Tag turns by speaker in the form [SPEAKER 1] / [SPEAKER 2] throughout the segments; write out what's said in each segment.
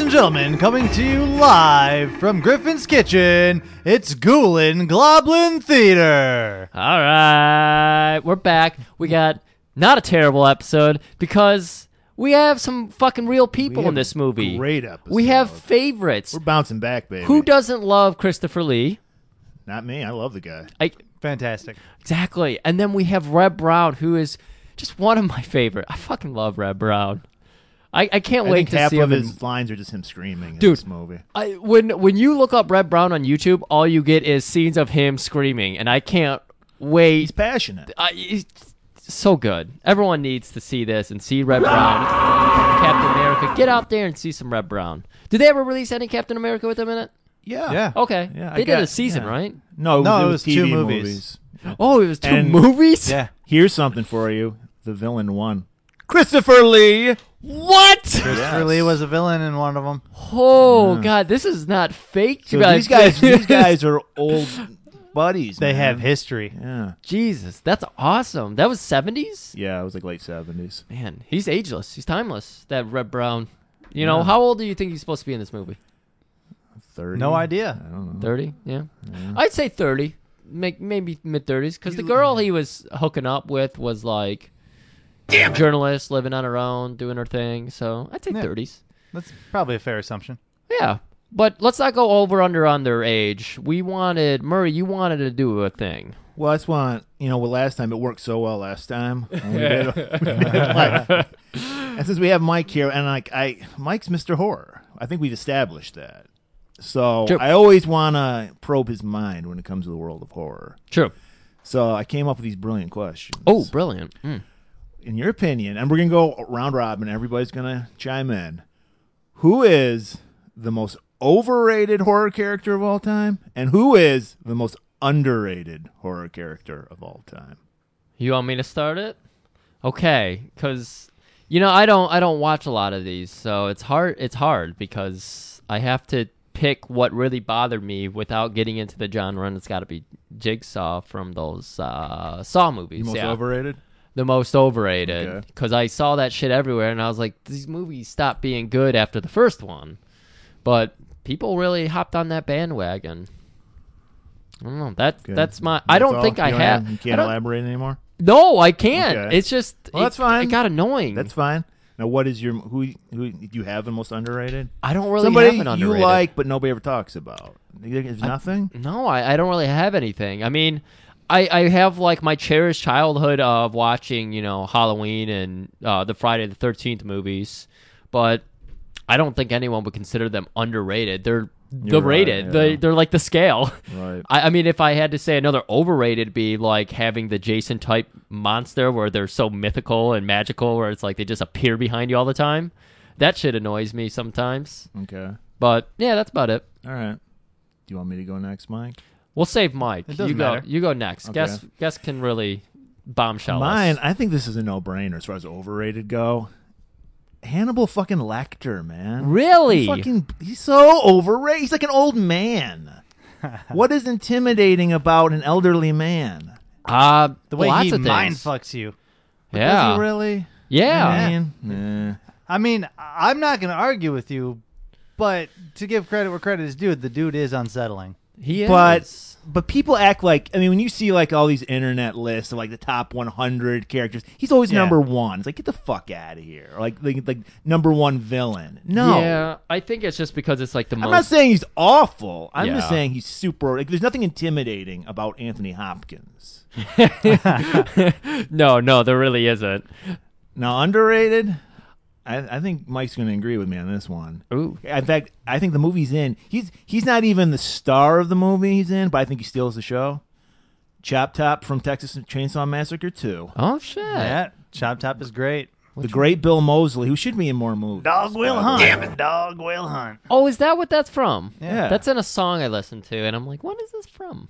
[SPEAKER 1] and gentlemen, coming to you live from Griffin's Kitchen, it's Ghoulin Globlin Theater.
[SPEAKER 2] All right, we're back. We got not a terrible episode because we have some fucking real people
[SPEAKER 1] have
[SPEAKER 2] in this movie.
[SPEAKER 1] great episode.
[SPEAKER 2] We have favorites.
[SPEAKER 3] We're bouncing back, baby.
[SPEAKER 2] Who doesn't love Christopher Lee?
[SPEAKER 3] Not me. I love the guy.
[SPEAKER 2] I,
[SPEAKER 1] Fantastic.
[SPEAKER 2] exactly. And then we have Reb Brown, who is just one of my favorite. I fucking love Reb Brown. I, I can't
[SPEAKER 3] I
[SPEAKER 2] wait
[SPEAKER 3] think
[SPEAKER 2] to
[SPEAKER 3] half
[SPEAKER 2] see
[SPEAKER 3] of
[SPEAKER 2] him. in-
[SPEAKER 3] his lines are just him screaming in
[SPEAKER 2] Dude.
[SPEAKER 3] this movie.
[SPEAKER 2] I, when when you look up Reb Brown on YouTube, all you get is scenes of him screaming, and I can't wait.
[SPEAKER 3] He's passionate.
[SPEAKER 2] I, it's Uh, so good. Everyone needs to see this and see Red Brown, Captain America. Get out there and see some Red Brown. Did they ever release any Captain America with him in it?
[SPEAKER 3] Yeah.
[SPEAKER 1] Yeah.
[SPEAKER 2] Okay,
[SPEAKER 3] Yeah, I
[SPEAKER 2] they did a
[SPEAKER 3] got-
[SPEAKER 2] season,
[SPEAKER 3] yeah.
[SPEAKER 2] right?
[SPEAKER 3] No, it was,
[SPEAKER 1] No,
[SPEAKER 3] it
[SPEAKER 1] it
[SPEAKER 3] was,
[SPEAKER 1] was
[SPEAKER 3] TV
[SPEAKER 1] two movies.
[SPEAKER 3] movies.
[SPEAKER 2] Oh, it was two
[SPEAKER 3] And-
[SPEAKER 2] movies.
[SPEAKER 1] Yeah.
[SPEAKER 3] Here's something for you. The villain won. Christopher Lee.
[SPEAKER 2] What?
[SPEAKER 1] Christopher Lee was a villain in one of them.
[SPEAKER 2] Oh God, this is not fake.
[SPEAKER 3] So
[SPEAKER 2] you guys.
[SPEAKER 3] these guys, these guys are old buddies.
[SPEAKER 1] They
[SPEAKER 3] man.
[SPEAKER 1] have history.
[SPEAKER 3] Yeah.
[SPEAKER 2] Jesus, that's awesome. That was seventies.
[SPEAKER 3] Yeah. It was like late seventies.
[SPEAKER 2] Man, he's ageless. He's timeless. That Red Brown. You know, how old do you think he's supposed to be in this movie?
[SPEAKER 3] Thirty.
[SPEAKER 1] No idea.
[SPEAKER 3] I don't know.
[SPEAKER 2] Thirty. Yeah. I'd say thirty. Make maybe mid thirties because the girl he was hooking up with was like a journalist living on her own, doing her thing. So I'd say
[SPEAKER 1] Yeah.
[SPEAKER 2] thirties.
[SPEAKER 1] That's probably a fair assumption.
[SPEAKER 2] Yeah. But let's not go over under on their age. We wanted Murray. You wanted to do a thing.
[SPEAKER 3] Well, that's why you know. Well, last time it worked so well. Last time, and, we did it- we did it live. And since we have Mike here, and like I, Mike's Mister Horror. I think we've established that. So
[SPEAKER 2] True.
[SPEAKER 3] I always want to probe his mind when it comes to the world of horror.
[SPEAKER 2] True.
[SPEAKER 3] So I came up with these brilliant questions.
[SPEAKER 2] Oh, brilliant. Mm.
[SPEAKER 3] in your opinion, and we're gonna go round robin. Everybody's gonna chime in. Who is the most overrated horror character of all time, and who is the most underrated horror character of all time?
[SPEAKER 2] You want me to start it? Okay, because you know I don't I don't watch a lot of these, so it's hard it's hard because I have to pick what really bothered me without getting into the genre, and it's got to be Jigsaw from those uh, Saw movies. yeah.
[SPEAKER 3] overrated.
[SPEAKER 2] the most overrated
[SPEAKER 3] Okay.
[SPEAKER 2] because I saw that shit everywhere, and I was like, these movies stopped being good after the first one, but people really hopped on that bandwagon. I don't know. That that's my. I don't
[SPEAKER 3] That's
[SPEAKER 2] think
[SPEAKER 3] all?
[SPEAKER 2] I
[SPEAKER 3] You don't
[SPEAKER 2] have.
[SPEAKER 3] You
[SPEAKER 2] I
[SPEAKER 3] can't
[SPEAKER 2] don't-
[SPEAKER 3] elaborate anymore.
[SPEAKER 2] no, I can't.
[SPEAKER 3] Okay.
[SPEAKER 2] It's just
[SPEAKER 3] Well,
[SPEAKER 2] it-
[SPEAKER 3] that's fine.
[SPEAKER 2] It got annoying.
[SPEAKER 3] That's fine. Now, what is your who? Who do you have the most underrated?
[SPEAKER 2] I don't really
[SPEAKER 3] Somebody
[SPEAKER 2] have an
[SPEAKER 3] you
[SPEAKER 2] underrated.
[SPEAKER 3] like, but nobody ever talks about. There's nothing.
[SPEAKER 2] No, I, I don't really have anything. I mean, I, I have like my cherished childhood of watching you know Halloween and uh, the Friday the Thirteenth movies, but I don't think anyone would consider them underrated. They're the
[SPEAKER 3] You're right,
[SPEAKER 2] rated. They
[SPEAKER 3] yeah.
[SPEAKER 2] they're like the scale.
[SPEAKER 3] right.
[SPEAKER 2] I, I mean, if I had to say another overrated, it'd be like having the Jason type monster where they're so mythical and magical, where it's like they just appear behind you all the time. That shit annoys me sometimes.
[SPEAKER 3] Okay.
[SPEAKER 2] But yeah, that's about it.
[SPEAKER 3] All right. Do you want me to go next, Mike?
[SPEAKER 2] We'll save Mike.
[SPEAKER 1] It doesn't
[SPEAKER 2] you go.
[SPEAKER 1] matter.
[SPEAKER 2] You go next. Guess guess can really bombshell us.
[SPEAKER 3] Mine, I think this is a no-brainer as far as overrated go. Hannibal fucking Lecter, man.
[SPEAKER 2] Really?
[SPEAKER 3] He fucking, he's so overrated. He's like an old man. what is intimidating about an elderly man?
[SPEAKER 2] Uh,
[SPEAKER 1] The way
[SPEAKER 2] lots
[SPEAKER 1] he
[SPEAKER 2] of
[SPEAKER 1] mind
[SPEAKER 2] things.
[SPEAKER 1] fucks you.
[SPEAKER 2] yeah.
[SPEAKER 3] Does he really?
[SPEAKER 2] yeah.
[SPEAKER 3] I mean, nah.
[SPEAKER 1] I mean, I- I'm not going to argue with you, but to give credit where credit is due, the dude is unsettling.
[SPEAKER 2] He is.
[SPEAKER 3] But but people act like I mean when you see like all these internet lists of like the top 100 characters, he's always
[SPEAKER 1] Yeah.
[SPEAKER 3] number one. It's like get the fuck out of here, Or, like like, like number one villain. No,
[SPEAKER 2] Yeah, I think it's just because it's like the
[SPEAKER 3] I'm
[SPEAKER 2] most.
[SPEAKER 3] not saying he's awful. I'm just
[SPEAKER 2] Yeah.
[SPEAKER 3] saying he's super. Like there's nothing intimidating about Anthony Hopkins.
[SPEAKER 2] no, no, there really isn't.
[SPEAKER 3] Now underrated. I, I think Mike's going to agree with me on this one.
[SPEAKER 2] Ooh.
[SPEAKER 3] In fact, I think the movie's in. He's he's not even the star of the movie he's in, but I think he steals the show. Chop Top from Texas Chainsaw Massacre 2.
[SPEAKER 2] Oh shit.
[SPEAKER 1] Yeah, Chop Top is great.
[SPEAKER 3] the great Bill Mosley, who should be in more movies.
[SPEAKER 1] Dog will hunt. Damn it, dog will hunt.
[SPEAKER 2] Oh, is that what that's from?
[SPEAKER 3] Yeah.
[SPEAKER 2] That's in a song I listened to, and I'm like, what is this from?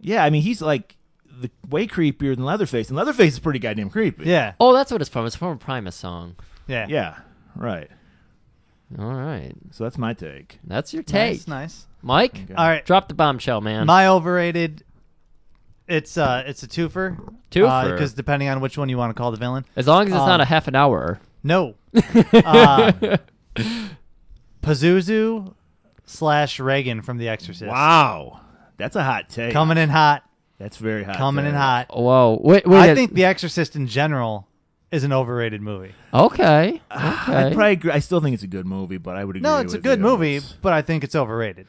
[SPEAKER 3] Yeah, I mean he's like the way creepier than Leatherface, and Leatherface is pretty goddamn creepy.
[SPEAKER 1] Yeah,
[SPEAKER 2] Oh, that's what it's from. It's from a Primus song.
[SPEAKER 1] yeah,
[SPEAKER 3] Yeah. Right.
[SPEAKER 2] All right,
[SPEAKER 3] So that's my take.
[SPEAKER 2] that's your take,
[SPEAKER 1] Nice, nice.
[SPEAKER 2] Mike.
[SPEAKER 1] All right,
[SPEAKER 2] Drop the bombshell, man.
[SPEAKER 1] My overrated. It's uh, it's a twofer.
[SPEAKER 2] Twofer.
[SPEAKER 1] Because depending on which one you want to call the villain.
[SPEAKER 2] as long as it's not
[SPEAKER 1] Um,
[SPEAKER 2] a half an hour.
[SPEAKER 1] No. uh, Pazuzu slash Reagan from The Exorcist.
[SPEAKER 3] Wow, that's a hot take.
[SPEAKER 1] Coming in hot.
[SPEAKER 3] that's very hot.
[SPEAKER 1] Coming in
[SPEAKER 3] take.
[SPEAKER 1] hot.
[SPEAKER 2] Whoa. Wait. wait
[SPEAKER 1] I
[SPEAKER 2] a-
[SPEAKER 1] think The Exorcist in general is an overrated movee.
[SPEAKER 2] Okay.
[SPEAKER 3] I
[SPEAKER 2] Okay.
[SPEAKER 3] probably agree. I still think it's a good movie, but I would agree.
[SPEAKER 1] No, it's a
[SPEAKER 3] with
[SPEAKER 1] good
[SPEAKER 3] you.
[SPEAKER 1] movie,
[SPEAKER 3] It's-
[SPEAKER 1] but I think it's overrated.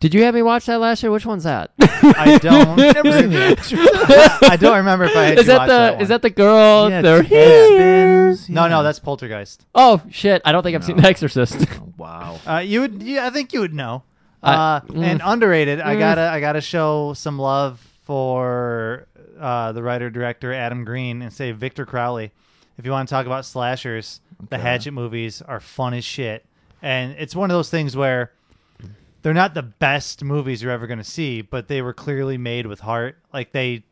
[SPEAKER 2] Did you have me watch that last year? Which one's that?
[SPEAKER 1] I don't.
[SPEAKER 3] Never seen The Exorcist.
[SPEAKER 1] I don't remember if I had
[SPEAKER 2] is
[SPEAKER 1] you
[SPEAKER 2] that
[SPEAKER 1] watch
[SPEAKER 2] the
[SPEAKER 1] that
[SPEAKER 2] is
[SPEAKER 1] one.
[SPEAKER 2] that the girl?
[SPEAKER 3] Yeah,
[SPEAKER 2] there?
[SPEAKER 3] it's headspins,
[SPEAKER 1] No,
[SPEAKER 3] yeah.
[SPEAKER 1] no, that's Poltergeist.
[SPEAKER 2] Oh shit! I don't think I've seen
[SPEAKER 3] No.
[SPEAKER 2] The Exorcist.
[SPEAKER 3] wow.
[SPEAKER 1] Uh, you would, yeah, I think you would know.
[SPEAKER 2] I-
[SPEAKER 1] Uh,
[SPEAKER 2] mm.
[SPEAKER 1] And underrated, I
[SPEAKER 2] Mm.
[SPEAKER 1] gotta, I gotta show some love for uh, the writer director Adam Green and say Victor Crowley. If you want to talk about slashers, the
[SPEAKER 3] Okay.
[SPEAKER 1] Hatchet movies are fun as shit, and it's one of those things where they're not the best movies you're ever gonna see, but they were clearly made with heart. Like they,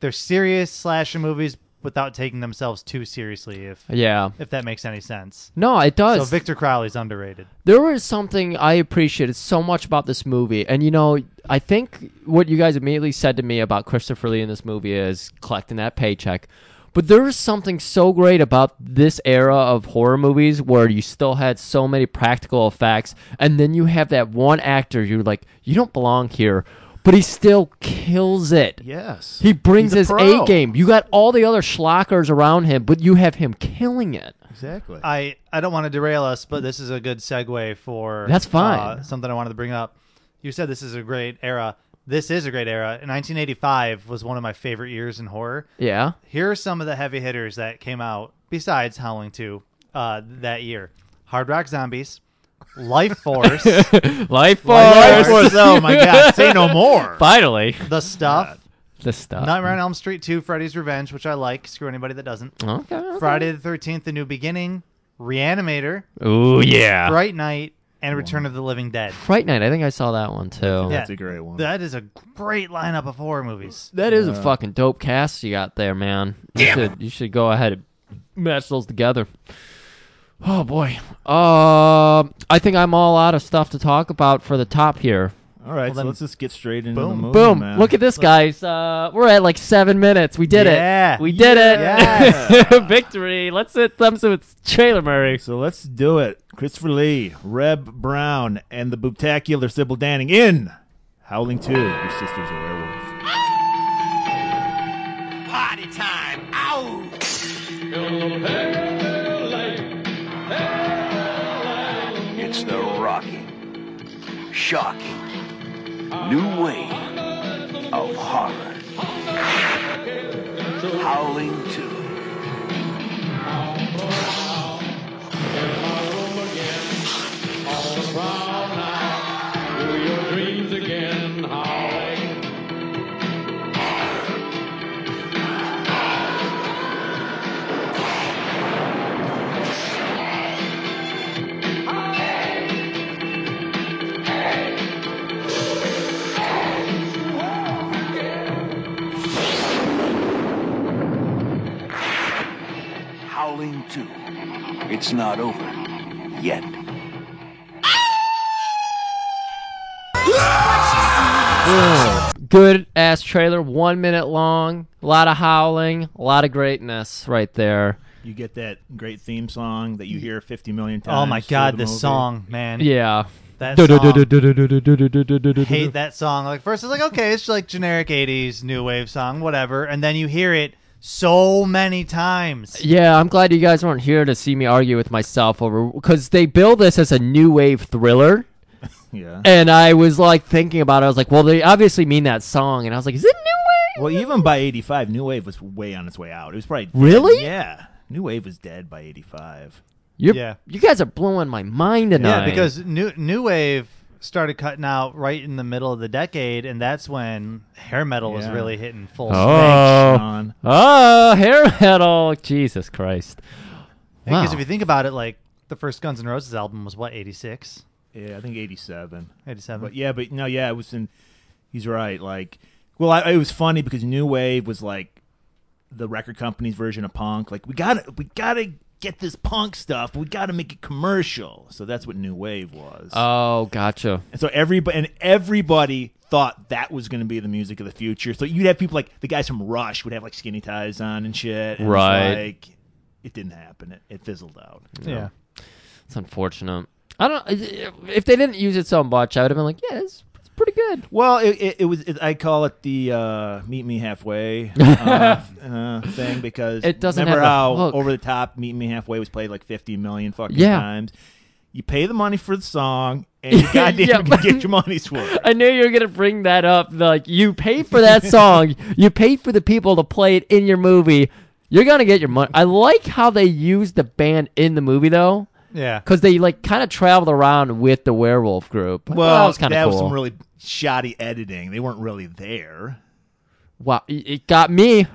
[SPEAKER 1] they're serious slasher movies without taking themselves too seriously. If
[SPEAKER 2] yeah.
[SPEAKER 1] if that makes any sense.
[SPEAKER 2] No, it does.
[SPEAKER 1] So Victor Crowley's underrated.
[SPEAKER 2] there was something I appreciated so much about this movie, and you know, I think what you guys immediately said to me about Christopher Lee in this movie is collecting that paycheck. But there was something so great about this era of horror movies where you still had so many practical effects, and then you have that one actor you're like, you don't belong here, but he still kills it.
[SPEAKER 3] Yes.
[SPEAKER 2] He brings
[SPEAKER 3] He's
[SPEAKER 2] his
[SPEAKER 3] a
[SPEAKER 2] A
[SPEAKER 3] pro.
[SPEAKER 2] game. You got all the other schlockers around him, but you have him killing it.
[SPEAKER 3] Exactly.
[SPEAKER 1] I, I don't want to derail us, but this is a good segue for
[SPEAKER 2] That's fine.
[SPEAKER 1] uh, something I wanted to bring up. You said this is a great era. This is a great era. In 1985 was one of my favorite years in horror.
[SPEAKER 2] Yeah.
[SPEAKER 1] Here are some of the heavy hitters that came out besides Howling 2 uh, that year: Hard Rock Zombies, Life Force,
[SPEAKER 2] Life
[SPEAKER 3] Life
[SPEAKER 1] Life
[SPEAKER 2] force.
[SPEAKER 3] Force, oh my God! Say no more.
[SPEAKER 2] Finally.
[SPEAKER 1] The Stuff,
[SPEAKER 2] The stuff.
[SPEAKER 1] Nightmare on Elm Street 2, Freddy's Revenge, which I like. Screw anybody that doesn't.
[SPEAKER 2] okay. okay.
[SPEAKER 1] Friday the 13th: The New Beginning, Reanimator,
[SPEAKER 2] Ooh yeah. Fright-,
[SPEAKER 1] Bright Night, and Return of the Living Dead.
[SPEAKER 2] Night. I think I saw that one too.
[SPEAKER 1] Yeah.
[SPEAKER 3] That's a great one.
[SPEAKER 1] That is a great lineup of horror movies.
[SPEAKER 2] That is a
[SPEAKER 3] Yeah.
[SPEAKER 2] fucking dope cast you got there, man. You should you should go ahead and match those together. Oh boy. Um I think I'm all out of stuff to talk about for the top here.
[SPEAKER 3] All right,
[SPEAKER 1] Well,
[SPEAKER 3] so
[SPEAKER 1] then-
[SPEAKER 3] let's just get straight into the
[SPEAKER 1] Boom.
[SPEAKER 3] movie.
[SPEAKER 2] Boom.
[SPEAKER 3] Man.
[SPEAKER 2] Oh, Look at this, guys. Uh, we're at like seven minutes. We did
[SPEAKER 1] Yeah.
[SPEAKER 2] it. We did it.
[SPEAKER 3] Yeah.
[SPEAKER 2] Victory. Let's hit thumbs with Trailer Murray.
[SPEAKER 3] So let's do it. Christopher Lee, Reb Brown, and the Bootacular Sybil Danning in Howling 2, Your Sister's a Werewolf.
[SPEAKER 4] Party time! Ow! It's the rocking, shocking, new wave of horror. Howling 2. Howling 2. It's not over yet.
[SPEAKER 2] Good ass trailer. One minute long. A lot of howling. A lot of greatness right there.
[SPEAKER 3] You get that great theme song that you hear 50 million times.
[SPEAKER 1] Oh my
[SPEAKER 3] through
[SPEAKER 1] god,
[SPEAKER 3] the
[SPEAKER 1] this
[SPEAKER 3] movie.
[SPEAKER 1] song, man.
[SPEAKER 2] Yeah. Um,
[SPEAKER 1] That song. Hate
[SPEAKER 2] Hate
[SPEAKER 1] that song. Like first it's like, okay, it's like generic eighties new wave song, whatever, and then you hear it so many times.
[SPEAKER 2] Yeah, I'm glad you guys weren't here to see me argue with myself over because they build this as a new wave thriller.
[SPEAKER 3] Yeah.
[SPEAKER 2] And I was like thinking about it. I was like, well, they obviously mean that song. And I was like, is it new wave?
[SPEAKER 3] Well, even by 85, New Wave was way on its way out. It was probably.
[SPEAKER 2] Really?
[SPEAKER 3] Yeah. New Wave was dead by 85.
[SPEAKER 2] You're,
[SPEAKER 1] Yeah.
[SPEAKER 2] You guys are blowing my mind
[SPEAKER 1] Yeah,
[SPEAKER 2] tonight.
[SPEAKER 1] because new new wave started cutting out right in the middle of the decade, and that's when hair metal was
[SPEAKER 3] Yeah.
[SPEAKER 1] really hitting full
[SPEAKER 2] Oh.
[SPEAKER 3] Sean.
[SPEAKER 2] Oh, hair metal. Jesus Christ.
[SPEAKER 1] swing. Because
[SPEAKER 2] Wow.
[SPEAKER 1] if you think about it, like the first Guns N' Roses album was what, 86?
[SPEAKER 3] Yeah, I think 87.
[SPEAKER 1] 87?
[SPEAKER 3] But yeah, but no, yeah, it was in. He's right. Like, well, I, it was funny because New Wave was like the record company's version of punk. Like, we gotta, we gotta get this punk stuff. We gotta make it commercial. So that's what New Wave was.
[SPEAKER 2] Oh, gotcha.
[SPEAKER 3] and so everybody and everybody thought that was going to be the music of the future. So you'd have people like the guys from Rush would have like skinny ties on and shit. And it's
[SPEAKER 2] Right.
[SPEAKER 3] like, it didn't happen. It, it fizzled out.
[SPEAKER 1] yeah.
[SPEAKER 2] It's unfortunate. I don't. If they didn't use it so much, I would have been like, yeah, it's, it's pretty good.
[SPEAKER 3] Well, it, it, it was. It, I call it the uh, "meet me halfway" uh, uh, thing because
[SPEAKER 2] It doesn't
[SPEAKER 3] remember
[SPEAKER 2] have a
[SPEAKER 3] how
[SPEAKER 2] hook.
[SPEAKER 3] over the top "meet me halfway" was played like fifty million fucking
[SPEAKER 2] Yeah.
[SPEAKER 3] times. You pay the money for the song, and you goddamn
[SPEAKER 2] Yeah, but-
[SPEAKER 3] get your money's worth.
[SPEAKER 2] I knew you were gonna bring that up. Like you paid for that song, you paid for the people to play it in your movie. You're gonna get your money. I like how they used the band in the movie though,
[SPEAKER 1] Yeah.
[SPEAKER 2] because they like kind of traveled around with the werewolf group. I thought
[SPEAKER 3] Well,
[SPEAKER 2] that was kind of cool.
[SPEAKER 3] some really shoddy editing. They weren't really there.
[SPEAKER 2] wow, it it got me.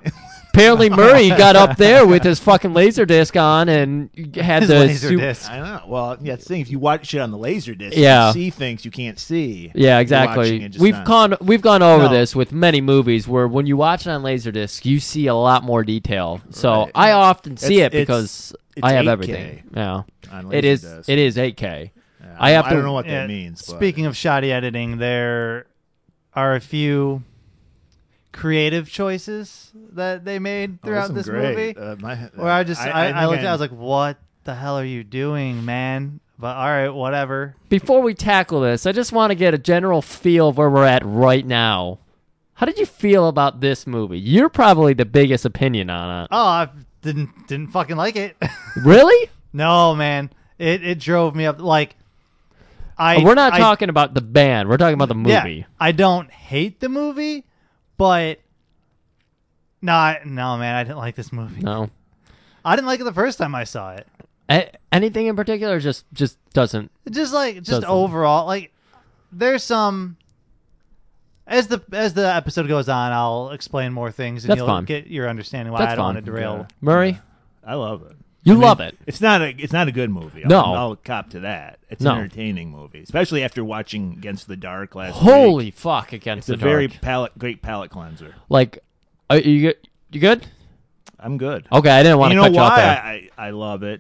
[SPEAKER 2] Apparently, Murray got up there with his fucking laser disc on and had
[SPEAKER 1] His
[SPEAKER 2] the
[SPEAKER 1] laser
[SPEAKER 2] sup-
[SPEAKER 1] disc.
[SPEAKER 3] I don't know. Well, yeah, it's the thing if you watch shit on the laser disc,
[SPEAKER 2] Yeah.
[SPEAKER 3] you see things you can't see.
[SPEAKER 2] Yeah,
[SPEAKER 3] You're watching
[SPEAKER 2] exactly.
[SPEAKER 3] it, just
[SPEAKER 2] We've
[SPEAKER 3] not-
[SPEAKER 2] gone we've gone over
[SPEAKER 3] No.
[SPEAKER 2] this with many movies where when you watch it on Laserdisc, you see a lot more detail. So
[SPEAKER 3] Right.
[SPEAKER 2] I often see
[SPEAKER 3] It's-
[SPEAKER 2] it
[SPEAKER 3] it's-
[SPEAKER 2] because
[SPEAKER 3] it's
[SPEAKER 2] I have
[SPEAKER 3] 8K
[SPEAKER 2] everything. Yeah.
[SPEAKER 3] on
[SPEAKER 2] It is
[SPEAKER 3] Laserdisc.
[SPEAKER 2] it is 8K.
[SPEAKER 3] Yeah,
[SPEAKER 2] I have
[SPEAKER 3] I
[SPEAKER 2] to-
[SPEAKER 3] don't know what
[SPEAKER 1] Yeah,
[SPEAKER 3] that means. but-
[SPEAKER 1] Speaking of shoddy editing, there are a few creative choices that they made
[SPEAKER 3] Oh, there's
[SPEAKER 1] throughout
[SPEAKER 3] some
[SPEAKER 1] this
[SPEAKER 3] great-
[SPEAKER 1] movie.
[SPEAKER 3] uh, my-
[SPEAKER 1] Where I just I, I,
[SPEAKER 3] think
[SPEAKER 1] looked at, it, I
[SPEAKER 3] I'm-
[SPEAKER 1] was like, "What the hell are you doing, man?" But all right, whatever.
[SPEAKER 2] Before we tackle this, I just want to get a general feel of where we're at right now. How did you feel about this movie? You're probably the biggest opinion on
[SPEAKER 3] Uh,
[SPEAKER 2] it.
[SPEAKER 1] Oh, I didn't didn't fucking like it.
[SPEAKER 2] Really?
[SPEAKER 1] no, man, it it drove me up. Like, I
[SPEAKER 2] we're not
[SPEAKER 1] I-
[SPEAKER 2] talking about the band. We're talking about the movie.
[SPEAKER 1] Yeah, I don't hate the movie, but no, I- no, man, I didn't like this movie.
[SPEAKER 2] No.
[SPEAKER 1] I didn't like it the first time I saw it.
[SPEAKER 2] A- anything in particular or just just doesn't
[SPEAKER 1] just like just
[SPEAKER 2] Doesn't.
[SPEAKER 1] overall like there's some as the as the episode goes on i'll explain more things and
[SPEAKER 2] That's
[SPEAKER 1] you'll
[SPEAKER 2] fine.
[SPEAKER 1] get your understanding why
[SPEAKER 2] That's
[SPEAKER 1] i don't
[SPEAKER 2] fine.
[SPEAKER 1] want to derail
[SPEAKER 2] Murray,
[SPEAKER 3] I love it.
[SPEAKER 2] you
[SPEAKER 3] I mean,
[SPEAKER 2] love it.
[SPEAKER 3] It's not a it's not a good movie. I'll-
[SPEAKER 2] No.
[SPEAKER 3] I'll, cop to that. It's
[SPEAKER 2] No.
[SPEAKER 3] an entertaining movie, especially after watching Against the Dark last week.
[SPEAKER 2] Holy fuck! Against
[SPEAKER 3] It's a
[SPEAKER 2] the dark.
[SPEAKER 3] very palate, great palate cleanser.
[SPEAKER 2] like, are you good? You good?
[SPEAKER 3] I'm good.
[SPEAKER 2] Okay, I didn't want
[SPEAKER 3] you
[SPEAKER 2] to
[SPEAKER 3] know
[SPEAKER 2] cut you off
[SPEAKER 3] why
[SPEAKER 2] there,
[SPEAKER 3] I, I love it?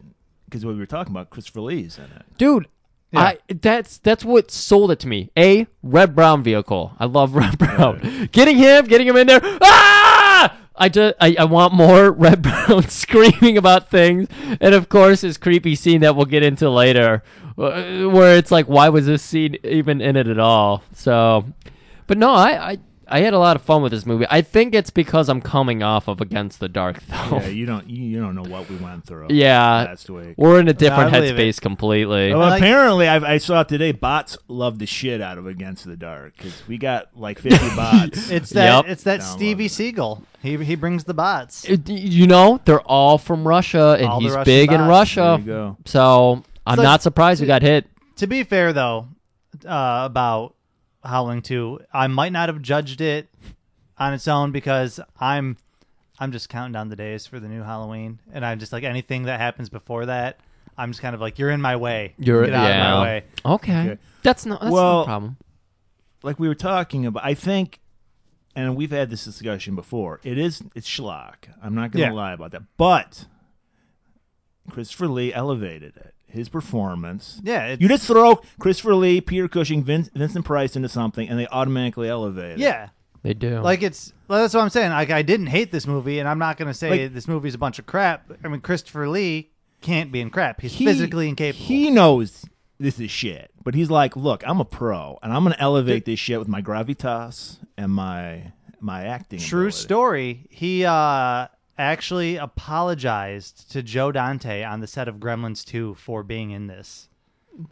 [SPEAKER 3] Because we were talking about Christopher Lee's in it.
[SPEAKER 2] dude. I that's that's what sold it to me. A red brown vehicle. I love red brown. getting him, getting him in there. Ah! I just I, I want more red brown screaming about things, and of course his creepy scene that we'll get into later, uh, where it's like, why was this scene even in it at all? So, but no, I. I I had a lot of fun with this movie. I think it's because I'm coming off of Against the Dark, though.
[SPEAKER 3] Yeah, you don't you, you don't know what we went through.
[SPEAKER 2] Oh. Yeah.
[SPEAKER 3] last week.
[SPEAKER 2] We're in a different
[SPEAKER 1] I believe
[SPEAKER 2] headspace completely.
[SPEAKER 3] Well,
[SPEAKER 1] like-
[SPEAKER 3] apparently, I, I saw today bots love the shit out of Against the Dark because we got like 50 bots.
[SPEAKER 1] it's that
[SPEAKER 2] Yep.
[SPEAKER 1] it's that
[SPEAKER 3] No, I love
[SPEAKER 1] stevie
[SPEAKER 3] it.
[SPEAKER 1] Seagal. he he brings the bots
[SPEAKER 2] It- Uh, you know, they're all from Russia, and
[SPEAKER 1] All the
[SPEAKER 2] he's
[SPEAKER 1] Russian
[SPEAKER 2] big in
[SPEAKER 1] bots.
[SPEAKER 3] There
[SPEAKER 2] Russia.
[SPEAKER 3] you go.
[SPEAKER 2] So I'm
[SPEAKER 1] like-
[SPEAKER 2] not surprised we got hit.
[SPEAKER 1] to be fair though uh about howling 2 i might not have judged it on its own because i'm i'm just counting down the days for the new halloween and i'm just like anything that happens before that i'm just kind of like you're in my way
[SPEAKER 2] You're
[SPEAKER 1] Get out
[SPEAKER 2] yeah.
[SPEAKER 1] of my way
[SPEAKER 2] Okay.
[SPEAKER 3] Okay.
[SPEAKER 2] that's not that's no
[SPEAKER 3] Well-
[SPEAKER 2] problem.
[SPEAKER 3] Like we were talking about, I think, and we've had this discussion before. It is it's schlock. I'm not going to
[SPEAKER 1] Yeah.
[SPEAKER 3] lie about that. But Christopher Lee elevated it. His performance.
[SPEAKER 1] Yeah, it's,
[SPEAKER 3] You just throw Christopher Lee, Peter Cushing, Vin- Vincent Price into something, and they automatically elevate it.
[SPEAKER 1] yeah.
[SPEAKER 2] They do.
[SPEAKER 1] Like it's well, that's what I'm saying. Like I didn't hate this movie, and I'm not going to say
[SPEAKER 3] Like-
[SPEAKER 1] this movie's a bunch of crap. I mean, Christopher Lee can't be in crap. He's
[SPEAKER 3] He-
[SPEAKER 1] physically incapable.
[SPEAKER 3] He knows this is shit, but he's like, "Look, I'm a pro, and I'm going to elevate this shit with my gravitas and my my acting."
[SPEAKER 1] True
[SPEAKER 3] ability."
[SPEAKER 1] story. He uh, actually apologized to Joe Dante on the set of Gremlins 2 for being in this.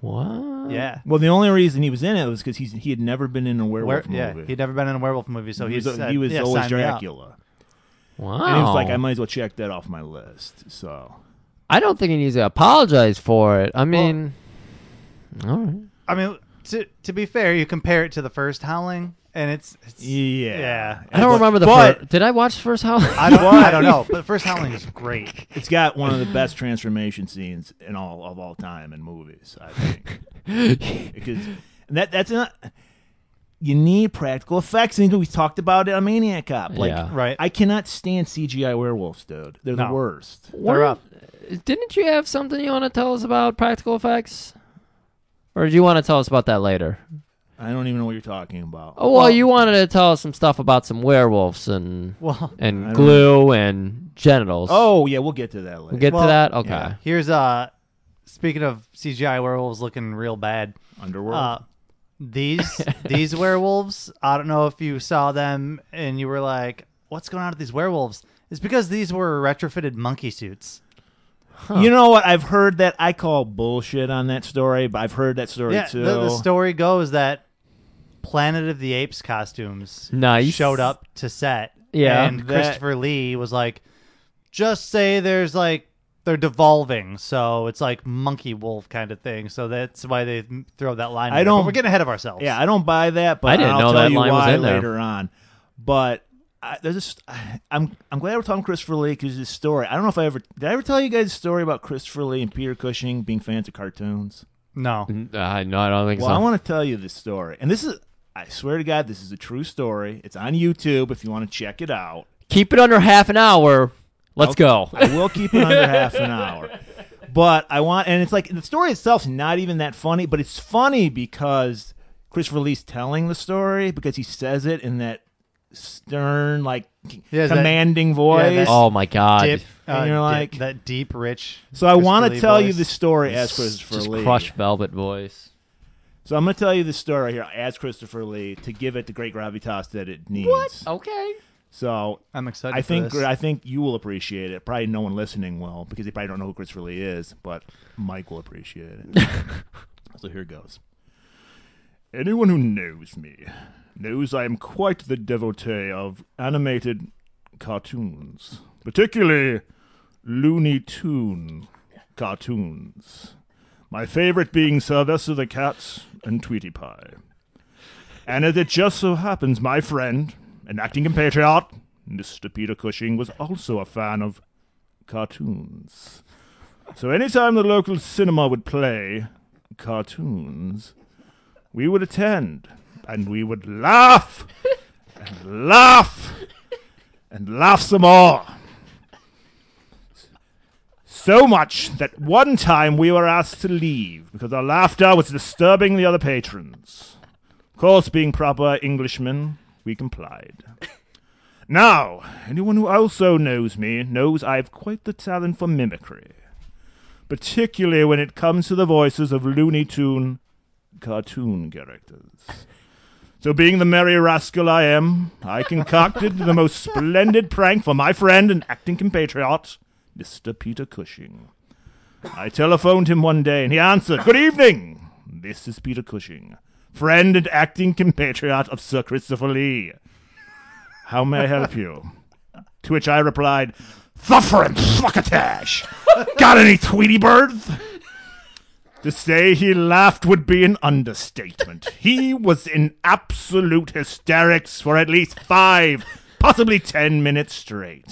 [SPEAKER 2] what?
[SPEAKER 1] Yeah.
[SPEAKER 3] Well, the only reason he was in it was because he's he had never been in a
[SPEAKER 1] Where,
[SPEAKER 3] werewolf
[SPEAKER 1] yeah,
[SPEAKER 3] movie.
[SPEAKER 1] he'd never been in a werewolf movie, so
[SPEAKER 3] he
[SPEAKER 1] he's,
[SPEAKER 3] was,
[SPEAKER 1] uh,
[SPEAKER 3] he was
[SPEAKER 1] yeah,
[SPEAKER 3] always
[SPEAKER 1] sign me up.
[SPEAKER 3] Dracula,
[SPEAKER 2] Wow.
[SPEAKER 3] and he was
[SPEAKER 2] Oh.
[SPEAKER 3] like, "I might as well check that off my list." So
[SPEAKER 2] I don't think he needs to apologize for it. I mean, all right.
[SPEAKER 1] I mean, to to be fair, you compare it to the first Howling, and it's, it's
[SPEAKER 3] yeah,
[SPEAKER 1] yeah.
[SPEAKER 2] I don't
[SPEAKER 3] But-
[SPEAKER 2] remember the.
[SPEAKER 3] but
[SPEAKER 2] fir- did I watch first how?
[SPEAKER 1] I don't I don't know, but the first Howling is great.
[SPEAKER 3] it's got one of the best transformation scenes in all of all time in movies. I think. because that that's not you need practical effects and we talked about it on Maniac Cop. Like
[SPEAKER 2] Yeah.
[SPEAKER 1] Right.
[SPEAKER 3] I cannot stand CGI werewolves, dude. They're
[SPEAKER 1] No.
[SPEAKER 3] the worst.
[SPEAKER 1] They're up.
[SPEAKER 2] Didn't you have something you want to tell us about practical effects, or do you want to tell us about that later?
[SPEAKER 3] I don't even know what you're talking about.
[SPEAKER 2] Oh well, you wanted to tell us some stuff about some werewolves and
[SPEAKER 1] Well,
[SPEAKER 2] and
[SPEAKER 3] don't-
[SPEAKER 2] glue and genitals.
[SPEAKER 3] Oh yeah, we'll get to that later.
[SPEAKER 2] we'll get
[SPEAKER 1] Well,
[SPEAKER 2] to that. Okay.
[SPEAKER 1] Here's uh speaking of CGI werewolves looking real bad,
[SPEAKER 3] Underworld.
[SPEAKER 1] uh, these these werewolves. I don't know if you saw them and you were like, "What's going on with these werewolves?" It's because these were retrofitted monkey suits.
[SPEAKER 3] You know what? I've heard that. I call bullshit on that story, but I've heard that story
[SPEAKER 1] Yeah,
[SPEAKER 3] too.
[SPEAKER 1] the, the story goes that Planet of the Apes costumes
[SPEAKER 2] Nice.
[SPEAKER 1] showed up to set.
[SPEAKER 2] Yeah.
[SPEAKER 1] and
[SPEAKER 3] That-
[SPEAKER 1] Christopher Lee was like, just say there's like they're devolving, so it's like monkey wolf kind of thing. So that's why they throw that line.
[SPEAKER 3] I
[SPEAKER 1] in there. But
[SPEAKER 3] don't-
[SPEAKER 1] we're getting ahead of ourselves.
[SPEAKER 3] Yeah, I don't buy that, but
[SPEAKER 2] I didn't
[SPEAKER 3] will
[SPEAKER 2] know
[SPEAKER 3] tell
[SPEAKER 2] that
[SPEAKER 3] you
[SPEAKER 2] line was
[SPEAKER 3] why
[SPEAKER 2] in there.
[SPEAKER 3] later on. But I, there's this. I'm I'm glad we're talking Christopher Lee because this story. I don't know if I ever did. I ever tell you guys a story about Christopher Lee and Peter Cushing being fans of cartoons.
[SPEAKER 1] no,
[SPEAKER 2] Uh, no, I don't think
[SPEAKER 3] Well,
[SPEAKER 2] so.
[SPEAKER 3] I want to tell you this story, and this is. I swear to God, this is a true story. It's on YouTube if you want to check it out.
[SPEAKER 2] Keep it under half an hour. Let's go.
[SPEAKER 3] I will keep it under half an hour. But I want, and it's like the story itself's not even that funny, but it's funny because Christopher Lee's telling the story because he says it in that stern, like
[SPEAKER 1] Yeah, that-
[SPEAKER 3] commanding
[SPEAKER 1] yeah,
[SPEAKER 3] voice.
[SPEAKER 1] that-
[SPEAKER 2] oh my god.
[SPEAKER 1] Dip-
[SPEAKER 3] And
[SPEAKER 1] uh,
[SPEAKER 3] you're
[SPEAKER 1] dip-
[SPEAKER 3] like-
[SPEAKER 1] that deep, rich.
[SPEAKER 3] so I
[SPEAKER 1] Christopher
[SPEAKER 3] want to
[SPEAKER 1] Lee
[SPEAKER 3] tell you
[SPEAKER 1] voice.
[SPEAKER 3] the story as Christopher
[SPEAKER 2] Just
[SPEAKER 3] Lee.
[SPEAKER 2] crush velvet voice.
[SPEAKER 3] So I'm going to tell you the story here as Christopher Lee to give it the great gravitas that it needs.
[SPEAKER 2] Okay.
[SPEAKER 3] So
[SPEAKER 1] I'm excited.
[SPEAKER 3] I
[SPEAKER 1] for
[SPEAKER 3] think
[SPEAKER 1] this.
[SPEAKER 3] I think you will appreciate it. Probably no one listening will because they probably don't know who Chris really is, but Mike will appreciate it. so here goes. Anyone who knows me knows I am quite the devotee of animated cartoons, particularly Looney Tune cartoons. My favorite being Sylvester the Cat and Tweety Pie. And as it just so happens, my friend and acting compatriot, Mr. Peter Cushing, was also a fan of cartoons. So anytime the local cinema would play cartoons, we would attend and we would laugh and laugh and laugh some more. So much that one time we were asked to leave because our laughter was disturbing the other patrons course, being proper Englishmen, we complied. now, anyone who also knows me knows I've quite the talent for mimicry, particularly when it comes to the voices of Looney Tune cartoon characters. So, being the merry rascal I am, I concocted the most splendid prank for my friend and acting compatriot, Mr. Peter Cushing. I telephoned him one day and he answered, Good evening! This is Peter Cushing, friend and acting compatriot of Sir Christopher Lee. How may I help you? To which I replied, Thuffer and Succotash! Got any Tweety birds? To say he laughed would be an understatement. He was in absolute hysterics for at least five, possibly ten minutes straight.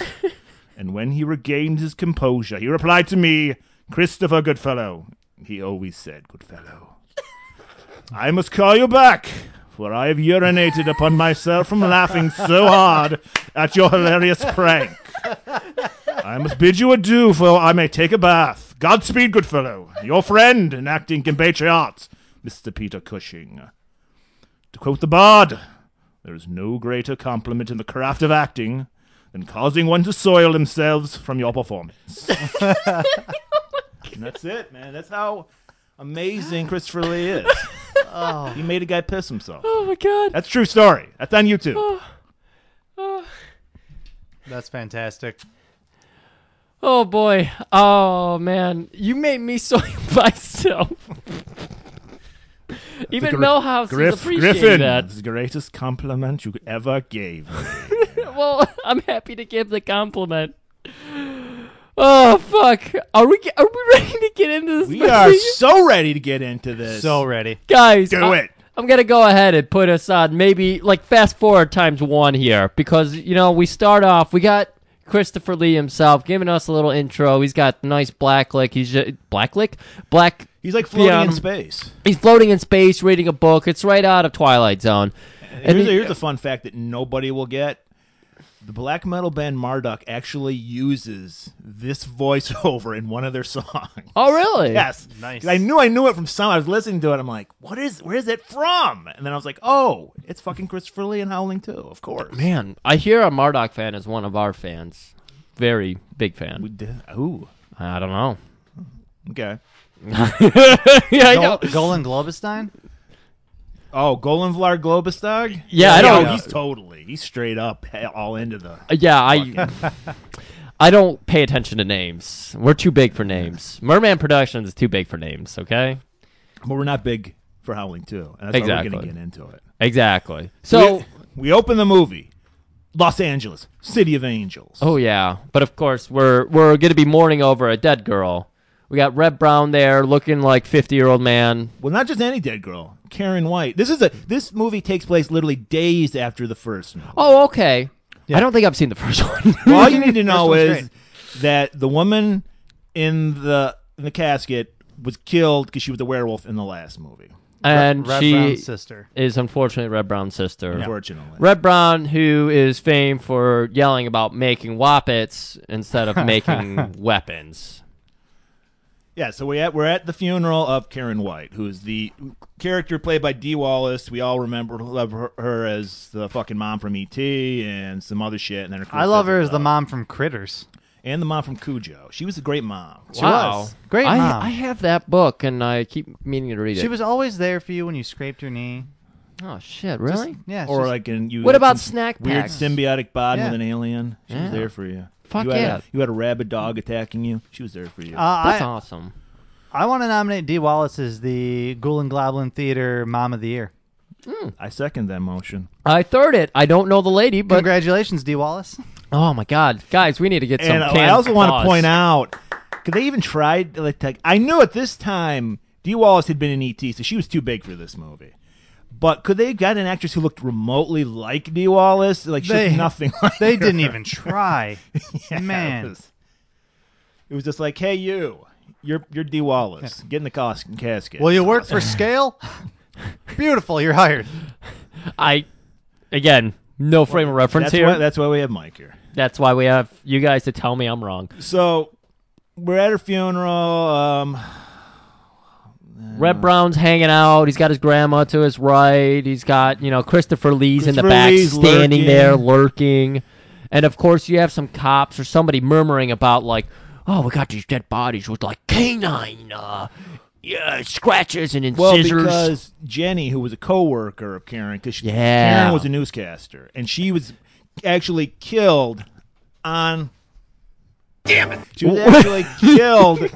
[SPEAKER 3] And when he regained his composure, he replied to me, Christopher Goodfellow. He always said Goodfellow. I must call you back, for I have urinated upon myself from laughing so hard at your hilarious prank. I must bid you adieu, for I may take a bath. Godspeed, Goodfellow. Your friend and acting compatriot, Mr. Peter Cushing. To quote the bard, there is no greater compliment in the craft of acting than causing one to soil themselves from your performance. and that's it, man. That's how amazing Christopher Lee is. He made a guy piss himself.
[SPEAKER 2] Oh my god.
[SPEAKER 3] That's a true story. That's on
[SPEAKER 2] Oh,
[SPEAKER 3] YouTube.
[SPEAKER 1] that's fantastic.
[SPEAKER 2] Oh boy. Oh man. You made me so myself. Even
[SPEAKER 3] Gr-
[SPEAKER 2] Millhouse is
[SPEAKER 3] Griff,
[SPEAKER 2] appreciating
[SPEAKER 3] Griffin,
[SPEAKER 2] that.
[SPEAKER 3] that's the greatest compliment you ever gave. me.
[SPEAKER 2] Well, I'm happy to give the compliment. Oh fuck. Are we are we ready to get into this?
[SPEAKER 3] We
[SPEAKER 2] movie?
[SPEAKER 3] are so ready to get into this.
[SPEAKER 1] So ready.
[SPEAKER 2] guys
[SPEAKER 3] Do
[SPEAKER 2] I-
[SPEAKER 3] it.
[SPEAKER 2] i'm gonna go ahead and put us on maybe like fast forward times one here because you know we start off we got christopher lee himself giving us a little intro he's got nice black lick he's just, black lick black
[SPEAKER 3] he's like floating
[SPEAKER 2] Yeah.
[SPEAKER 3] in space.
[SPEAKER 2] he's floating in space reading a book it's right out of twilight zone and
[SPEAKER 3] here's,
[SPEAKER 2] he-
[SPEAKER 3] a, here's a fun fact that nobody will get. The black metal band Marduk actually uses this voiceover in one of their songs.
[SPEAKER 2] oh really
[SPEAKER 3] Yes,
[SPEAKER 1] Nice.
[SPEAKER 3] 'Cause I knew I knew it from some. I was listening to it. I'm like, what is? Where is it from? And then I was like, oh, it's fucking Christopher Lee and Howling too, of course.
[SPEAKER 2] man i hear a marduk fan is one of our fans very big fan
[SPEAKER 3] We did. Ooh,
[SPEAKER 2] i don't know
[SPEAKER 3] okay.
[SPEAKER 2] yeah, I
[SPEAKER 1] Gol-
[SPEAKER 2] know.
[SPEAKER 1] Golan Globestein?
[SPEAKER 3] Oh, Golan Vlar Globestag?
[SPEAKER 2] Yeah, I don't-
[SPEAKER 3] Oh, he's totally. He's straight up he- all into the.
[SPEAKER 2] Yeah, I I don't pay attention to names. We're too big for names. Merman Productions is too big for names, okay?
[SPEAKER 3] But we're not big for Howling too, and that's exactly. why we're
[SPEAKER 2] Exactly.
[SPEAKER 3] going to get into it.
[SPEAKER 2] Exactly. So
[SPEAKER 3] we, we open the movie, Los Angeles, City of Angels.
[SPEAKER 2] Oh yeah, but of course we're we're gonna be mourning over a dead girl. We got Red Brown there, looking like fifty year old man.
[SPEAKER 3] Well, not just any dead girl, Karen White. This is a this movie takes place literally days after the first. Movie.
[SPEAKER 2] Oh okay. I don't think I've seen the first one.
[SPEAKER 3] Well, all you need to know
[SPEAKER 1] one's
[SPEAKER 3] is that the woman in the in the casket was killed because she was a werewolf in the last movie.
[SPEAKER 2] and
[SPEAKER 1] Red
[SPEAKER 2] she
[SPEAKER 1] Brown's sister.
[SPEAKER 2] is unfortunately Red Brown's sister.
[SPEAKER 3] Unfortunately,
[SPEAKER 2] Red Brown, who is famed for yelling about making whoppets instead of making weapons.
[SPEAKER 3] Yeah, so we at, we're at the funeral of Karen White, who's the character played by Dee Wallace. We all remember love her, her as the fucking mom from ET and some other shit. And then her
[SPEAKER 1] I love her as the
[SPEAKER 3] mom.
[SPEAKER 1] mom from Critters.
[SPEAKER 3] and the mom from Cujo. She was a great mom.
[SPEAKER 2] wow,
[SPEAKER 1] was. Great
[SPEAKER 2] I,
[SPEAKER 1] mom.
[SPEAKER 2] I have that book, and I keep meaning to read it.
[SPEAKER 1] She was always there for you when you scraped your knee.
[SPEAKER 2] Oh shit, really?
[SPEAKER 1] Yeah.
[SPEAKER 3] or
[SPEAKER 1] she's-
[SPEAKER 3] like in you.
[SPEAKER 2] What
[SPEAKER 3] had
[SPEAKER 2] about
[SPEAKER 3] some
[SPEAKER 2] snack
[SPEAKER 3] Weird
[SPEAKER 2] packs?
[SPEAKER 3] symbiotic bond
[SPEAKER 1] Yeah.
[SPEAKER 3] with an alien. She
[SPEAKER 2] Yeah.
[SPEAKER 3] was there for you.
[SPEAKER 2] Fuck
[SPEAKER 3] you had
[SPEAKER 2] yeah.
[SPEAKER 3] A, you had a rabid dog attacking you. She was there for you.
[SPEAKER 1] uh, I,
[SPEAKER 2] That's awesome.
[SPEAKER 1] I want to nominate Dee Wallace as the Gulen Globlin Theater Mom of the Year.
[SPEAKER 3] I second that motion.
[SPEAKER 2] I third it. I don't know the lady, but
[SPEAKER 1] Congratulations, Dee Wallace.
[SPEAKER 2] Oh my God, guys, we need to get some.
[SPEAKER 3] and uh, I
[SPEAKER 2] canned
[SPEAKER 3] also want
[SPEAKER 2] claws.
[SPEAKER 3] to point out, because they even tried. Like, to- I knew at this time Dee Wallace had been in ET, so she was too big for this movie. But could they have got an actress who looked remotely like Dee Wallace? Like she
[SPEAKER 1] They-
[SPEAKER 3] looked nothing. Like
[SPEAKER 1] They
[SPEAKER 3] her.
[SPEAKER 1] didn't even try.
[SPEAKER 3] It
[SPEAKER 1] Man.
[SPEAKER 3] was, it was just like, hey, you, you're you're D Wallace, get in the cos- casket.
[SPEAKER 1] Will you work for scale? Beautiful, you're hired.
[SPEAKER 2] I again, no frame of reference
[SPEAKER 3] that's
[SPEAKER 2] here.
[SPEAKER 3] why, that's why we have Mike here.
[SPEAKER 2] That's why we have you guys to tell me I'm wrong.
[SPEAKER 3] So we're at her funeral. Um,
[SPEAKER 2] Red Brown's hanging out. He's got his grandma to his right. He's got you know Christopher Lee's in the
[SPEAKER 3] Christopher
[SPEAKER 2] back,
[SPEAKER 3] Lee's
[SPEAKER 2] standing
[SPEAKER 3] lurking.
[SPEAKER 2] there lurking, and of course you have some cops or somebody murmuring about like, oh, we got these dead bodies with like canine. Uh, yeah, scratches and
[SPEAKER 3] well,
[SPEAKER 2] incisors.
[SPEAKER 3] because Jenny, who was a coworker of Karen, because
[SPEAKER 2] Yeah.
[SPEAKER 3] Karen was a newscaster, and she was actually killed on. Damn it! She was actually killed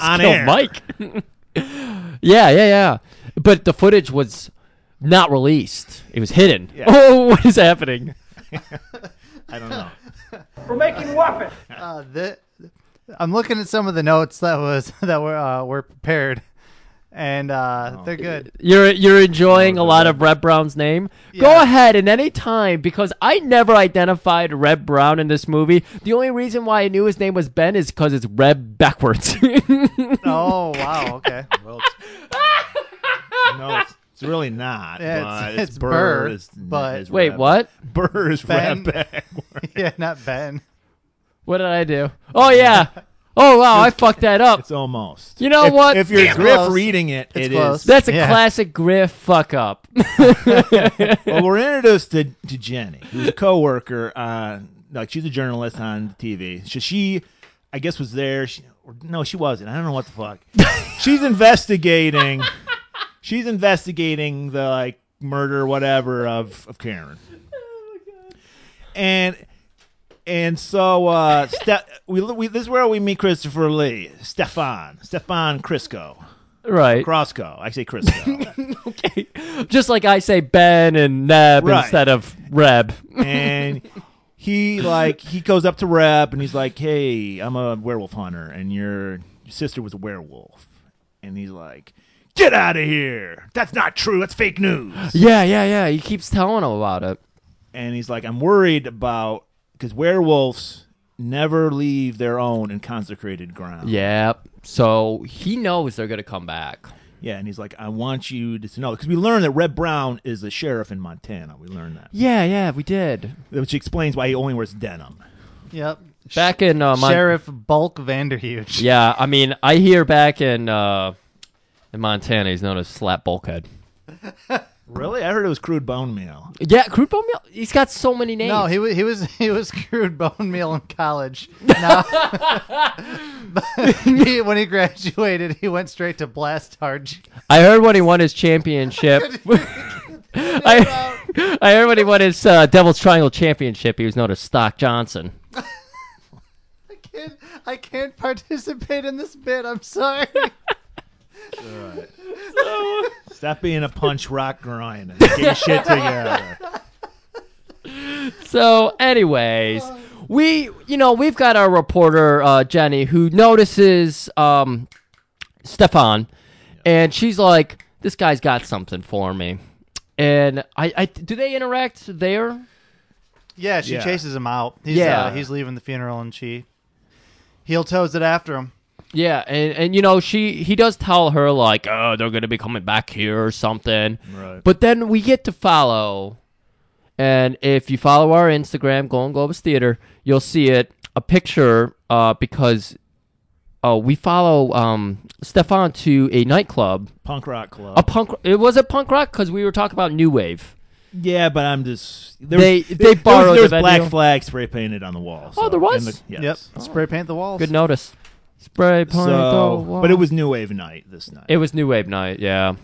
[SPEAKER 3] on
[SPEAKER 2] Kill
[SPEAKER 3] air.
[SPEAKER 2] Mike. yeah, yeah, yeah. But the footage was not released. It was hidden. Oh, what is happening?
[SPEAKER 3] I don't know.
[SPEAKER 5] We're making weapons.
[SPEAKER 1] Uh, the, I'm looking at some of the notes that was that were uh, were prepared, and uh, they're good.
[SPEAKER 2] You're you're enjoying a lot of Red Brown's name. Go ahead and any time because I never identified Red Brown in this movie. The only reason why I knew his name was Ben is because it's Red backwards.
[SPEAKER 1] Oh wow, okay.
[SPEAKER 3] Well, it's- no, it's, it's really not.
[SPEAKER 1] Yeah,
[SPEAKER 3] but
[SPEAKER 1] it's- it's Burr,
[SPEAKER 3] is-
[SPEAKER 1] but-
[SPEAKER 3] is
[SPEAKER 2] Wait,
[SPEAKER 3] rap-
[SPEAKER 2] what?
[SPEAKER 3] Burr is
[SPEAKER 1] Ben.
[SPEAKER 3] rap backward.
[SPEAKER 1] yeah, not Ben.
[SPEAKER 2] What did I do? Oh yeah. Oh wow, I fucked that up.
[SPEAKER 3] It's almost.
[SPEAKER 2] You know
[SPEAKER 3] if,
[SPEAKER 2] what?
[SPEAKER 3] If you're
[SPEAKER 1] It's
[SPEAKER 3] Griff
[SPEAKER 1] close.
[SPEAKER 3] reading it,
[SPEAKER 1] It's
[SPEAKER 3] it is.
[SPEAKER 1] close.
[SPEAKER 2] That's a
[SPEAKER 1] Yeah.
[SPEAKER 2] classic Griff fuck up.
[SPEAKER 3] Well, we're introduced to, to Jenny, who's a coworker. Uh, like she's a journalist on TV. So she, I guess, was there. She, or, no, she wasn't. I don't know what the fuck. she's investigating. she's investigating the like murder, whatever, of of Karen. and and so uh Ste- we, we this is where we meet Christopher Lee, Stefan, Stefan Crisco,
[SPEAKER 2] right.
[SPEAKER 3] Crosco. I say Crisco,
[SPEAKER 2] Just like I say Ben and Neb
[SPEAKER 3] Right.
[SPEAKER 2] instead of Reb.
[SPEAKER 3] and he like he goes up to Rep and he's like, "Hey, I'm a werewolf hunter, and your sister was a werewolf," and he's like. Get out of here! That's not true. That's fake news.
[SPEAKER 2] Yeah, yeah, yeah. He keeps telling him about it.
[SPEAKER 3] And he's like, I'm worried about because werewolves never leave their own in consecrated ground.
[SPEAKER 2] Yep. So he knows they're gonna come back.
[SPEAKER 3] Yeah, and he's like, I want you to know because we learned that Red Brown is the sheriff in Montana. We learned that,
[SPEAKER 2] Yeah, yeah, we did.
[SPEAKER 3] which explains why he only wears denim.
[SPEAKER 1] Yep.
[SPEAKER 2] Back in uh, Mon-
[SPEAKER 1] Sheriff Bulk Vanderhuge.
[SPEAKER 2] Yeah, I mean, I hear back in uh, in Montana, he's known as Slap Bulkhead.
[SPEAKER 3] Really? I heard it was crude bone meal.
[SPEAKER 2] Yeah, crude bone meal. He's got so many names.
[SPEAKER 1] No, he was he was he was screwed bone meal in college. Now, but he, when he graduated, he went straight to blast hard.
[SPEAKER 2] I heard when he won his championship. I, I heard when he won his uh, Devil's Triangle championship. He was known as Stock Johnson.
[SPEAKER 1] I can't I can't participate in this bit. I'm sorry.
[SPEAKER 3] Stop being a punch rock grind and get your shit together.
[SPEAKER 2] So, anyways, we you know we've got our reporter uh, Jenny who notices um, Stefan, and she's like, "This guy's got something for me." And I, I do they interact there?
[SPEAKER 1] Yeah, she
[SPEAKER 3] Yeah.
[SPEAKER 1] chases him out. He's,
[SPEAKER 2] Yeah.
[SPEAKER 1] uh, he's leaving the funeral, and she heel toes it after him.
[SPEAKER 2] Yeah, and, and you know she he does tell her like, oh, they're gonna be coming back here or something.
[SPEAKER 3] Right.
[SPEAKER 2] But then we get to follow, and if you follow our Instagram, Golden Globus Theater, you'll see it a picture uh, because uh, we follow um, Stefan to a nightclub,
[SPEAKER 3] Punk rock club.
[SPEAKER 2] a punk. It was a punk rock because we were talking about new wave.
[SPEAKER 3] yeah, but I'm just there
[SPEAKER 2] They-
[SPEAKER 3] was,
[SPEAKER 2] they
[SPEAKER 3] there,
[SPEAKER 2] borrowed
[SPEAKER 3] there was,
[SPEAKER 2] the
[SPEAKER 3] there was black
[SPEAKER 2] venue.
[SPEAKER 3] flag spray painted on the wall.
[SPEAKER 2] Oh,
[SPEAKER 3] so-
[SPEAKER 2] there was?
[SPEAKER 3] and the- yes.
[SPEAKER 1] Yep, spray paint the walls.
[SPEAKER 2] Oh. Good notice. Spray paint the
[SPEAKER 3] So,
[SPEAKER 2] wall.
[SPEAKER 3] but it was new wave night this night.
[SPEAKER 2] it was new wave night. Yeah,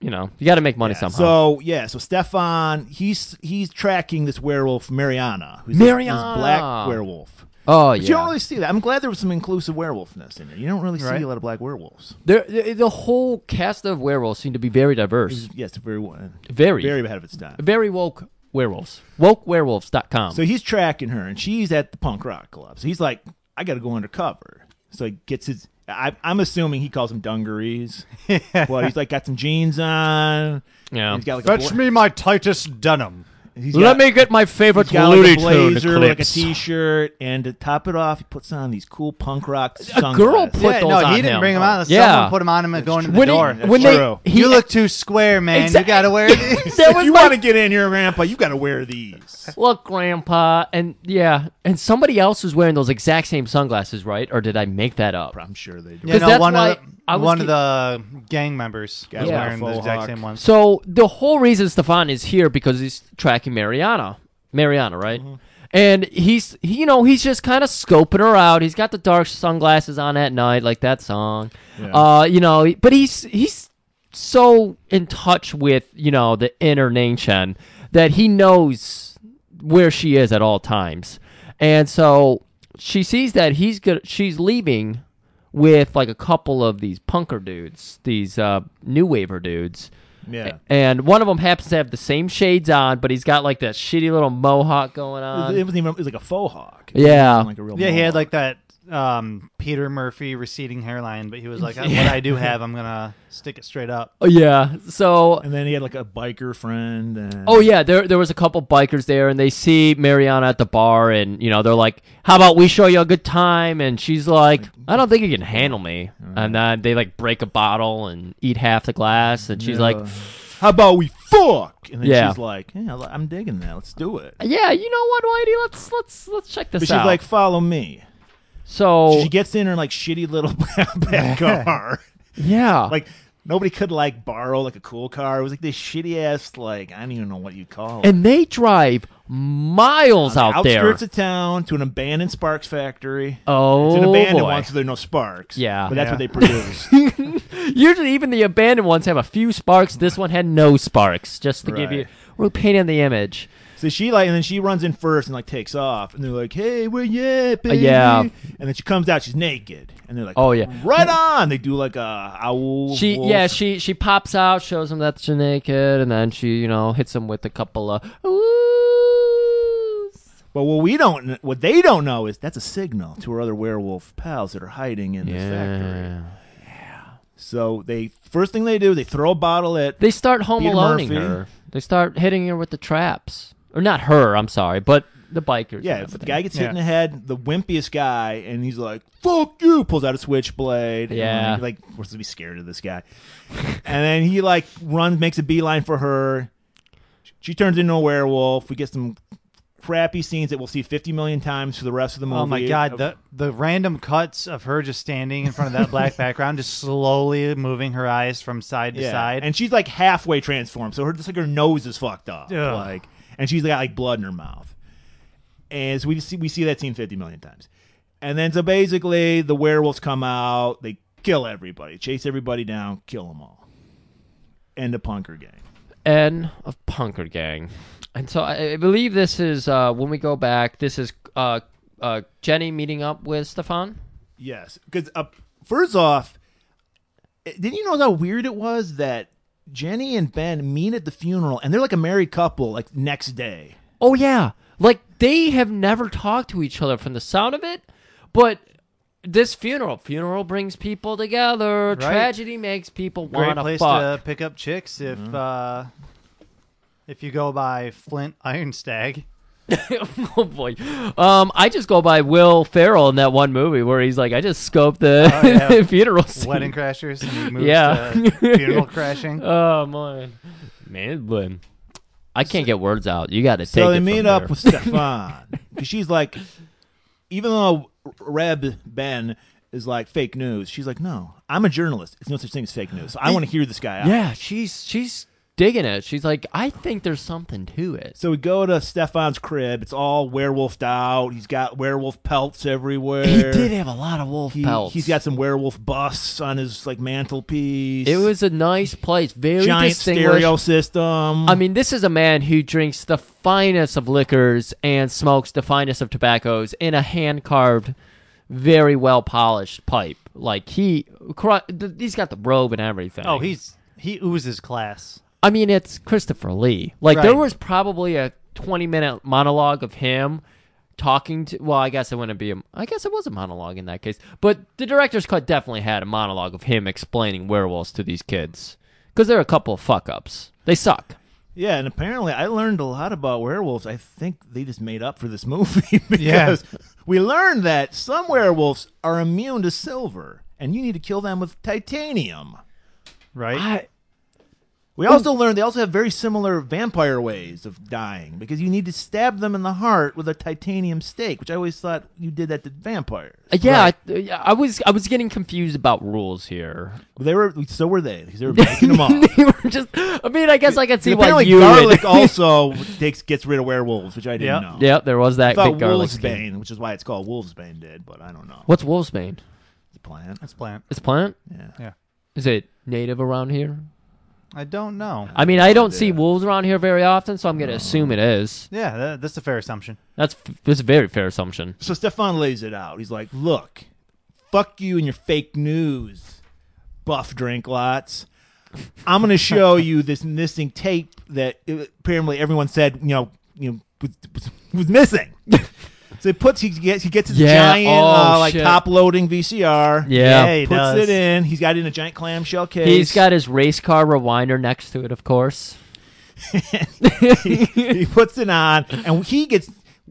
[SPEAKER 2] you know you got to make money
[SPEAKER 3] Yeah,
[SPEAKER 2] somehow.
[SPEAKER 3] So yeah, so Stefan, he's he's tracking this werewolf Mariana, who's this-
[SPEAKER 2] Mariana.
[SPEAKER 3] this black werewolf.
[SPEAKER 2] oh
[SPEAKER 3] But
[SPEAKER 2] yeah.
[SPEAKER 3] you don't really see that. I'm glad there was some inclusive werewolfness in there. You don't really see
[SPEAKER 1] Right.
[SPEAKER 3] a lot of black werewolves.
[SPEAKER 2] There, the, the whole cast of werewolves seem to be very diverse.
[SPEAKER 3] Yes, very one.
[SPEAKER 2] Very.
[SPEAKER 3] very ahead of its time.
[SPEAKER 2] Very woke werewolves. Wokewerewolves.com.
[SPEAKER 3] So he's tracking her, and she's at the punk rock club. So he's like, I got to go undercover. So he gets his. I, I'm assuming he calls them dungarees. Well, he's like got some jeans on.
[SPEAKER 2] yeah.
[SPEAKER 3] and He's got like
[SPEAKER 1] Fetch
[SPEAKER 3] a, bla-
[SPEAKER 1] me my Titus denim.
[SPEAKER 3] he's
[SPEAKER 2] Um, Let
[SPEAKER 3] got-
[SPEAKER 2] me get my favorite
[SPEAKER 3] He's got like
[SPEAKER 2] Looney
[SPEAKER 3] a
[SPEAKER 2] Tune
[SPEAKER 3] blazer, like a
[SPEAKER 2] clips.
[SPEAKER 3] t-shirt, and to top it off, he puts on these cool punk rock. Sunglasses.
[SPEAKER 2] girl put-
[SPEAKER 3] Yeah,
[SPEAKER 1] yeah,
[SPEAKER 2] those
[SPEAKER 1] no,
[SPEAKER 2] on
[SPEAKER 1] he didn't
[SPEAKER 2] him. Oh.
[SPEAKER 1] bring him out.
[SPEAKER 2] Yeah.
[SPEAKER 1] Someone put him on him and going to the
[SPEAKER 2] When he-
[SPEAKER 1] door.
[SPEAKER 2] when they-
[SPEAKER 3] True.
[SPEAKER 2] he-
[SPEAKER 1] you look too square, man.
[SPEAKER 2] Exact-
[SPEAKER 1] You gotta wear these.
[SPEAKER 2] That was
[SPEAKER 3] if you
[SPEAKER 2] my-
[SPEAKER 3] want to get in here, Grandpa, you got to wear these.
[SPEAKER 2] Look, Grandpa, and yeah, and somebody else was wearing those exact same sunglasses, right? Or did I make that up?
[SPEAKER 3] I'm sure they do.
[SPEAKER 1] You know,
[SPEAKER 2] that's
[SPEAKER 1] one
[SPEAKER 2] why
[SPEAKER 1] of
[SPEAKER 2] I
[SPEAKER 1] the,
[SPEAKER 2] was
[SPEAKER 1] one
[SPEAKER 2] con-
[SPEAKER 1] of the gang members was
[SPEAKER 3] Yeah.
[SPEAKER 1] wearing the
[SPEAKER 3] Faux
[SPEAKER 1] exact
[SPEAKER 3] hawk.
[SPEAKER 1] same one.
[SPEAKER 2] So the whole reason Stefan is here because he's tracking Mariana, Mariana, right? And he's, he, you know, he's just kind of scoping her out. He's got the dark sunglasses on at night, like that song. Uh, you know, but he's he's so in touch with you know the inner Ningchen that he knows where she is at all times, and so she sees that he's good. She's leaving with like a couple of these punker dudes, these uh, new waver dudes.
[SPEAKER 3] Yeah.
[SPEAKER 2] And one of them happens to have the same shades on, but he's got like that shitty little mohawk going on.
[SPEAKER 3] it wasn't even. It was like a faux hawk. It
[SPEAKER 2] Yeah.
[SPEAKER 3] wasn't like a real
[SPEAKER 1] Yeah, he
[SPEAKER 3] mohawk.
[SPEAKER 1] had like that um, Peter Murphy receding hairline, but he was like, "What I do have, I'm gonna stick it straight up."
[SPEAKER 2] Oh, yeah. So,
[SPEAKER 3] And then he had like a biker friend. And
[SPEAKER 2] oh yeah, there there was a couple bikers there, and they see Mariana at the bar, and you know they're like, "How about we show you a good time?" And she's like, "I don't think you can handle me." And then they like break a bottle and eat half the glass, and she's like,
[SPEAKER 3] how about we fuck? And then
[SPEAKER 2] Yeah.
[SPEAKER 3] she's like, yeah, li- I'm digging that. Let's do it.
[SPEAKER 2] "Yeah, you know what, Whitey? Let's let's let's check this
[SPEAKER 3] But she's
[SPEAKER 2] out." Oh.
[SPEAKER 3] like, follow me.
[SPEAKER 2] so
[SPEAKER 3] She gets in her like shitty little black car.
[SPEAKER 2] yeah,
[SPEAKER 3] like nobody could like borrow like a cool car. It was like this shitty ass like I don't even know what you call it.
[SPEAKER 2] and they drive miles
[SPEAKER 3] On the
[SPEAKER 2] out there.
[SPEAKER 3] outskirts of town to an abandoned Sparks factory.
[SPEAKER 2] Oh,
[SPEAKER 3] it's an abandoned
[SPEAKER 2] boy.
[SPEAKER 3] one, so there are no sparks.
[SPEAKER 2] Yeah.
[SPEAKER 3] but that's
[SPEAKER 1] Yeah.
[SPEAKER 3] what they produce.
[SPEAKER 2] Usually, even the abandoned ones have a few sparks. This one had no sparks, just to give
[SPEAKER 3] Right.
[SPEAKER 2] you we're painting the image.
[SPEAKER 3] so she like, and then she runs in first and like takes off, and they're like, "Hey, where you at, baby?"
[SPEAKER 2] Uh, yeah.
[SPEAKER 3] and then she comes out, she's naked, and they're like,
[SPEAKER 2] Oh, yeah.
[SPEAKER 3] right on." They do like a owl.
[SPEAKER 2] She,
[SPEAKER 3] wolf.
[SPEAKER 2] yeah, she she pops out, shows him that she's naked, and then she, you know, hits him with a couple of oohs.
[SPEAKER 3] But what we don't, kn- what they don't know is that's a signal to her other werewolf pals that are hiding in this factory.
[SPEAKER 2] Yeah.
[SPEAKER 3] So they first thing they do, they throw a bottle at
[SPEAKER 2] They start home
[SPEAKER 3] Peter
[SPEAKER 2] aloneing
[SPEAKER 3] Murphy.
[SPEAKER 2] her. They start hitting her with the traps, or not her. I'm sorry, but the bikers. and
[SPEAKER 3] Yeah, if the
[SPEAKER 2] everything.
[SPEAKER 3] guy gets hit
[SPEAKER 1] Yeah.
[SPEAKER 3] in the head, the wimpiest guy, and he's like, "Fuck you!" pulls out a switchblade. and,
[SPEAKER 2] Yeah.
[SPEAKER 3] like we're supposed to be scared of this guy. and then he like runs, makes a beeline for her. She turns into a werewolf. We get some crappy scenes that we'll see 50 million times for the rest of the movie.
[SPEAKER 1] Oh my god, the the random cuts of her just standing in front of that black background, just slowly moving her eyes from side to
[SPEAKER 3] Yeah.
[SPEAKER 1] side.
[SPEAKER 3] and she's like halfway transformed, so her just like her nose is fucked up,
[SPEAKER 1] Ugh.
[SPEAKER 3] like, and she's got like blood in her mouth. And so we see we see that scene fifty million times, and then so basically the werewolves come out, they kill everybody, chase everybody down, kill them all, and the punker gang.
[SPEAKER 2] and of Punker Gang. And so I I believe this is uh, when we go back. This is uh, uh, Jenny meeting up with Stefan.
[SPEAKER 3] Yes, because uh, first off, eh, didn't you know how weird it was that Jenny and Ben meet at the funeral, and they're like a married couple, like next day.
[SPEAKER 2] Oh yeah, like they have never talked to each other from the sound of it, but this funeral funeral brings people together. Tragedy makes people
[SPEAKER 1] Great
[SPEAKER 2] want to
[SPEAKER 1] place
[SPEAKER 2] fuck.
[SPEAKER 1] to pick up chicks if uh, if you go by Flint Ironstag.
[SPEAKER 2] oh boy, um, I just go by Will Ferrell in that one movie where he's like, I just scoped the
[SPEAKER 1] Oh, yeah.
[SPEAKER 2] funeral scene.
[SPEAKER 1] Wedding crashers and he moves
[SPEAKER 2] Yeah.
[SPEAKER 1] to funeral crashing.
[SPEAKER 2] Oh man, man, Lynn. I can't get words out. You got to take.
[SPEAKER 3] So they
[SPEAKER 2] it
[SPEAKER 3] meet
[SPEAKER 2] from
[SPEAKER 3] up
[SPEAKER 2] there.
[SPEAKER 3] with Stefan because she's like, even though Reb Ben is like fake news, she's like, no, I'm a journalist. It's no such thing as fake news. So I want to hear this guy out.
[SPEAKER 2] Yeah, she's she's digging it. She's like, I think there's something to it.
[SPEAKER 3] So we go to Stefan's crib. It's all werewolfed out. He's got werewolf pelts everywhere.
[SPEAKER 2] he did have a lot of wolf
[SPEAKER 3] He,
[SPEAKER 2] pelts.
[SPEAKER 3] has got some werewolf busts on his like mantelpiece.
[SPEAKER 2] It was a nice place, very
[SPEAKER 3] giant
[SPEAKER 2] distinguished.
[SPEAKER 3] stereo system.
[SPEAKER 2] I mean, this is a man who drinks the finest of liquors and smokes the finest of tobaccos in a hand carved, very well polished pipe. Like he, cro- th- he's got the robe and everything.
[SPEAKER 1] Oh, he's he oozes class.
[SPEAKER 2] I mean, it's Christopher Lee. Like there
[SPEAKER 1] Right.
[SPEAKER 2] was probably a twenty-minute monologue of him talking to. Well, I guess it wouldn't be. A, I guess it was a monologue in that case. But the director's cut definitely had a monologue of him explaining werewolves to these kids because they're a couple of fuck ups. They suck.
[SPEAKER 3] Yeah, and apparently I learned a lot about werewolves. I think they just made up for this movie because
[SPEAKER 1] Yeah.
[SPEAKER 3] we learned that some werewolves are immune to silver, and you need to kill them with titanium.
[SPEAKER 1] Right?
[SPEAKER 2] I,
[SPEAKER 3] We also learned they also have very similar vampire ways of dying because you need to stab them in the heart with a titanium stake, which I always thought you did that to vampires.
[SPEAKER 2] yeah, I, I was I was getting confused about rules here.
[SPEAKER 3] They were so were they because they were making them up.
[SPEAKER 2] they were just. I mean, I guess I could see why
[SPEAKER 3] apparently,
[SPEAKER 2] you.
[SPEAKER 3] garlic also takes gets rid of werewolves, which I didn't
[SPEAKER 1] Yeah.
[SPEAKER 3] know.
[SPEAKER 2] Yeah, there was
[SPEAKER 3] I
[SPEAKER 2] that
[SPEAKER 3] thought
[SPEAKER 2] big garlic. skin.
[SPEAKER 3] Wolvesbane, which is why it's called Wolvesbane, did, but I don't know.
[SPEAKER 2] What's wolvesbane?
[SPEAKER 3] the plan?
[SPEAKER 1] That's plant.
[SPEAKER 2] It's a plant.
[SPEAKER 3] Yeah.
[SPEAKER 2] Is it native around here?
[SPEAKER 1] I don't know.
[SPEAKER 2] I mean, I don't see wolves around here very often, so I'm going to assume it is.
[SPEAKER 1] Yeah, that, that's a fair assumption.
[SPEAKER 2] That's that's a very fair assumption.
[SPEAKER 3] So Stefan lays it out. He's like, look, fuck you and your fake news, buff drink lots. I'm going to show you this missing tape that uh, apparently everyone said, you know, you know was, was, was missing. so he puts, he gets, he gets his
[SPEAKER 2] Yeah,
[SPEAKER 3] giant,
[SPEAKER 2] oh,
[SPEAKER 3] uh, like
[SPEAKER 2] shit.
[SPEAKER 3] top loading VCR.
[SPEAKER 2] Yeah.
[SPEAKER 1] Yay. He
[SPEAKER 3] Puts
[SPEAKER 1] does.
[SPEAKER 3] it in. He's got it in a giant clamshell case.
[SPEAKER 2] He's got his race car rewinder next to it, of course.
[SPEAKER 3] he puts it on, and he gets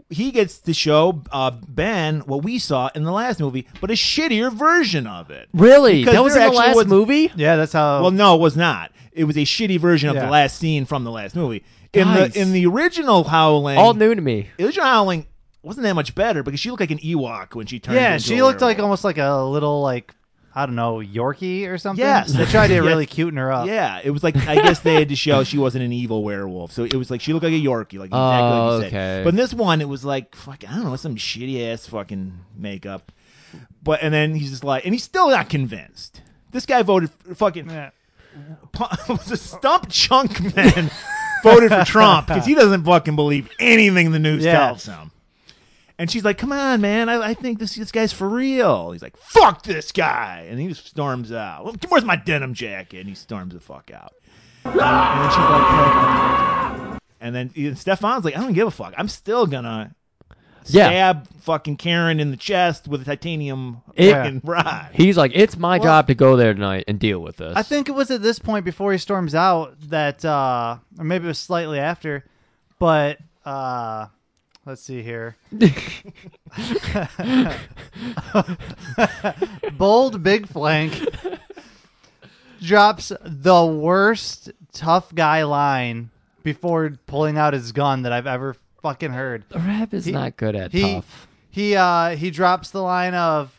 [SPEAKER 3] he gets to show uh, Ben what we saw in the last movie, but a shittier version of it.
[SPEAKER 2] Really?
[SPEAKER 3] Because
[SPEAKER 2] that was in
[SPEAKER 3] there
[SPEAKER 2] the
[SPEAKER 3] actually
[SPEAKER 2] last
[SPEAKER 3] was-
[SPEAKER 2] movie?
[SPEAKER 1] Yeah, that's how.
[SPEAKER 3] Well, no, it was not. It was a shitty version of
[SPEAKER 1] Yeah.
[SPEAKER 3] the last scene from the last movie. In
[SPEAKER 2] Guys.
[SPEAKER 3] the in the original Howling,
[SPEAKER 2] All new to me.
[SPEAKER 3] the original Howling wasn't that much better because she looked like an Ewok when she turned.
[SPEAKER 1] yeah,
[SPEAKER 3] into
[SPEAKER 1] she
[SPEAKER 3] a
[SPEAKER 1] looked like
[SPEAKER 3] werewolf.
[SPEAKER 1] almost like a little like I don't know Yorkie or something.
[SPEAKER 3] Yes.
[SPEAKER 1] they tried to
[SPEAKER 3] Yeah.
[SPEAKER 1] really cuten her up.
[SPEAKER 3] Yeah, it was like I guess they had to show she wasn't an evil werewolf, so it was like she looked like a Yorkie, like exactly
[SPEAKER 2] Oh,
[SPEAKER 3] like you said.
[SPEAKER 2] okay.
[SPEAKER 3] But in this one, it was like fuck, I don't know, some shitty ass fucking makeup. But and then he's just like, and he's still not convinced. This guy voted for fucking
[SPEAKER 1] Yeah.
[SPEAKER 3] pu- was a stump chunk man voted for Trump because he doesn't fucking believe anything the news
[SPEAKER 1] Yeah.
[SPEAKER 3] tells him. And she's like, "Come on, man! I, I think this this guy's for real." He's like, "Fuck this guy!" And he just storms out. "Well, Where's my denim jacket? And he storms the fuck out. And then she's like, and then you know, Stefan's like, "I don't give a fuck. I'm still gonna
[SPEAKER 2] Yeah.
[SPEAKER 3] stab fucking Karen in the chest with a titanium
[SPEAKER 2] It-
[SPEAKER 3] fucking rod."
[SPEAKER 2] He's like, it's my job to go there tonight and deal with this.
[SPEAKER 1] I think it was at this point before he storms out that, uh, or maybe it was slightly after, but uh, let's see here. Bold Big Flank drops the worst tough guy line before pulling out his gun that I've ever fucking heard.
[SPEAKER 2] The rap is
[SPEAKER 1] He-
[SPEAKER 2] not good at
[SPEAKER 1] he-
[SPEAKER 2] tough.
[SPEAKER 1] He uh he drops the line of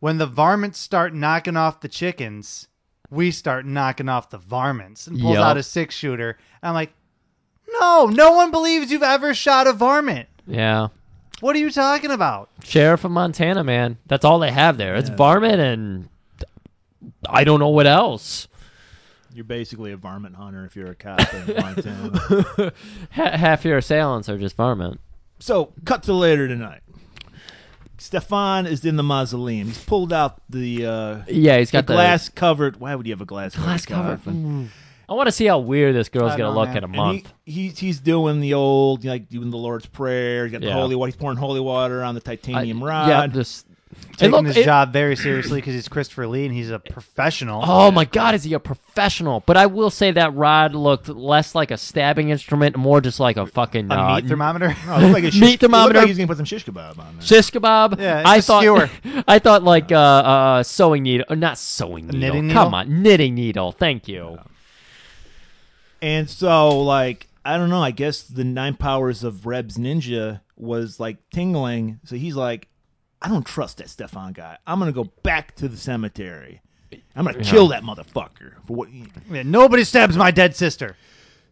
[SPEAKER 1] when the varmints start knocking off the chickens, we start knocking off the varmints and pulls
[SPEAKER 2] Yup.
[SPEAKER 1] out a six shooter. I'm like, No, no one believes you've ever shot a varmint.
[SPEAKER 2] Yeah.
[SPEAKER 1] What are you talking about?
[SPEAKER 2] Sheriff of Montana, man. That's all they have there. It's varmint and I don't know what else.
[SPEAKER 3] You're basically a varmint hunter if you're a cop in Montana.
[SPEAKER 2] Ha- half your assailants are just varmint.
[SPEAKER 3] so, cut to later tonight. Stefan is in the mausoleum. He's pulled out the, uh,
[SPEAKER 2] Yeah, he's
[SPEAKER 3] the
[SPEAKER 2] got the,
[SPEAKER 3] glass covered. Why would you have a glass
[SPEAKER 2] glass cover.
[SPEAKER 3] covered?
[SPEAKER 2] I want to see how weird this girl's
[SPEAKER 1] I
[SPEAKER 2] gonna
[SPEAKER 1] know,
[SPEAKER 2] look
[SPEAKER 1] man.
[SPEAKER 2] in a
[SPEAKER 3] And
[SPEAKER 2] month.
[SPEAKER 3] he, he he's doing the old like doing the Lord's prayer. He's got the
[SPEAKER 2] Yeah.
[SPEAKER 3] holy water. He's pouring holy water on the titanium
[SPEAKER 2] I-
[SPEAKER 3] rod.
[SPEAKER 2] Yeah, just
[SPEAKER 1] Taking
[SPEAKER 2] look,
[SPEAKER 1] his
[SPEAKER 2] it-
[SPEAKER 1] job very seriously because he's Christopher Lee and he's a professional.
[SPEAKER 2] Oh my God, is he a professional? But I will say that rod looked less like a stabbing instrument, and more just like a fucking
[SPEAKER 1] a
[SPEAKER 2] uh,
[SPEAKER 1] meat thermometer.
[SPEAKER 3] Oh, it looked like a shish, it looked
[SPEAKER 2] Meat
[SPEAKER 3] like
[SPEAKER 2] thermometer.
[SPEAKER 3] he's gonna put some shish kebab on there.
[SPEAKER 2] shish kebab.
[SPEAKER 1] Yeah, it's
[SPEAKER 2] I
[SPEAKER 1] a
[SPEAKER 2] thought
[SPEAKER 1] skewer.
[SPEAKER 2] I thought like uh, uh sewing needle, uh, not sewing needle.
[SPEAKER 1] knitting
[SPEAKER 2] Come
[SPEAKER 1] needle?
[SPEAKER 2] on, knitting needle. Thank you.
[SPEAKER 3] And so like I don't know. I guess the nine powers of Reb's ninja was like tingling. So he's like, I don't trust that Stefan guy. I'm gonna go back to the cemetery. I'm gonna kill that motherfucker for what.
[SPEAKER 1] Yeah, Nobody stabs my dead sister.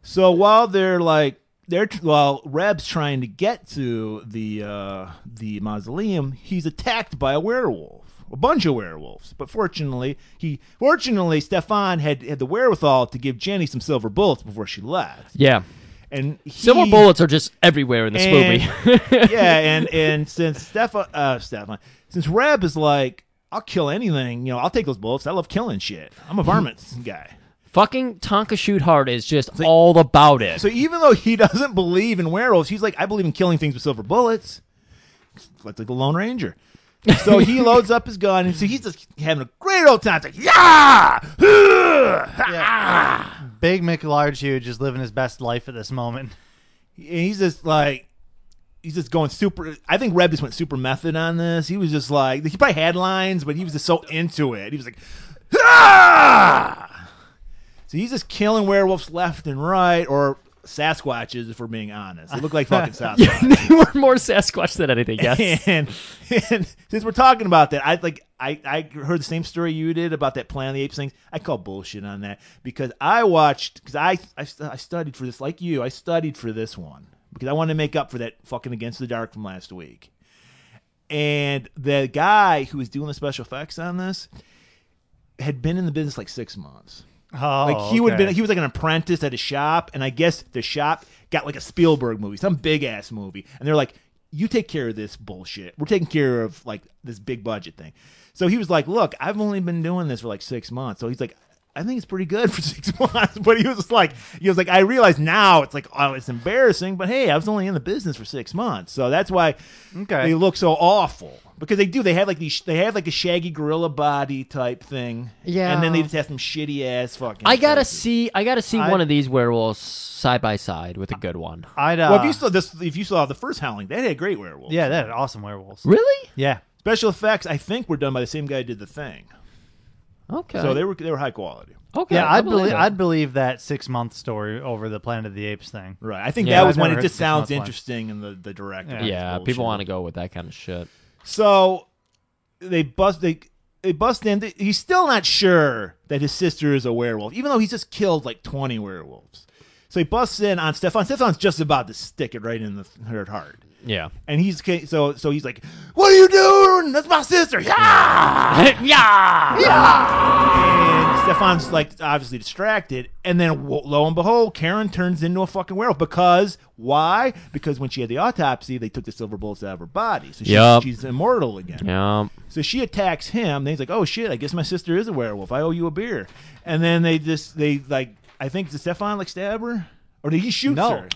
[SPEAKER 3] So while they're like they're tr- while Reb's trying to get to the uh, the mausoleum, he's attacked by a werewolf, a bunch of werewolves. But fortunately, he fortunately Stefan had had the wherewithal to give Jenny some silver bullets before she left,
[SPEAKER 2] Yeah,
[SPEAKER 3] and he,
[SPEAKER 2] silver bullets are just everywhere in this
[SPEAKER 3] and-
[SPEAKER 2] movie.
[SPEAKER 3] yeah, and and since Stefan uh, Stefan since Reb is like. I'll kill anything, you know. I'll take those bullets. I love killing shit. I'm a varmint guy.
[SPEAKER 2] fucking Tonka Shoot Hard is just all about it.
[SPEAKER 3] So even though he doesn't believe in werewolves, he's like, I believe in killing things with silver bullets. Like the Lone Ranger. So he loads up his gun, and so he's just having a great old time. It's like, yeah, Huh! Ha!
[SPEAKER 1] Big Mick Large Huge is living his best life at this moment.
[SPEAKER 3] and he's just like, he's just going super. I think Reb just went super method on this. He was just like, he probably had lines, but he was just so into it. He was like, ah! So he's just killing werewolves left and right, or Sasquatches, if we're being honest. They look like fucking Sasquatches.
[SPEAKER 2] they were more Sasquatch than anything. Yes.
[SPEAKER 3] And, and since we're talking about that, I like I, I heard the same story you did about that Planet of the Apes thing. I call bullshit on that because I watched because I, I stu- I studied for this like you. I studied for this one because I wanted to make up for that fucking Against the Dark from last week. And the guy who was doing the special effects on this had been in the business like six months.
[SPEAKER 1] Oh,
[SPEAKER 3] Like he would have
[SPEAKER 1] okay.
[SPEAKER 3] been, he was like an apprentice at a shop, and I guess the shop got like a Spielberg movie, some big ass movie, and they're like, "You take care of this bullshit. We're taking care of like this big budget thing." So he was like, "Look, I've only been doing this for like six months." So he's like, "I think it's pretty good for six months," but he was just like, he was like, "I realize now it's like oh, it's embarrassing, but hey, I was only in the business for six months, so that's why
[SPEAKER 1] Okay.
[SPEAKER 3] they look so awful." Because they do, they have like these, they have like a shaggy gorilla body type thing, and then they
[SPEAKER 2] Yeah.
[SPEAKER 3] just have some shitty ass fucking.
[SPEAKER 2] I gotta
[SPEAKER 3] faces.
[SPEAKER 2] see. I gotta see
[SPEAKER 1] I-
[SPEAKER 2] one of these werewolves side by side with a good one.
[SPEAKER 1] I'd, uh,
[SPEAKER 3] Well, if you saw this, if you saw the first Howling, that had great werewolves.
[SPEAKER 1] yeah, that had awesome werewolves.
[SPEAKER 2] Really?
[SPEAKER 1] Yeah.
[SPEAKER 3] Special effects, I think, were done by the same guy who did the thing.
[SPEAKER 2] Okay.
[SPEAKER 3] So they were they were high quality.
[SPEAKER 2] okay.
[SPEAKER 1] Yeah,
[SPEAKER 2] I
[SPEAKER 1] I'd believe
[SPEAKER 2] it.
[SPEAKER 1] I'd believe that six month story over the Planet of the Apes thing.
[SPEAKER 3] Right. I think
[SPEAKER 2] Yeah,
[SPEAKER 3] that
[SPEAKER 1] I've
[SPEAKER 3] was when
[SPEAKER 1] never
[SPEAKER 3] it
[SPEAKER 1] heard
[SPEAKER 3] just
[SPEAKER 1] six
[SPEAKER 3] sounds
[SPEAKER 1] months one.
[SPEAKER 3] interesting in the the director.
[SPEAKER 1] Yeah.
[SPEAKER 2] yeah, people want to go with that kind of shit.
[SPEAKER 3] So they bust they they bust in. He's still not sure that his sister is a werewolf, even though he's just killed like twenty werewolves. So he busts in on Stefan. Stefan's just about to stick it right in the her heart.
[SPEAKER 2] Yeah.
[SPEAKER 3] And he's ca- so so he's like, "What are you doing? That's my sister!" Yeah, yeah, yeah. And Stefan's like obviously distracted, and then wo- lo and behold, Karen turns into a fucking werewolf because why? Because when she had the autopsy, they took the silver bullets out of her body, so she's,
[SPEAKER 2] Yup.
[SPEAKER 3] she's immortal again.
[SPEAKER 2] Yeah.
[SPEAKER 3] So she attacks him. Then he's like, "Oh shit! I guess my sister is a werewolf. I owe you a beer." And then they just they like I think did Stefan like stab her or did he shoot
[SPEAKER 1] No.
[SPEAKER 3] her?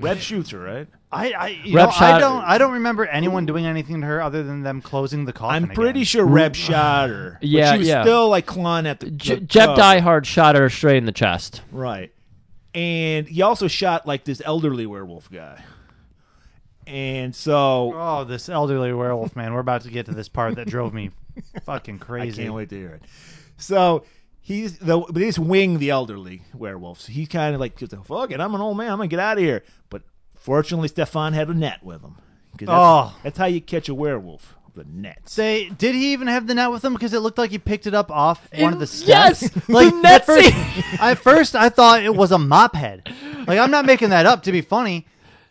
[SPEAKER 3] Reb shoots her, right?
[SPEAKER 1] I I, you
[SPEAKER 2] Rep
[SPEAKER 1] know, I
[SPEAKER 2] shot-
[SPEAKER 1] don't I don't remember anyone doing anything to her other than them closing the coffin.
[SPEAKER 3] I'm pretty
[SPEAKER 1] again.
[SPEAKER 3] sure Reb shot her. but
[SPEAKER 2] Yeah,
[SPEAKER 3] she was
[SPEAKER 2] yeah.
[SPEAKER 3] still like clawing at the,
[SPEAKER 2] Je-
[SPEAKER 3] the
[SPEAKER 2] Jeb
[SPEAKER 3] cover.
[SPEAKER 2] Diehard shot her straight in the chest.
[SPEAKER 3] Right, and he also shot like this elderly werewolf guy. And so
[SPEAKER 1] Oh, this elderly werewolf man. We're about to get to this part that drove me fucking
[SPEAKER 3] I
[SPEAKER 1] crazy.
[SPEAKER 3] can't wait to hear it. So he's the but they just wing the elderly werewolves. He kind of like just fuck it. I'm an old man. I'm gonna get out of here. But Fortunately, Stefan had a net with him. 'Cause That's,
[SPEAKER 1] Oh.
[SPEAKER 3] that's how you catch a werewolf. The net.
[SPEAKER 1] They did he even have the net with him because it looked like he picked it up off one of the
[SPEAKER 2] yes!
[SPEAKER 1] steps.
[SPEAKER 2] The net
[SPEAKER 1] at first, at first I thought it was a mop head. Like I'm not making that up to be funny.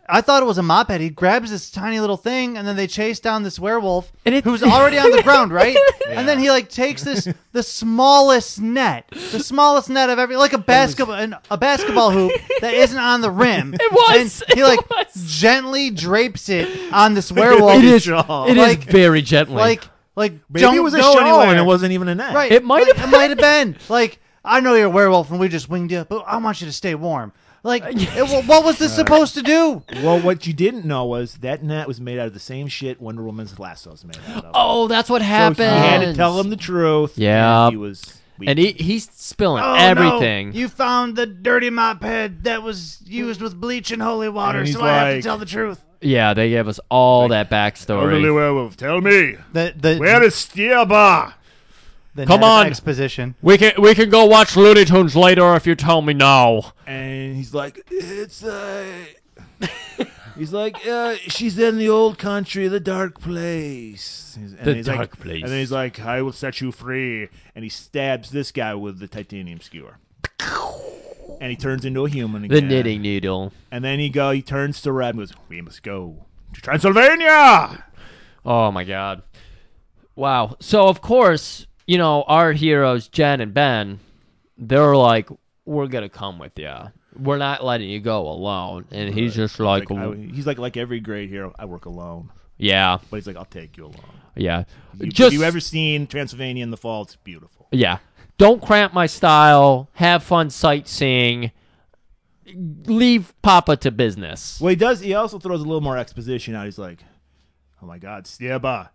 [SPEAKER 1] I thought it was a mop head. He grabs this tiny little thing and then they chase down this werewolf
[SPEAKER 2] And it-
[SPEAKER 1] who's already on the ground, right? And then he like takes this the smallest net, the smallest net of every like a basketball an a basketball hoop that isn't on the rim. It
[SPEAKER 2] was,
[SPEAKER 1] And he
[SPEAKER 2] it
[SPEAKER 1] like
[SPEAKER 2] was.
[SPEAKER 1] gently drapes it on this werewolf.
[SPEAKER 3] It is- it
[SPEAKER 2] It is
[SPEAKER 1] Like-
[SPEAKER 2] very gently.
[SPEAKER 1] like like
[SPEAKER 3] Maybe
[SPEAKER 1] don't
[SPEAKER 3] it was a
[SPEAKER 1] go
[SPEAKER 3] show
[SPEAKER 1] anywhere.
[SPEAKER 3] and it wasn't even a net.
[SPEAKER 1] right.
[SPEAKER 2] It might
[SPEAKER 1] Like,
[SPEAKER 2] have
[SPEAKER 1] it might have been like I know you're a werewolf and we just winged you, but I want you to stay warm. Like it, wha- what was this
[SPEAKER 3] Uh,
[SPEAKER 1] supposed to do?
[SPEAKER 3] Well, what you didn't know was that net was made out of the same shit Wonder Woman's lasso was made out of.
[SPEAKER 2] oh, that's what
[SPEAKER 3] so
[SPEAKER 2] happened.
[SPEAKER 3] he had to tell him the truth.
[SPEAKER 2] Yeah.
[SPEAKER 3] and he was. Weak.
[SPEAKER 2] and he, he's spilling
[SPEAKER 1] Oh, no.
[SPEAKER 2] everything.
[SPEAKER 1] You found the dirty mop head that was used with bleach and holy water,
[SPEAKER 3] And he's
[SPEAKER 1] so I have to
[SPEAKER 3] like-
[SPEAKER 1] tell the truth.
[SPEAKER 2] yeah, they gave us all that backstory.
[SPEAKER 3] werewolf, tell me
[SPEAKER 1] The the
[SPEAKER 3] is Stierba?
[SPEAKER 1] the
[SPEAKER 2] Come
[SPEAKER 1] net
[SPEAKER 2] on.
[SPEAKER 1] exposition.
[SPEAKER 2] We can we can go watch Looney Tunes later if you tell me now.
[SPEAKER 3] And he's like, it's uh He's like, uh, she's in the old country, the dark place. He's- And
[SPEAKER 2] The
[SPEAKER 3] he's
[SPEAKER 2] dark
[SPEAKER 3] like,
[SPEAKER 2] place.
[SPEAKER 3] And then he's like, I will set you free. And he stabs this guy with the titanium skewer. And he turns into a human
[SPEAKER 2] The
[SPEAKER 3] again.
[SPEAKER 2] knitting needle.
[SPEAKER 3] And then he go. He turns to Red and goes, "We must go to Transylvania."
[SPEAKER 2] Oh my god. Wow. So of course, you know, our heroes Jen and Ben, they're like we're going to come with you. We're not letting you go alone. And he's just like,
[SPEAKER 3] Like, I, he's like, like every great hero, I work alone.
[SPEAKER 2] yeah,
[SPEAKER 3] But he's like, I'll take you along.
[SPEAKER 2] yeah.
[SPEAKER 3] You,
[SPEAKER 2] just
[SPEAKER 3] you ever seen Transylvania in the fall? It's beautiful.
[SPEAKER 2] Yeah. Don't cramp my style. Have fun sightseeing. Leave Papa to business.
[SPEAKER 3] Well, he does. He also throws a little more exposition out. He's like, "Oh my God, Steba,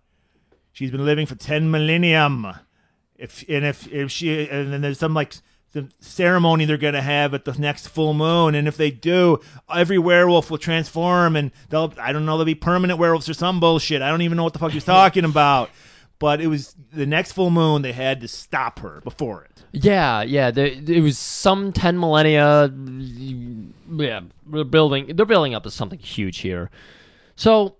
[SPEAKER 3] she's been living for ten millennium. If and if if she and then there's some like the ceremony they're gonna have at the next full moon, and if they do, every werewolf will transform, and they'll I don't know they'll be permanent werewolves or some bullshit. I don't even know what the fuck he's talking about. But it was the next full moon. They had to stop her before it.
[SPEAKER 2] Yeah, yeah. There, it was some ten millennia. Yeah, we're building. They're building up to something huge here. So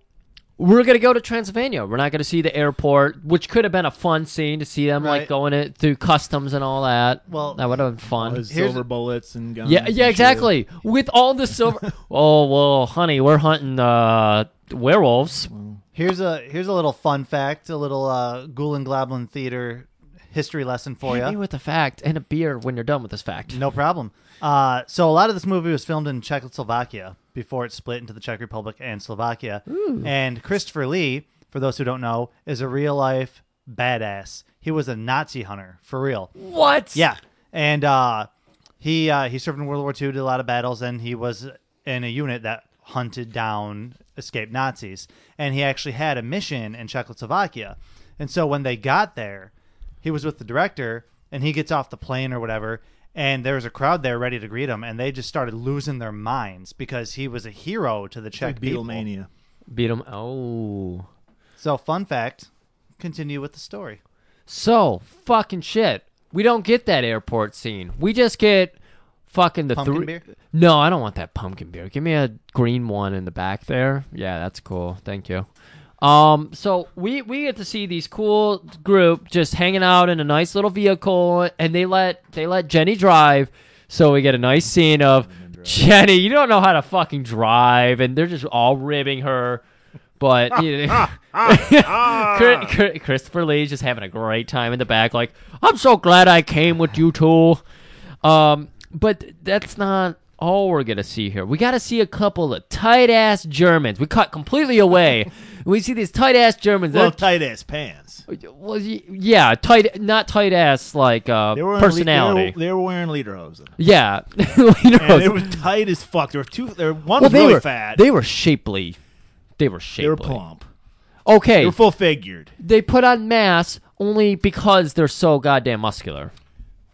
[SPEAKER 2] we're gonna go to Transylvania. We're not gonna see the airport, which could have been a fun scene to see them like
[SPEAKER 1] Right.
[SPEAKER 2] going it through customs and all that.
[SPEAKER 1] Well, oh,
[SPEAKER 2] that would have been fun.
[SPEAKER 3] With
[SPEAKER 1] Here's-
[SPEAKER 3] silver bullets and guns.
[SPEAKER 2] Yeah,
[SPEAKER 3] and
[SPEAKER 2] yeah,
[SPEAKER 3] shit.
[SPEAKER 2] exactly. With all the silver. oh well, honey, we're hunting uh, werewolves.
[SPEAKER 1] Here's a here's a little fun fact, a little uh, Ghoul and Goblin theater history lesson for
[SPEAKER 2] Hit me
[SPEAKER 1] you.
[SPEAKER 2] with a fact and a beer when you're done with this fact.
[SPEAKER 1] No problem. Uh, so a lot of this movie was filmed in Czechoslovakia before it split into the Czech Republic and Slovakia. And Christopher Lee, for those who don't know, is a real life badass. He was a Nazi hunter for real.
[SPEAKER 2] What?
[SPEAKER 1] Yeah, and uh, he uh, he served in World War II, did a lot of battles, and he was in a unit that hunted down escaped Nazis. And he actually had a mission in Czechoslovakia. And so when they got there, he was with the director, and he gets off the plane or whatever. And there was a crowd there ready to greet him, and they just started losing their minds because he was a hero to the Czech people.
[SPEAKER 3] Beatlemania.
[SPEAKER 2] Beat them. Oh.
[SPEAKER 1] So, fun fact. Continue with the story.
[SPEAKER 2] So fucking shit. We don't get that airport scene. We just get fucking the
[SPEAKER 1] Pumpkin
[SPEAKER 2] three-
[SPEAKER 1] beer?
[SPEAKER 2] No, I don't want that pumpkin beer. Give me a green one in the back there. Yeah, that's cool. Thank you. Um, so we we get to see these cool group just hanging out in a nice little vehicle, and they let they let Jenny drive. So we get a nice scene of Jenny. You don't know how to fucking drive, and they're just all ribbing her.
[SPEAKER 3] Ah,
[SPEAKER 2] But you know, Chri- Chri- Christopher Lee's just having a great time in the back. Like, I'm so glad I came with you two. Um, but that's not all we're gonna see here. We gotta see a couple of tight ass Germans. We cut completely away. we see these tight ass Germans.
[SPEAKER 3] Little
[SPEAKER 2] Well,
[SPEAKER 3] tight ass pants.
[SPEAKER 2] well, y- yeah, tight, not tight ass like uh,
[SPEAKER 3] They were wearing
[SPEAKER 2] personality.
[SPEAKER 3] Le- they, were, they were wearing lederhosen.
[SPEAKER 2] yeah,
[SPEAKER 3] And it was tight as fuck. There were two. There one
[SPEAKER 2] well,
[SPEAKER 3] was
[SPEAKER 2] they
[SPEAKER 3] really
[SPEAKER 2] were
[SPEAKER 3] fat.
[SPEAKER 2] They were shapely. They were shapely.
[SPEAKER 3] They were plump.
[SPEAKER 2] Okay,
[SPEAKER 3] They were full figured.
[SPEAKER 2] they put on mass only because they're so goddamn muscular.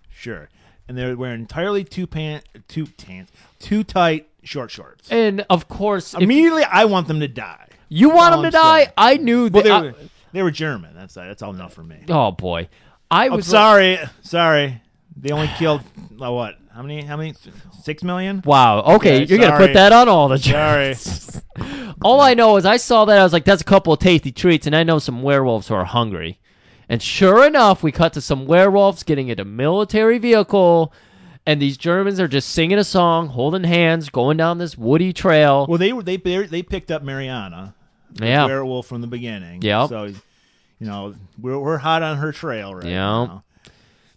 [SPEAKER 3] Sure. And they were wearing entirely two pant, two pants, two tight short shorts.
[SPEAKER 2] And of course, if
[SPEAKER 3] Immediately, I want them to die.
[SPEAKER 2] you want
[SPEAKER 3] all
[SPEAKER 2] them to
[SPEAKER 3] I'm
[SPEAKER 2] die,
[SPEAKER 3] saying.
[SPEAKER 2] I knew
[SPEAKER 3] Well,
[SPEAKER 2] that.
[SPEAKER 3] they
[SPEAKER 2] I-
[SPEAKER 3] were, they were German. That's that's all enough for me.
[SPEAKER 2] oh boy, I
[SPEAKER 3] I'm
[SPEAKER 2] was
[SPEAKER 3] sorry, sorry. They only killed uh, what? How many? How many? Six million?
[SPEAKER 2] Wow. Okay,
[SPEAKER 3] Okay,
[SPEAKER 2] you're gonna
[SPEAKER 3] sorry.
[SPEAKER 2] put that on all the
[SPEAKER 3] Sorry.
[SPEAKER 2] All I know is I saw that I was like, "That's a couple of tasty treats," and I know some werewolves who are hungry. And sure enough, we cut to some werewolves getting into military vehicle, and these Germans are just singing a song, holding hands, going down this woody trail.
[SPEAKER 3] well, they were they they picked up Mariana, the
[SPEAKER 2] yeah,
[SPEAKER 3] werewolf from the beginning.
[SPEAKER 2] Yep.
[SPEAKER 3] So, you know, we're we're hot on her trail right
[SPEAKER 2] Yep.
[SPEAKER 3] now.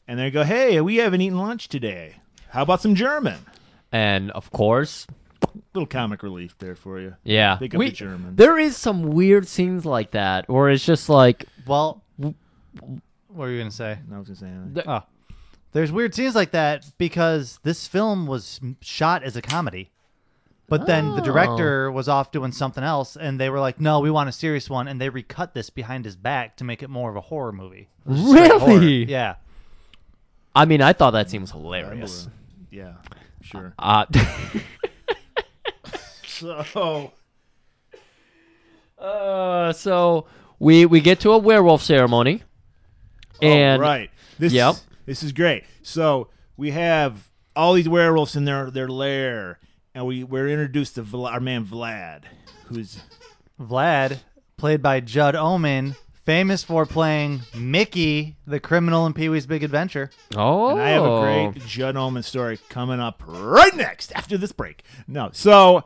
[SPEAKER 3] And they go, hey, we haven't eaten lunch today. How about some German?
[SPEAKER 2] and of course,
[SPEAKER 3] Little comic relief there for you.
[SPEAKER 2] yeah,
[SPEAKER 3] Pick up the German.
[SPEAKER 2] There is some weird scenes like that, or it's just like,
[SPEAKER 1] Well, what were you gonna say?
[SPEAKER 3] I was uh, just saying.
[SPEAKER 2] The-
[SPEAKER 1] Oh, there's weird scenes like that because this film was m- shot as a comedy, but then the director was off doing something else, and they were like, "No, we want a serious one," and they recut this behind his back to make it more of a horror movie. It was just straight horror.
[SPEAKER 2] Really?
[SPEAKER 1] Yeah.
[SPEAKER 2] I mean, I thought that scene was hilarious.
[SPEAKER 3] yeah, sure.
[SPEAKER 2] Uh,
[SPEAKER 3] So
[SPEAKER 2] uh, so we we get to a werewolf ceremony, and
[SPEAKER 3] oh, right, this
[SPEAKER 2] Yep.
[SPEAKER 3] this is great. So we have all these werewolves in their their lair, and we we're introduced to Vla- our man Vlad, who's
[SPEAKER 1] Vlad, played by Judd Omen, famous for playing Mickey, the criminal in Pee Wee's Big Adventure.
[SPEAKER 2] Oh,
[SPEAKER 3] And I have a great Judd Omen story coming up right next after this break. No, so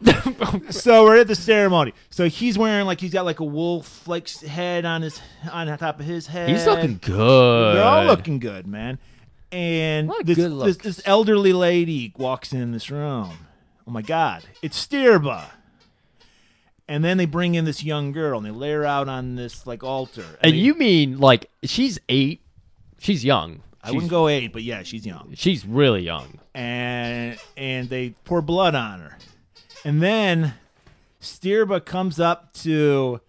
[SPEAKER 3] so we're at the ceremony. So he's wearing like he's got like a wolf like s- head on his on the top of his head.
[SPEAKER 2] He's looking good.
[SPEAKER 3] They're all looking good, man. And
[SPEAKER 2] What
[SPEAKER 3] this,
[SPEAKER 2] good
[SPEAKER 3] this
[SPEAKER 2] looks.
[SPEAKER 3] this elderly lady walks in this room. Oh my God, it's Stirba. And then they bring in this young girl and they lay her out on this like altar.
[SPEAKER 2] And
[SPEAKER 3] they-
[SPEAKER 2] you mean like she's eight? She's young.
[SPEAKER 3] I wouldn't
[SPEAKER 2] She's-
[SPEAKER 3] go eight, but yeah, she's young.
[SPEAKER 2] She's really young.
[SPEAKER 3] and and they pour blood on her. And then Stirba comes up to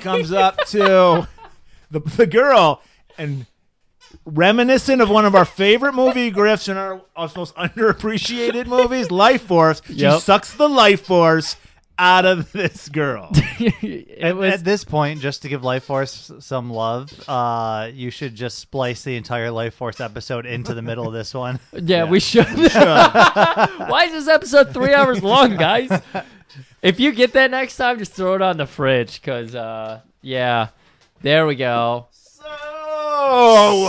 [SPEAKER 3] comes up to the the girl and reminiscent of one of our favorite movie griffs and our, our most underappreciated movies, Life Force. She
[SPEAKER 2] Yep.
[SPEAKER 3] sucks the life force out of this girl.
[SPEAKER 2] it
[SPEAKER 1] At this point, just to give Life Force some love, uh, you should just splice the entire Life Force episode into the middle of this one.
[SPEAKER 2] yeah, we should. Why is this episode three hours long, guys? If you get that next time, just throw it on the fridge, cause uh, yeah, there we go.
[SPEAKER 3] So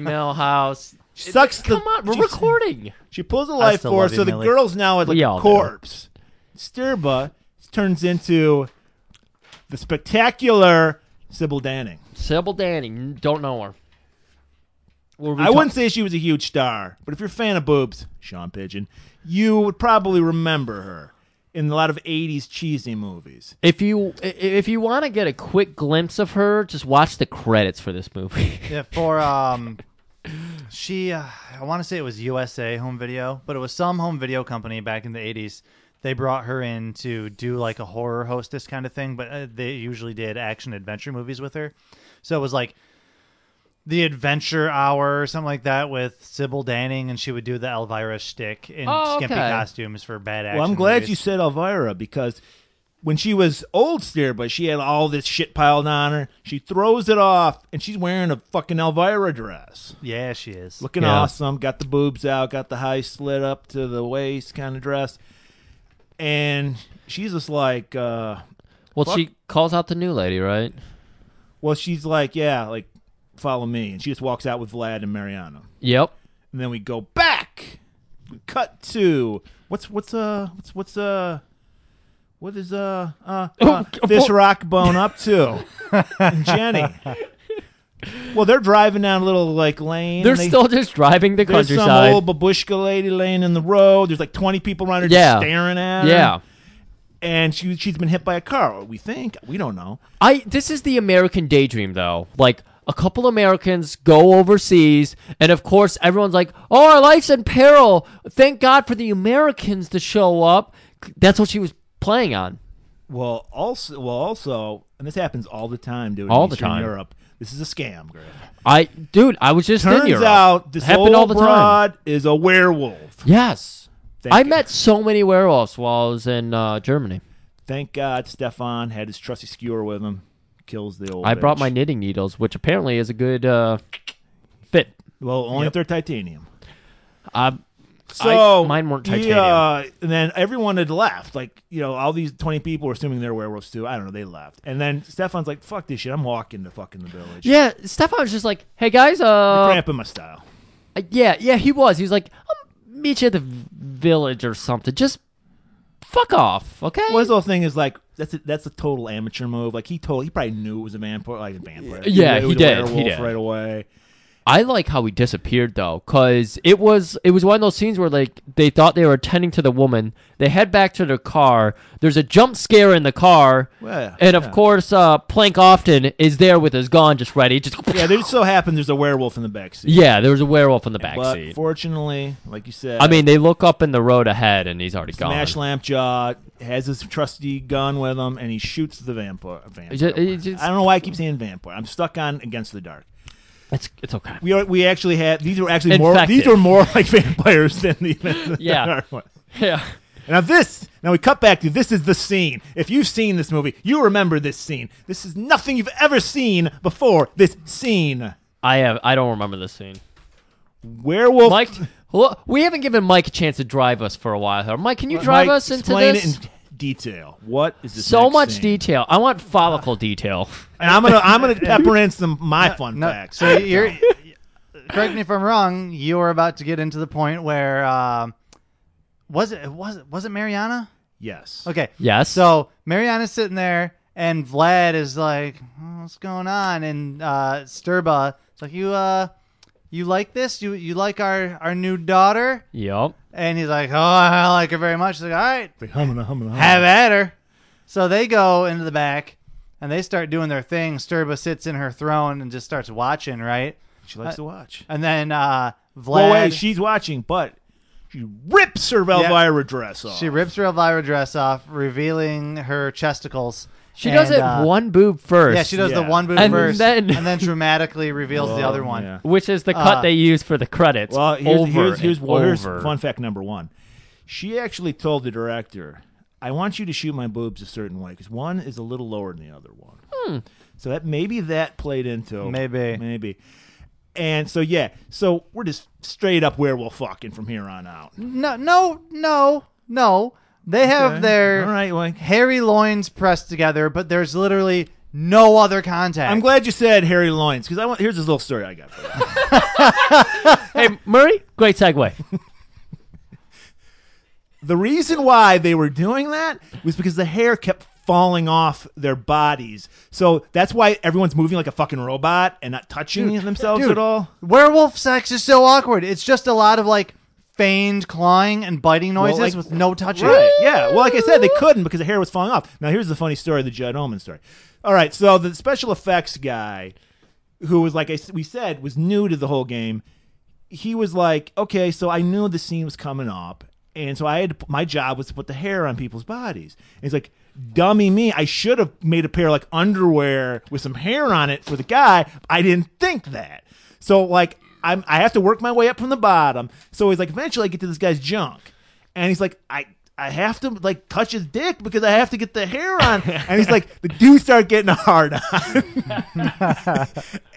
[SPEAKER 2] Millhouse.
[SPEAKER 3] she sucks the
[SPEAKER 2] Come on, we're
[SPEAKER 3] she-
[SPEAKER 2] recording.
[SPEAKER 3] She pulls a life
[SPEAKER 1] still
[SPEAKER 3] force,
[SPEAKER 1] love you,
[SPEAKER 3] so the
[SPEAKER 1] Millie.
[SPEAKER 3] girl's now like
[SPEAKER 2] We
[SPEAKER 3] a
[SPEAKER 2] all do.
[SPEAKER 3] corpse. Stirba turns into the spectacular Sybil Danning.
[SPEAKER 2] Sybil Danning, don't know her. Were we
[SPEAKER 3] I
[SPEAKER 2] talk-
[SPEAKER 3] wouldn't say she was a huge star, but if you're a fan of boobs, Sean Pigeon, you would probably remember her in a lot of 80s cheesy movies.
[SPEAKER 2] If you i- if you want to get a quick glimpse of her, just watch the credits for this movie.
[SPEAKER 1] Yeah, for um, she uh, I want to say it was USA Home Video, but it was some home video company back in the '80s. They brought her in to do like a horror hostess kind of thing, but uh, they usually did action adventure movies with her. So it was like the Adventure Hour or something like that with Sybil Danning, and she would do the Elvira shtick in
[SPEAKER 2] Oh,
[SPEAKER 1] skimpy
[SPEAKER 2] okay.
[SPEAKER 1] costumes for bad action.
[SPEAKER 3] Well, I'm glad
[SPEAKER 1] movies.
[SPEAKER 3] you said Elvira because when she was old Stirba, she had all this shit piled on her. She throws it off, and she's wearing a fucking Elvira dress.
[SPEAKER 1] Yeah, she is.
[SPEAKER 3] looking
[SPEAKER 2] Yeah.
[SPEAKER 3] awesome. Got the boobs out, got the high slit up to the waist kind of dress, and she's just like, uh,
[SPEAKER 2] well, she calls out the new lady, right?
[SPEAKER 3] well, she's like, yeah, like follow me, and she just walks out with Vlad and Mariano,
[SPEAKER 2] Yep.
[SPEAKER 3] and then we go back, cut to what's what's uh what's what's uh. What is uh, uh,
[SPEAKER 2] Oh,
[SPEAKER 3] uh this rock bone up to, Jenny? Well, they're driving down a little like lane.
[SPEAKER 2] They're
[SPEAKER 3] and they-
[SPEAKER 2] still just driving the
[SPEAKER 3] There's some
[SPEAKER 2] countryside.
[SPEAKER 3] old babushka lady laying in the road. There's like 20 people around her
[SPEAKER 2] Yeah.
[SPEAKER 3] just staring at her.
[SPEAKER 2] yeah.
[SPEAKER 3] And she, she's been hit by a car. We think. We don't know.
[SPEAKER 2] I this is the American daydream though. Like a couple Americans go overseas and of course everyone's like, "Oh, our life's in peril. Thank God for the Americans to show up." That's what she was playing on.
[SPEAKER 3] Well, also, well, also, and this happens all the time, dude. in
[SPEAKER 2] All the
[SPEAKER 3] Eastern
[SPEAKER 2] time.
[SPEAKER 3] Europe. This is a scam, Griff.
[SPEAKER 2] I dude, I was just in
[SPEAKER 3] Turns
[SPEAKER 2] Europe.
[SPEAKER 3] out this
[SPEAKER 2] Happened
[SPEAKER 3] old
[SPEAKER 2] all the time.
[SPEAKER 3] broad is a werewolf.
[SPEAKER 2] Yes.
[SPEAKER 3] Thank
[SPEAKER 2] I
[SPEAKER 3] you.
[SPEAKER 2] met so many werewolves while I was in uh, Germany.
[SPEAKER 3] Thank God Stefan had his trusty skewer with him. Kills the old.
[SPEAKER 2] I brought
[SPEAKER 3] bitch.
[SPEAKER 2] my knitting needles, which apparently is a good uh, fit.
[SPEAKER 3] Well, only if they're titanium.
[SPEAKER 2] Um,
[SPEAKER 3] So
[SPEAKER 2] I- mine weren't
[SPEAKER 3] he,
[SPEAKER 2] titanium.
[SPEAKER 3] uh, and then everyone had left. Like you know, all these twenty people were assuming they're werewolves too. I don't know. They left, and then Stefan's like, "Fuck this shit! I'm walking to fucking the village.
[SPEAKER 2] yeah, Stefan was just like, "Hey guys,
[SPEAKER 3] You're
[SPEAKER 2] uh,
[SPEAKER 3] cramping my style."
[SPEAKER 2] yeah, yeah." He was. He was like, "I'll meet you at the v- village or something. Just fuck off, okay?"
[SPEAKER 3] Well, his whole thing is like that's a, that's a total amateur move. Like he told, he probably knew it was a vampire, like a vampire.
[SPEAKER 2] Yeah,
[SPEAKER 3] knew it
[SPEAKER 2] he
[SPEAKER 3] was a
[SPEAKER 2] did, he
[SPEAKER 3] werewolf
[SPEAKER 2] did.
[SPEAKER 3] right away.
[SPEAKER 2] I like how he disappeared though, cause it was it was one of those scenes where like they thought they were attending to the woman. They head back to their car. There's a jump scare in the car,
[SPEAKER 3] Well,
[SPEAKER 2] and of
[SPEAKER 3] yeah.
[SPEAKER 2] course, uh, Plank Often is there with his gun, just ready. Just
[SPEAKER 3] Yeah, there just so happened there's a werewolf in the backseat.
[SPEAKER 2] yeah. There was a werewolf in the
[SPEAKER 3] but
[SPEAKER 2] backseat.
[SPEAKER 3] fortunately, like you said,
[SPEAKER 2] I mean, they look up in the road ahead, and he's already gone.
[SPEAKER 3] Smash Lampjaw has his trusty gun with him, and he shoots the vampire. vampire.
[SPEAKER 2] It ju- it just-
[SPEAKER 3] I don't know why I keep saying vampire. I'm stuck on Against the Dark.
[SPEAKER 2] It's it's okay.
[SPEAKER 3] We are, we actually had these were actually more
[SPEAKER 2] Infected.
[SPEAKER 3] these were more like vampires than the than
[SPEAKER 2] Yeah.
[SPEAKER 3] our one.
[SPEAKER 2] Yeah.
[SPEAKER 3] Now this now we cut back to this is the scene. If you've seen this movie, you remember this scene. This is nothing you've ever seen before. This scene.
[SPEAKER 2] I have. I don't remember this scene.
[SPEAKER 3] Werewolf
[SPEAKER 2] Mike, look, we haven't given Mike a chance to drive us for a while here. Mike, can you drive
[SPEAKER 3] Mike,
[SPEAKER 2] us into
[SPEAKER 3] explain
[SPEAKER 2] this?
[SPEAKER 3] it in detail. What is this?
[SPEAKER 2] so
[SPEAKER 3] next
[SPEAKER 2] much
[SPEAKER 3] scene?
[SPEAKER 2] detail. I want follicle detail.
[SPEAKER 3] And I'm gonna I'm gonna pepper in some my fun
[SPEAKER 1] No,
[SPEAKER 3] facts.
[SPEAKER 1] so you're. correct me if I'm wrong. You were about to get into the point where um, was it was it was it Mariana?
[SPEAKER 3] yes.
[SPEAKER 1] Okay.
[SPEAKER 2] Yes.
[SPEAKER 1] So Mariana's sitting there, and Vlad is like, "Oh, "What's going on?" And uh, Sturba is like, "You uh, you like this? You you like our our new daughter?"
[SPEAKER 2] Yep.
[SPEAKER 1] And he's like, "Oh, I like her very much." He's like, "All right,
[SPEAKER 3] Like, hum, hum, hum, hum.
[SPEAKER 1] have at her." So they go into the back, and they start doing their thing. Sturba sits in her throne and just starts watching, right?
[SPEAKER 3] She likes to watch.
[SPEAKER 1] And then uh, Vlad,
[SPEAKER 3] Well, wait, she's watching, but she rips her Velvira dress off.
[SPEAKER 1] she rips her Elvira dress off, revealing her chesticles.
[SPEAKER 2] She
[SPEAKER 1] And,
[SPEAKER 2] does it
[SPEAKER 1] uh,
[SPEAKER 2] one boob first.
[SPEAKER 1] Yeah, she does
[SPEAKER 3] Yeah.
[SPEAKER 1] the one boob
[SPEAKER 2] And
[SPEAKER 1] first,
[SPEAKER 2] then-
[SPEAKER 1] and then dramatically reveals the other one.
[SPEAKER 3] yeah.
[SPEAKER 2] Which is the cut
[SPEAKER 1] Uh,
[SPEAKER 2] they use for the credits.
[SPEAKER 3] Well, here's,
[SPEAKER 2] over
[SPEAKER 3] here's, here's,
[SPEAKER 2] and
[SPEAKER 3] well, here's
[SPEAKER 2] over.
[SPEAKER 3] fun fact number one. She actually told the director, "I want you to shoot my boobs a certain way because one is a little lower than the other one." So that maybe that played into
[SPEAKER 1] Maybe.
[SPEAKER 3] Hmm. maybe. And so yeah, so we're just straight up werewolf fucking from here on out.
[SPEAKER 1] No, no, no, no. They have their
[SPEAKER 3] All right, like
[SPEAKER 1] hairy loins pressed together, but there's literally no other contact.
[SPEAKER 3] I'm glad you said Harry Loins because I want. Here's this little story I got for you.
[SPEAKER 2] Hey, Murray, great segue.
[SPEAKER 3] The reason why they were doing that was because the hair kept falling off their bodies. So that's why everyone's moving like a fucking robot and not touching themselves
[SPEAKER 1] dude.
[SPEAKER 3] at all.
[SPEAKER 1] Werewolf sex is so awkward. It's just a lot of like feigned clawing and biting noises
[SPEAKER 3] like-
[SPEAKER 1] with no touching.
[SPEAKER 3] Right. Yeah. Well, like I said, they couldn't because the hair was falling off. Now, here's the funny story the Judd Omen story. All right. So the special effects guy, who was, like I, s- we said, was new to the whole game, he was like, okay, so I knew the scene was coming up. And so I had to, p- my job was to put the hair on people's bodies. And he's like, dummy me. I should have made a pair of like underwear with some hair on it for the guy. I didn't think that. So like I'm I have to work my way up from the bottom. So he's like, eventually I get to this guy's junk. And he's like, I I have to like touch his dick because I have to get the hair on. And he's like, the dudes start getting hard on.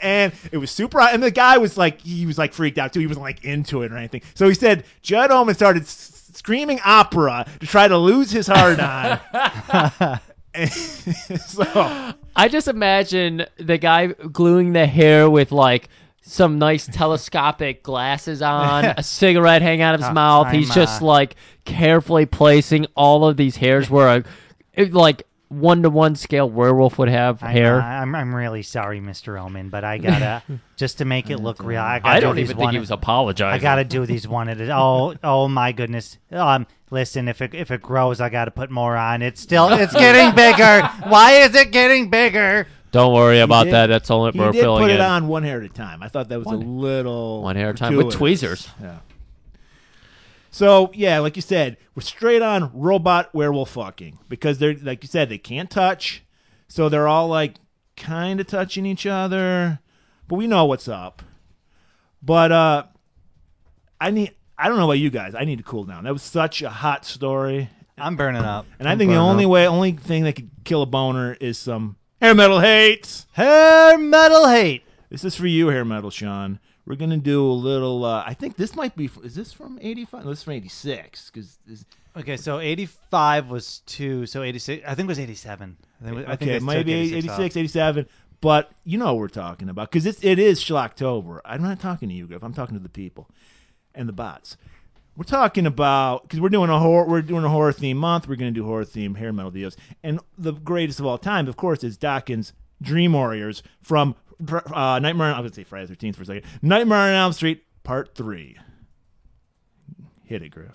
[SPEAKER 3] and it was super hot. And the guy was like, he was like freaked out too. He wasn't like into it or anything. So he said Judd Omen started s- screaming opera to try to lose his hard on. And so
[SPEAKER 2] I just imagine the guy gluing the hair with like some nice telescopic glasses on, a cigarette hanging out of his mouth.
[SPEAKER 1] I'm,
[SPEAKER 2] He's just
[SPEAKER 1] uh,
[SPEAKER 2] like carefully placing all of these hairs where a it- like one to one scale werewolf would have
[SPEAKER 1] I'm,
[SPEAKER 2] hair.
[SPEAKER 1] uh, I'm I'm really sorry, Mr. Omen, but I gotta just to make it look real. I, gotta
[SPEAKER 2] I
[SPEAKER 1] do
[SPEAKER 2] don't
[SPEAKER 1] these
[SPEAKER 2] even
[SPEAKER 1] one-
[SPEAKER 2] think he was apologizing.
[SPEAKER 1] I gotta do these one at a oh oh my goodness. Um listen, if it if it grows I gotta put more on. It's still it's getting bigger. Why is it getting bigger?
[SPEAKER 2] Don't worry about
[SPEAKER 3] did-
[SPEAKER 2] that. That's all
[SPEAKER 3] he
[SPEAKER 2] we're
[SPEAKER 3] did
[SPEAKER 2] filling
[SPEAKER 3] put it
[SPEAKER 2] in.
[SPEAKER 3] on one hair at a time. I thought that was a little
[SPEAKER 2] One hair at a time with
[SPEAKER 3] gratuitous.
[SPEAKER 2] tweezers.
[SPEAKER 3] Yeah. So yeah, like you said, we're straight on robot werewolf fucking because they're like you said they can't touch, so they're all like kind of touching each other, but we know what's up. But uh I need I don't know about you guys, I need to cool down. That was such a hot story,
[SPEAKER 1] I'm burning up.
[SPEAKER 3] and i think the only way, only thing that could kill a boner is some hair metal hate.
[SPEAKER 1] Hair metal hate.
[SPEAKER 3] This is for you, hair metal, Sean. We're gonna do a little. Uh, I think this might be. Is this from eighty five? No, this is from eighty six. Because
[SPEAKER 1] Okay, so 85 was 2, so 86 I think it was 87. I think, I think
[SPEAKER 3] okay,
[SPEAKER 1] they
[SPEAKER 3] maybe 86,
[SPEAKER 1] took 86 off.
[SPEAKER 3] 87. But you know what we're talking about because it, it is Schlocktober. I'm not talking to you, Griff. I'm talking to the people and the bots. We're talking about because we're doing a horror. We're doing a horror theme month. We're going to do horror theme hair metal videos, and the greatest of all time, of course, is Dawkins' Dream Warriors from uh, Nightmare. on- I would say Friday the 13th for a second. Nightmare on Elm Street Part Three. Hit it, Griff.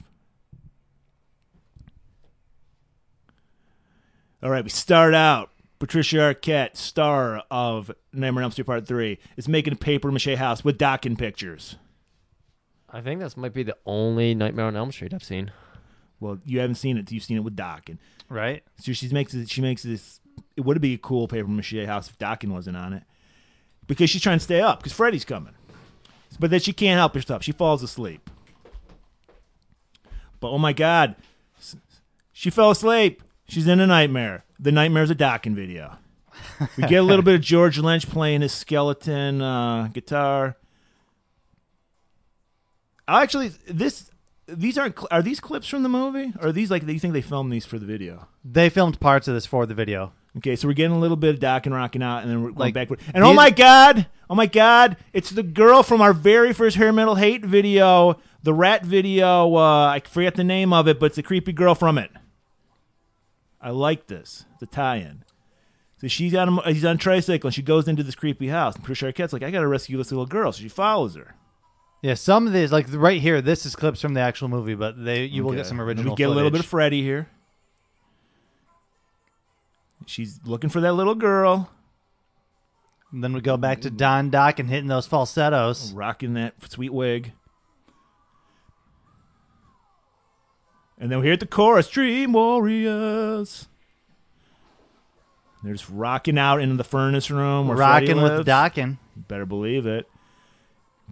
[SPEAKER 3] All right, we start out. Patricia Arquette, star of Nightmare on Elm Street Part 3, is making a paper mache house with Dockin Pictures.
[SPEAKER 2] I think this might be the only Nightmare on Elm Street I've seen.
[SPEAKER 3] Well, you haven't seen it, you've seen it with Dockin.
[SPEAKER 1] right?
[SPEAKER 3] So she makes it, she makes this. It would be a cool paper mache house if Dockin wasn't on it, because she's trying to stay up because Freddy's coming. But then she can't help herself; she falls asleep. But oh my god, s- she fell asleep. She's in a nightmare. The nightmare's a Dockin video. We get a little bit of George Lynch playing his skeleton uh, guitar. Actually, this these aren't cl- are these clips from the movie? Or are these like you think they filmed these for the video?
[SPEAKER 1] They filmed parts of this for the video.
[SPEAKER 3] Okay, so we're getting a little bit of Doc and rocking out, and then we're going
[SPEAKER 1] Like,
[SPEAKER 3] backward. And oh
[SPEAKER 1] these-
[SPEAKER 3] my god, oh my god, it's the girl from our very first hair metal hate video, the rat video. Uh, I forget the name of it, but it's the creepy girl from it. I like this. The tie-in. So she's on a, she's on a tricycle, and she goes into this creepy house. And Patricia Arquette's like, "I got to rescue this little girl," so she follows her.
[SPEAKER 1] Yeah, some of these like right here this is clips from the actual movie, but they you will get
[SPEAKER 3] Okay.
[SPEAKER 1] some
[SPEAKER 3] And
[SPEAKER 1] original
[SPEAKER 3] We get a little bit of
[SPEAKER 1] footage.
[SPEAKER 3] Freddy here. She's looking for that little girl.
[SPEAKER 1] And then we go back
[SPEAKER 3] Mm.
[SPEAKER 1] to Don Doc and hitting those falsettos.
[SPEAKER 3] rocking that sweet wig. And then we hear the chorus, Dream Warriors. They're just rocking out into the furnace room. Where Freddy
[SPEAKER 1] Rocking with
[SPEAKER 3] lives.
[SPEAKER 1] Dockin.
[SPEAKER 3] You better believe it.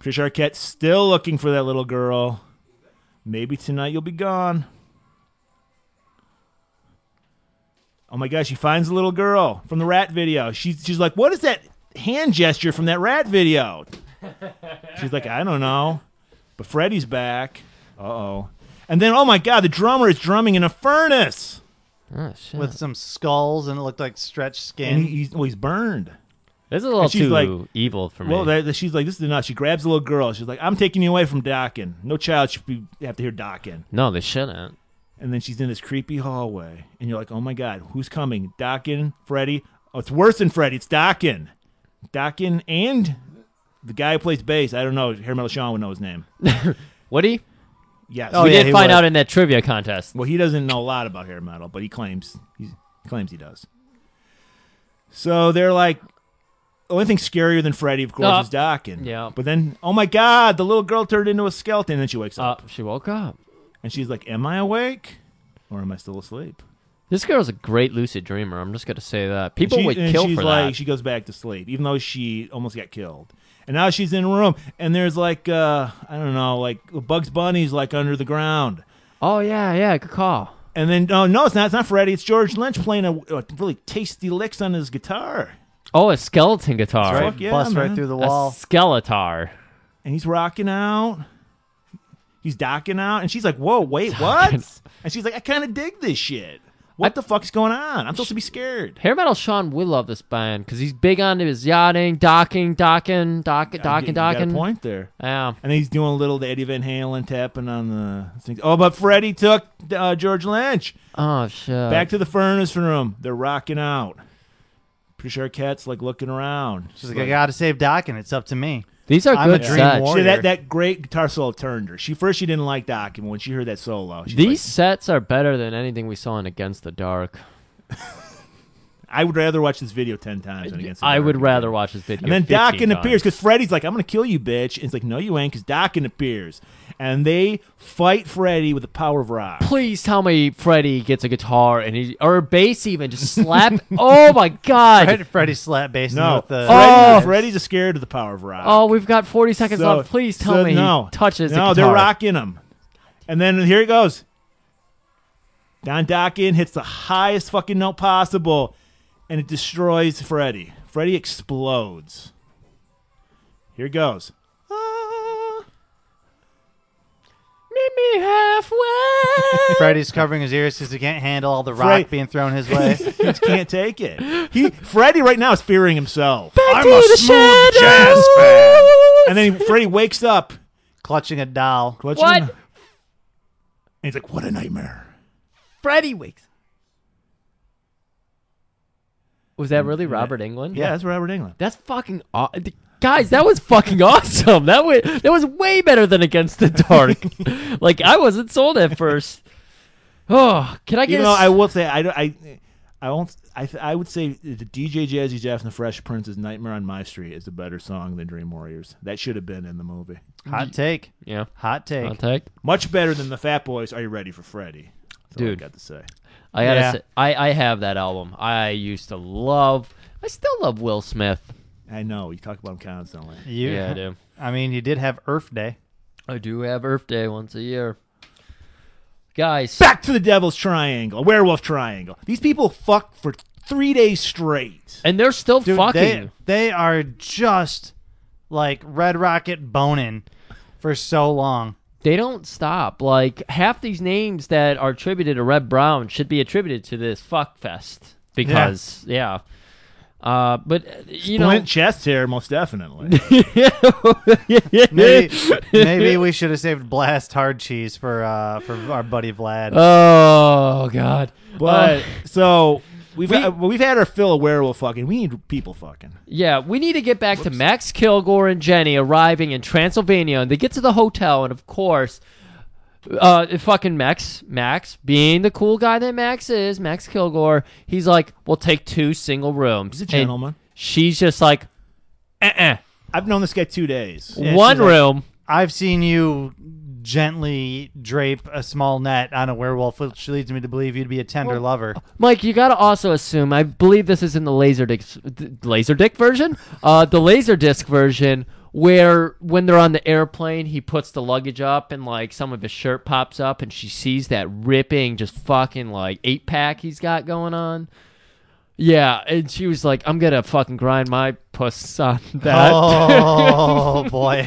[SPEAKER 3] Trish Arquette's still looking for that little girl. Maybe tonight you'll be gone. Oh my gosh, she finds the little girl from the rat video. She's she's like, What is that hand gesture from that rat video? She's like, I don't know. But Freddy's back. Uh oh. And then oh my god, the drummer is drumming in a furnace.
[SPEAKER 2] Oh, shit.
[SPEAKER 1] with some skulls and it looked like stretched
[SPEAKER 3] And
[SPEAKER 1] skin.
[SPEAKER 3] he, he's well, he's burned.
[SPEAKER 2] this is a little
[SPEAKER 3] she's
[SPEAKER 2] too
[SPEAKER 3] like-
[SPEAKER 2] evil for me.
[SPEAKER 3] Well, that, that- she's like, this is enough. She grabs the little girl. She's like, I'm taking you away from Dockin. No child should be, have to hear Dockin.
[SPEAKER 2] no, they shouldn't.
[SPEAKER 3] And then she's in this creepy hallway, and you're like, oh my god, who's coming? Dockin, Freddy. Oh, it's worse than Freddy. It's Dockin. Dockin and the guy who plays bass. I don't know. Hair Metal Sean would know his name.
[SPEAKER 2] Would he?
[SPEAKER 3] Yes.
[SPEAKER 1] Oh,
[SPEAKER 2] we
[SPEAKER 1] yeah,
[SPEAKER 2] did
[SPEAKER 1] he
[SPEAKER 2] find
[SPEAKER 1] would.
[SPEAKER 2] out in that trivia contest.
[SPEAKER 3] Well, he doesn't know a lot about hair metal, but he claims he claims he does. So they're like, the only thing scarier than Freddy, of course,
[SPEAKER 2] Uh,
[SPEAKER 3] is Dockin.
[SPEAKER 2] yeah.
[SPEAKER 3] But then, oh my god, the little girl turned into a skeleton, and then she wakes up.
[SPEAKER 2] Uh, she woke up.
[SPEAKER 3] And she's like, Am I awake? Or am I still asleep?
[SPEAKER 2] This girl's a great lucid dreamer. I'm just gonna say that
[SPEAKER 3] And
[SPEAKER 2] people
[SPEAKER 3] she-
[SPEAKER 2] would
[SPEAKER 3] and
[SPEAKER 2] kill
[SPEAKER 3] she's
[SPEAKER 2] for
[SPEAKER 3] like,
[SPEAKER 2] that.
[SPEAKER 3] She goes back to sleep, even though she almost got killed. And now she's in a room, and there's like, uh, I don't know, like Bugs Bunny's like under the ground.
[SPEAKER 2] oh yeah, yeah, good call.
[SPEAKER 3] And then, oh, no, it's not. It's not Freddy. It's George Lynch playing a, a really tasty licks on his guitar.
[SPEAKER 2] Oh, a skeleton guitar.
[SPEAKER 3] That's
[SPEAKER 1] Right,
[SPEAKER 3] fuck yeah,
[SPEAKER 1] bust right
[SPEAKER 3] man.
[SPEAKER 1] through the
[SPEAKER 2] A
[SPEAKER 1] wall.
[SPEAKER 2] skeletar.
[SPEAKER 3] And he's rocking out. He's docking out. And she's like, Whoa, wait, what? And she's like, I kind of dig this shit. What
[SPEAKER 2] I-
[SPEAKER 3] the fuck's going on? I'm supposed to be scared.
[SPEAKER 2] Hair metal Sean would love this band because he's big on his yachting, docking, docking, docking,
[SPEAKER 3] You
[SPEAKER 2] docking,
[SPEAKER 3] got a
[SPEAKER 2] docking.
[SPEAKER 3] point there.
[SPEAKER 2] Yeah.
[SPEAKER 3] And he's doing a little the Eddie Van Halen tapping on the things. Oh, but Freddie took uh, George Lynch
[SPEAKER 2] Oh shit.
[SPEAKER 3] back to the furnace room. They're rocking out. Pretty sure Cat's like looking around.
[SPEAKER 1] She's like, I gotta save Dockin. It's up to me.
[SPEAKER 2] These are
[SPEAKER 1] I'm a
[SPEAKER 2] good
[SPEAKER 1] dream
[SPEAKER 2] sets.
[SPEAKER 1] warrior.
[SPEAKER 3] See, that that great guitar solo turned her. She first she didn't like Doc, and when she heard that solo, she's
[SPEAKER 2] These sets are better than anything we saw in Against the Dark.
[SPEAKER 3] like, I would rather watch this video ten times than against. the
[SPEAKER 2] I
[SPEAKER 3] Dark.
[SPEAKER 2] would rather watch this video.
[SPEAKER 3] And then
[SPEAKER 2] 15
[SPEAKER 3] Dockin
[SPEAKER 2] times.
[SPEAKER 3] appears because Freddy's like, "I'm gonna kill you, bitch." And it's like, "No, you ain't," because Dockin appears, and they fight Freddy with the power of rock.
[SPEAKER 2] Please tell me Freddy gets a guitar and he or a bass even just slap. oh my god.
[SPEAKER 1] Fred, Freddy slap bass
[SPEAKER 3] No, Oh!
[SPEAKER 1] with the
[SPEAKER 3] Freddy, Freddy's scared of the power of rock.
[SPEAKER 2] Oh, we've got 40 seconds
[SPEAKER 3] So-
[SPEAKER 2] left. Please tell
[SPEAKER 3] so
[SPEAKER 2] me
[SPEAKER 3] no.
[SPEAKER 2] he touches
[SPEAKER 3] No,
[SPEAKER 2] the
[SPEAKER 3] they're
[SPEAKER 2] guitar.
[SPEAKER 3] rocking him. And then here he goes. Don Dockin hits the highest fucking note possible, and it destroys Freddy. Freddy explodes. Here goes. Ah.
[SPEAKER 1] Freddy's covering his ears because he can't handle all the rock
[SPEAKER 3] Fred-
[SPEAKER 1] being thrown his way.
[SPEAKER 3] he just can't take it. He Freddy right now is fearing himself.
[SPEAKER 2] to the shadows.
[SPEAKER 3] And then he, Freddy wakes up.
[SPEAKER 1] clutching a doll.
[SPEAKER 3] Clutching
[SPEAKER 2] What?
[SPEAKER 3] And he's like, "What a nightmare."
[SPEAKER 2] Freddy wakes. Was that really Robert England?
[SPEAKER 3] Mm-hmm. Yeah, that's Robert England.
[SPEAKER 2] That's fucking aw- th- guys. That was fucking awesome. That was that was way better than Against the Dark. like I wasn't sold at first. Oh, can I get?
[SPEAKER 3] You
[SPEAKER 2] a
[SPEAKER 3] know,
[SPEAKER 2] s-
[SPEAKER 3] I will say I don't- I. I won't. I, I would say the DJ Jazzy Jeff and the Fresh Prince's "Nightmare on My Street" is a better song than "Dream Warriors." That should have been in the movie.
[SPEAKER 1] Hot take.
[SPEAKER 2] yeah.
[SPEAKER 1] Hot take.
[SPEAKER 2] I'll take.
[SPEAKER 3] Much better than the Fat Boys. Are you ready for Freddy? That's all I
[SPEAKER 2] Dude.
[SPEAKER 3] got to say.
[SPEAKER 2] I gotta
[SPEAKER 1] Yeah.
[SPEAKER 2] say, I I have that album. I used to love. I still love Will Smith.
[SPEAKER 3] I know you talk about him constantly.
[SPEAKER 1] You,
[SPEAKER 2] Yeah, I do.
[SPEAKER 1] I mean, you did have Earth Day.
[SPEAKER 2] I do have Earth Day once a year. Guys,
[SPEAKER 3] Back to the Devil's Triangle, Werewolf Triangle. These people fuck for three days straight.
[SPEAKER 2] and they're still
[SPEAKER 1] Dude,
[SPEAKER 2] fucking.
[SPEAKER 1] they, they are just like Red Rocket boning for so long.
[SPEAKER 2] they don't stop. Like half these names that are attributed to Red Brown should be attributed to this fuck fest because yeah. Uh, but uh, you
[SPEAKER 3] Blint
[SPEAKER 2] know,
[SPEAKER 3] chest hair, most definitely.
[SPEAKER 1] Maybe, maybe we should have saved Blast Hard Cheese for uh, for our buddy Vlad.
[SPEAKER 2] Uh, oh god,
[SPEAKER 3] but
[SPEAKER 2] Uh,
[SPEAKER 3] so we've
[SPEAKER 2] We-
[SPEAKER 3] uh, we've had our fill of werewolf fucking. We need people fucking.
[SPEAKER 2] yeah, we need to get back to Max Kilgore and Jenny arriving in Transylvania, and they get to the hotel, and of course. Uh, fucking Max, Max, being the cool guy that Max is, Max Kilgore, he's like, we'll take two single rooms.
[SPEAKER 3] He's a
[SPEAKER 2] And
[SPEAKER 3] gentleman.
[SPEAKER 2] she's just like, uh-uh.
[SPEAKER 3] I've known this guy two days.
[SPEAKER 1] Yeah,
[SPEAKER 2] one
[SPEAKER 1] she's like-
[SPEAKER 2] room.
[SPEAKER 1] I've seen you gently drape a small net on a werewolf, which leads me to believe you'd be a tender lover.
[SPEAKER 2] Mike, you gotta also assume. I believe this is in the Laserdisc, d- Laserdisc version, uh, the Laserdisc version, where when they're on the airplane, he puts the luggage up and like some of his shirt pops up, and she sees that ripping, just fucking like eight pack he's got going on. Yeah, and she was like, "I'm gonna fucking grind my puss on that."
[SPEAKER 1] Oh boy,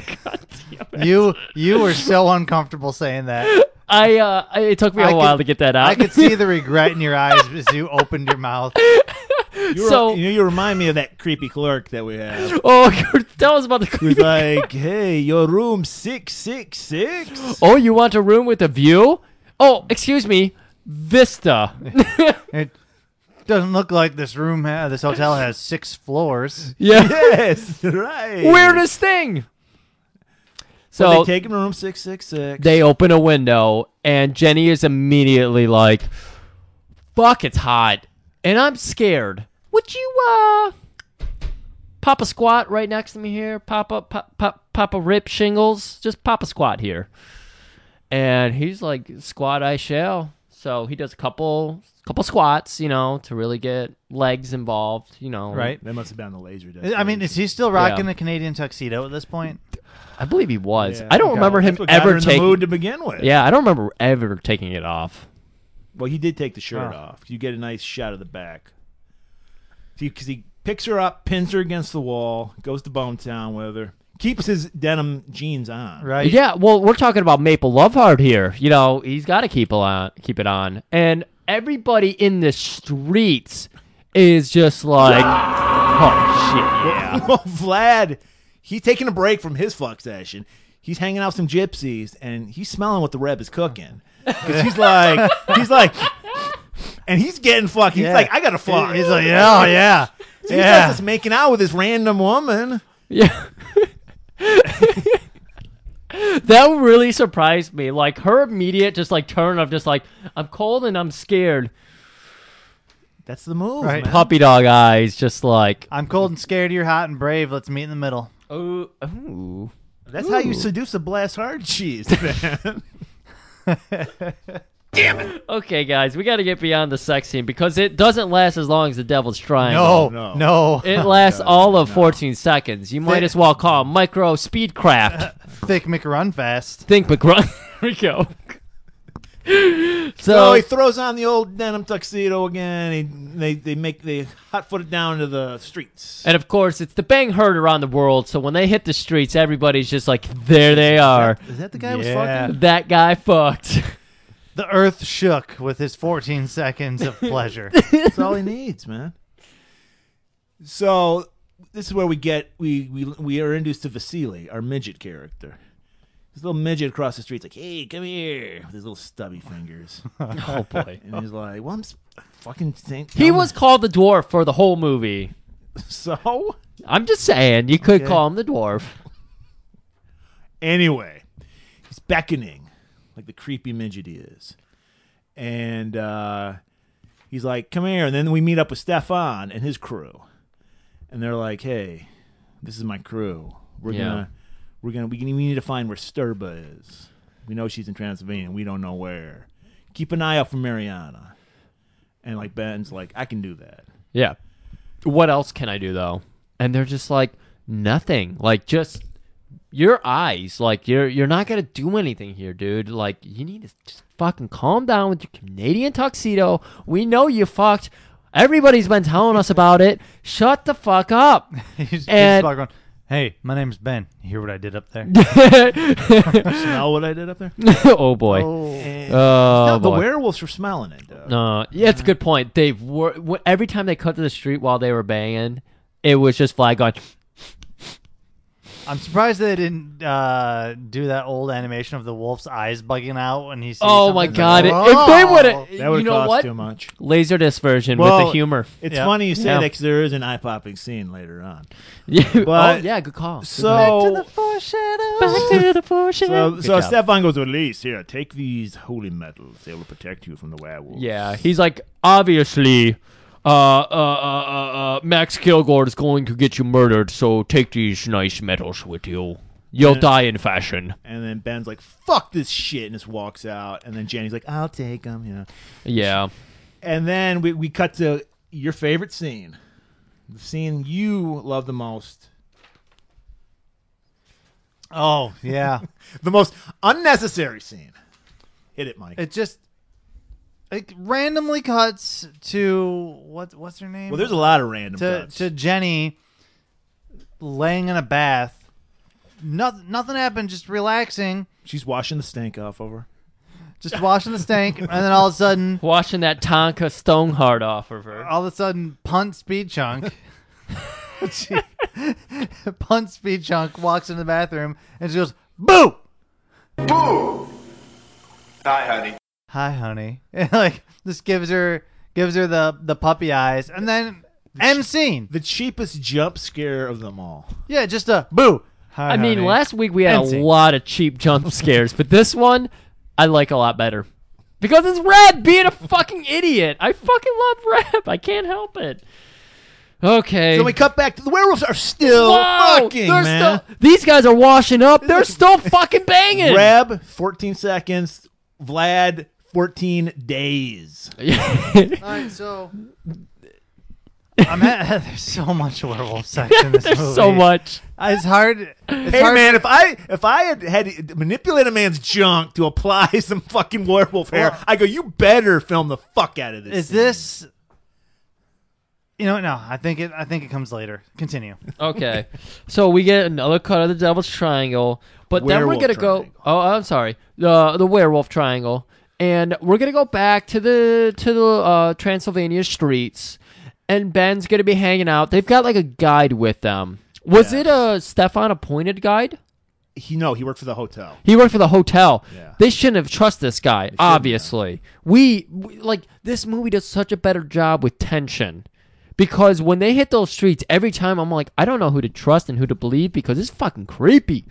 [SPEAKER 1] you you were so uncomfortable saying that.
[SPEAKER 2] I, uh, I- it took me a
[SPEAKER 1] I could-
[SPEAKER 2] while to get that out.
[SPEAKER 1] I could see the regret in your eyes as you opened your mouth.
[SPEAKER 3] You were-
[SPEAKER 2] So-
[SPEAKER 3] you, know, you remind me of that creepy clerk that we have.
[SPEAKER 2] oh, tell us about the
[SPEAKER 3] Who's like, "Hey, your room six six six.
[SPEAKER 2] Oh, you want a room with a view? Oh, excuse me, vista.
[SPEAKER 1] It doesn't look like this room, ha- this hotel has six floors.
[SPEAKER 2] yeah,
[SPEAKER 3] Yes, right.
[SPEAKER 2] weirdest thing.
[SPEAKER 3] So
[SPEAKER 2] So
[SPEAKER 3] they take him to room six six six.
[SPEAKER 2] they open a window, and Jenny is immediately like, "Fuck, it's hot," and I'm scared. Would you uh pop a squat right next to me here? Pop up, pop, pop, pop a rip shingles. Just pop a squat here. And he's like, "Squat, I shall." So he does a couple, couple squats, you know, to really get legs involved, you know.
[SPEAKER 1] Right.
[SPEAKER 3] That must have been on the laser disc.
[SPEAKER 1] I mean, is he still rocking
[SPEAKER 2] Yeah.
[SPEAKER 1] a Canadian tuxedo at this point?
[SPEAKER 2] I believe he was.
[SPEAKER 3] Yeah.
[SPEAKER 2] I don't remember him
[SPEAKER 3] That's what got her
[SPEAKER 2] ever
[SPEAKER 3] in the mood
[SPEAKER 2] taking.
[SPEAKER 3] to begin with.
[SPEAKER 2] Yeah, I don't remember ever taking it off.
[SPEAKER 3] Well, he did take the shirt
[SPEAKER 1] Oh.
[SPEAKER 3] off. You get a nice shot of the back. Because he picks her up, pins her against the wall, goes to Bone Town with her, keeps his denim jeans on.
[SPEAKER 1] Right.
[SPEAKER 2] Yeah, well, we're talking about Maple Lovehard here. You know, he's got to keep it on, keep it on, and everybody in the streets is just like, oh shit, yeah.
[SPEAKER 3] Well, Vlad, he's taking a break from his fuck session. He's hanging out with some gypsies and he's smelling what the reb is cooking. 'Cause he's like, he's like, and he's getting fucked. He's
[SPEAKER 1] Yeah.
[SPEAKER 3] like, I gotta fuck.
[SPEAKER 1] He's like, yeah, oh, yeah,
[SPEAKER 3] so he
[SPEAKER 1] yeah.
[SPEAKER 3] starts just making out with this random woman.
[SPEAKER 2] yeah. that really surprised me. Like her immediate just like turn of just like I'm cold and I'm scared.
[SPEAKER 3] That's the move.
[SPEAKER 1] Right.
[SPEAKER 3] man.
[SPEAKER 2] Puppy dog eyes, just like
[SPEAKER 1] I'm cold and scared. You're hot and brave. Let's meet in the middle.
[SPEAKER 2] ooh, ooh.
[SPEAKER 3] That's how you seduce a blast hard cheese, man.
[SPEAKER 2] Okay, guys, we got to get beyond the sex scene because it doesn't last as long as the Devil's Triangle.
[SPEAKER 1] No,
[SPEAKER 3] no.
[SPEAKER 1] no.
[SPEAKER 2] It lasts all of 14 seconds. You might as well call it micro speedcraft.
[SPEAKER 1] Thick McRun fast.
[SPEAKER 2] Think McGrun. Here we go.
[SPEAKER 3] So
[SPEAKER 2] So,
[SPEAKER 3] Oh, he throws on the old denim tuxedo again. He, they they make they hot foot it down to the streets.
[SPEAKER 2] and of course, it's the bang herd around the world. So when they hit the streets, everybody's just like, there they are.
[SPEAKER 3] Is that the guy who was
[SPEAKER 1] Yeah.
[SPEAKER 3] fucking?
[SPEAKER 2] That guy fucked.
[SPEAKER 1] The earth shook with his 14 seconds of pleasure.
[SPEAKER 3] That's all he needs, man. So this is where we get we we we are introduced to Vasily, our midget character. This little midget across the street's like, "Hey, come here!" with his little stubby fingers,
[SPEAKER 2] Oh boy.
[SPEAKER 3] and he's like, "Well, I'm s- fucking think
[SPEAKER 2] He was called the dwarf for the whole movie.
[SPEAKER 3] so."
[SPEAKER 2] I'm just saying, you could
[SPEAKER 3] Okay.
[SPEAKER 2] call him the dwarf.
[SPEAKER 3] Anyway, he's beckoning, like the creepy midget he is. And uh, he's like, come here. And then we meet up with Stefan and his crew. And they're like, hey, this is my crew. We're
[SPEAKER 2] Yeah.
[SPEAKER 3] gonna we're gonna we gonna- we need to find where Sturba is. We know she's in Transylvania, we don't know where. Keep an eye out for Mariana. And like Ben's like, I can do that.
[SPEAKER 2] Yeah. What else can I do though? And they're just like nothing. Like just your eyes. Like you're you're not gonna do anything here, dude. Like you need to just fucking calm down with your Canadian tuxedo. We know you fucked. Everybody's been telling us about it. Shut the fuck up.
[SPEAKER 1] He's, he's
[SPEAKER 2] And-
[SPEAKER 1] like going, hey, my name's Ben. You hear what I did up there?
[SPEAKER 3] Smell what I did up there?
[SPEAKER 2] oh boy.
[SPEAKER 3] And-
[SPEAKER 2] Oh,
[SPEAKER 3] no, the
[SPEAKER 2] boy.
[SPEAKER 3] werewolves were smelling it though.
[SPEAKER 2] No, yeah, it's a good point. They were wh- every time they cut to the street while they were banging, it was just flag going.
[SPEAKER 1] I'm surprised they didn't uh, do that old animation of the wolf's eyes bugging out when he sees
[SPEAKER 2] Oh my
[SPEAKER 1] something.
[SPEAKER 2] god!
[SPEAKER 1] Like,
[SPEAKER 2] If they
[SPEAKER 1] "Oh."
[SPEAKER 2] would have,
[SPEAKER 3] That would
[SPEAKER 2] you know
[SPEAKER 3] cost
[SPEAKER 2] what?
[SPEAKER 3] too much.
[SPEAKER 2] Laserdisc version with
[SPEAKER 3] Well,
[SPEAKER 2] the humor.
[SPEAKER 3] It's
[SPEAKER 1] Yeah.
[SPEAKER 3] funny you say that 'cause
[SPEAKER 2] Yeah.
[SPEAKER 3] that because there is an eye popping scene later on.
[SPEAKER 2] Yeah.
[SPEAKER 3] But-
[SPEAKER 2] oh yeah, good call.
[SPEAKER 3] So,
[SPEAKER 2] Back to the portion.
[SPEAKER 3] so,
[SPEAKER 2] Good
[SPEAKER 3] so
[SPEAKER 2] job.
[SPEAKER 3] Stefan goes, Elise, here, take these holy metals. They will protect you from the werewolves.
[SPEAKER 2] yeah, he's like obviously. Uh, uh, uh, uh, uh, Max Kilgore is going to get you murdered, so take these nice medals with you. You'll die in fashion.
[SPEAKER 3] And then Ben's like, fuck this shit, and just walks out. And then Jenny's like, I'll take them, you know.
[SPEAKER 2] Yeah.
[SPEAKER 3] And then we, we cut to your favorite scene. The scene you love the most.
[SPEAKER 1] Oh, yeah.
[SPEAKER 3] The most unnecessary scene. Hit it, Mike.
[SPEAKER 1] it just it randomly cuts to what what's her name?
[SPEAKER 3] well, there's a lot of random
[SPEAKER 1] to
[SPEAKER 3] cuts.
[SPEAKER 1] to Jenny laying in a bath. Nothing nothing happened, just relaxing,
[SPEAKER 3] She's washing the stink off of her.
[SPEAKER 1] just washing the stank, and then all of a sudden
[SPEAKER 2] Washing that Tonka Stoneheart off of her.
[SPEAKER 1] all of a sudden punt speed chunk she, punt speed chunk walks into the bathroom and she goes, Boo!
[SPEAKER 6] Hi, honey.
[SPEAKER 1] Hi honey. And like just gives her gives her the the puppy eyes and then end scene.
[SPEAKER 3] The cheapest jump scare of them all.
[SPEAKER 1] Yeah, just a boo. Hi,
[SPEAKER 2] I mean,
[SPEAKER 1] honey.
[SPEAKER 2] last week we had a
[SPEAKER 1] Fancy.
[SPEAKER 2] lot of cheap jump scares, but this one I like a lot better. Because it's Reb being a fucking idiot. I fucking love Reb. I can't help it. Okay.
[SPEAKER 3] So we cut back to the werewolves are still
[SPEAKER 2] Whoa!
[SPEAKER 3] fucking
[SPEAKER 2] They're
[SPEAKER 3] man.
[SPEAKER 2] still- these guys are washing up. They're still fucking banging.
[SPEAKER 3] Reb, 14 seconds. Vlad, 14 days.
[SPEAKER 1] All right, so I'm at, there's so much werewolf sex in this movie.
[SPEAKER 2] There's so much.
[SPEAKER 1] It's hard. It's
[SPEAKER 3] Hey
[SPEAKER 1] hard.
[SPEAKER 3] man, if I if I had had to manipulate a man's junk to apply some fucking werewolf hair,
[SPEAKER 1] Well-
[SPEAKER 3] I go, you better film the fuck out of this.
[SPEAKER 1] Is
[SPEAKER 3] scene."
[SPEAKER 1] this? You know, no. I think it. I think it comes later. Continue.
[SPEAKER 2] Okay. so we get another cut of the Devil's Triangle, but
[SPEAKER 3] Werewolf
[SPEAKER 2] then we're gonna
[SPEAKER 3] triangle.
[SPEAKER 2] go. Oh, I'm sorry. The the Werewolf Triangle, and we're gonna go back to the to the uh, Transylvania streets, and Ben's gonna be hanging out. They've got like a guide with them. Was it a Stefan appointed guide?
[SPEAKER 3] He no, he worked for the hotel.
[SPEAKER 2] He worked for the hotel.
[SPEAKER 3] Yeah.
[SPEAKER 2] They shouldn't have trusted this guy. Obviously, we, we like this movie does such a better job with tension because when they hit those streets, every time I'm like, I don't know who to trust and who to believe because it's fucking creepy.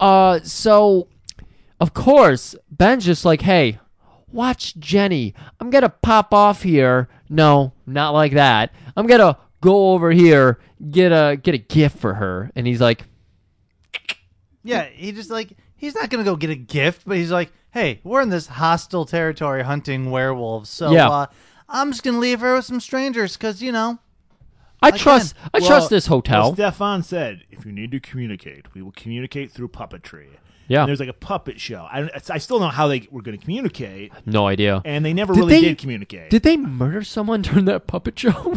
[SPEAKER 2] Uh, so of course Ben's just like, hey, watch Jenny. I'm gonna pop off here. No, not like that. I'm gonna go over here get a get a gift for her, and he's like.
[SPEAKER 1] Yeah, he just like he's not gonna go get a gift, but he's like, hey, we're in this hostile territory hunting werewolves, so
[SPEAKER 2] Yeah.
[SPEAKER 1] uh, I'm just gonna leave her with some strangers because you know.
[SPEAKER 2] I, trust. I
[SPEAKER 3] Well,
[SPEAKER 2] trust this
[SPEAKER 3] Well,
[SPEAKER 2] hotel.
[SPEAKER 3] Stefan said, if you need to communicate, we will communicate through puppetry.
[SPEAKER 2] Yeah.
[SPEAKER 3] And there's like a puppet show. I don't, I still don't know how they were going to communicate,
[SPEAKER 2] No idea.
[SPEAKER 3] and they never
[SPEAKER 2] Did
[SPEAKER 3] really
[SPEAKER 2] they-
[SPEAKER 3] did communicate.
[SPEAKER 2] Did they murder someone during that puppet show?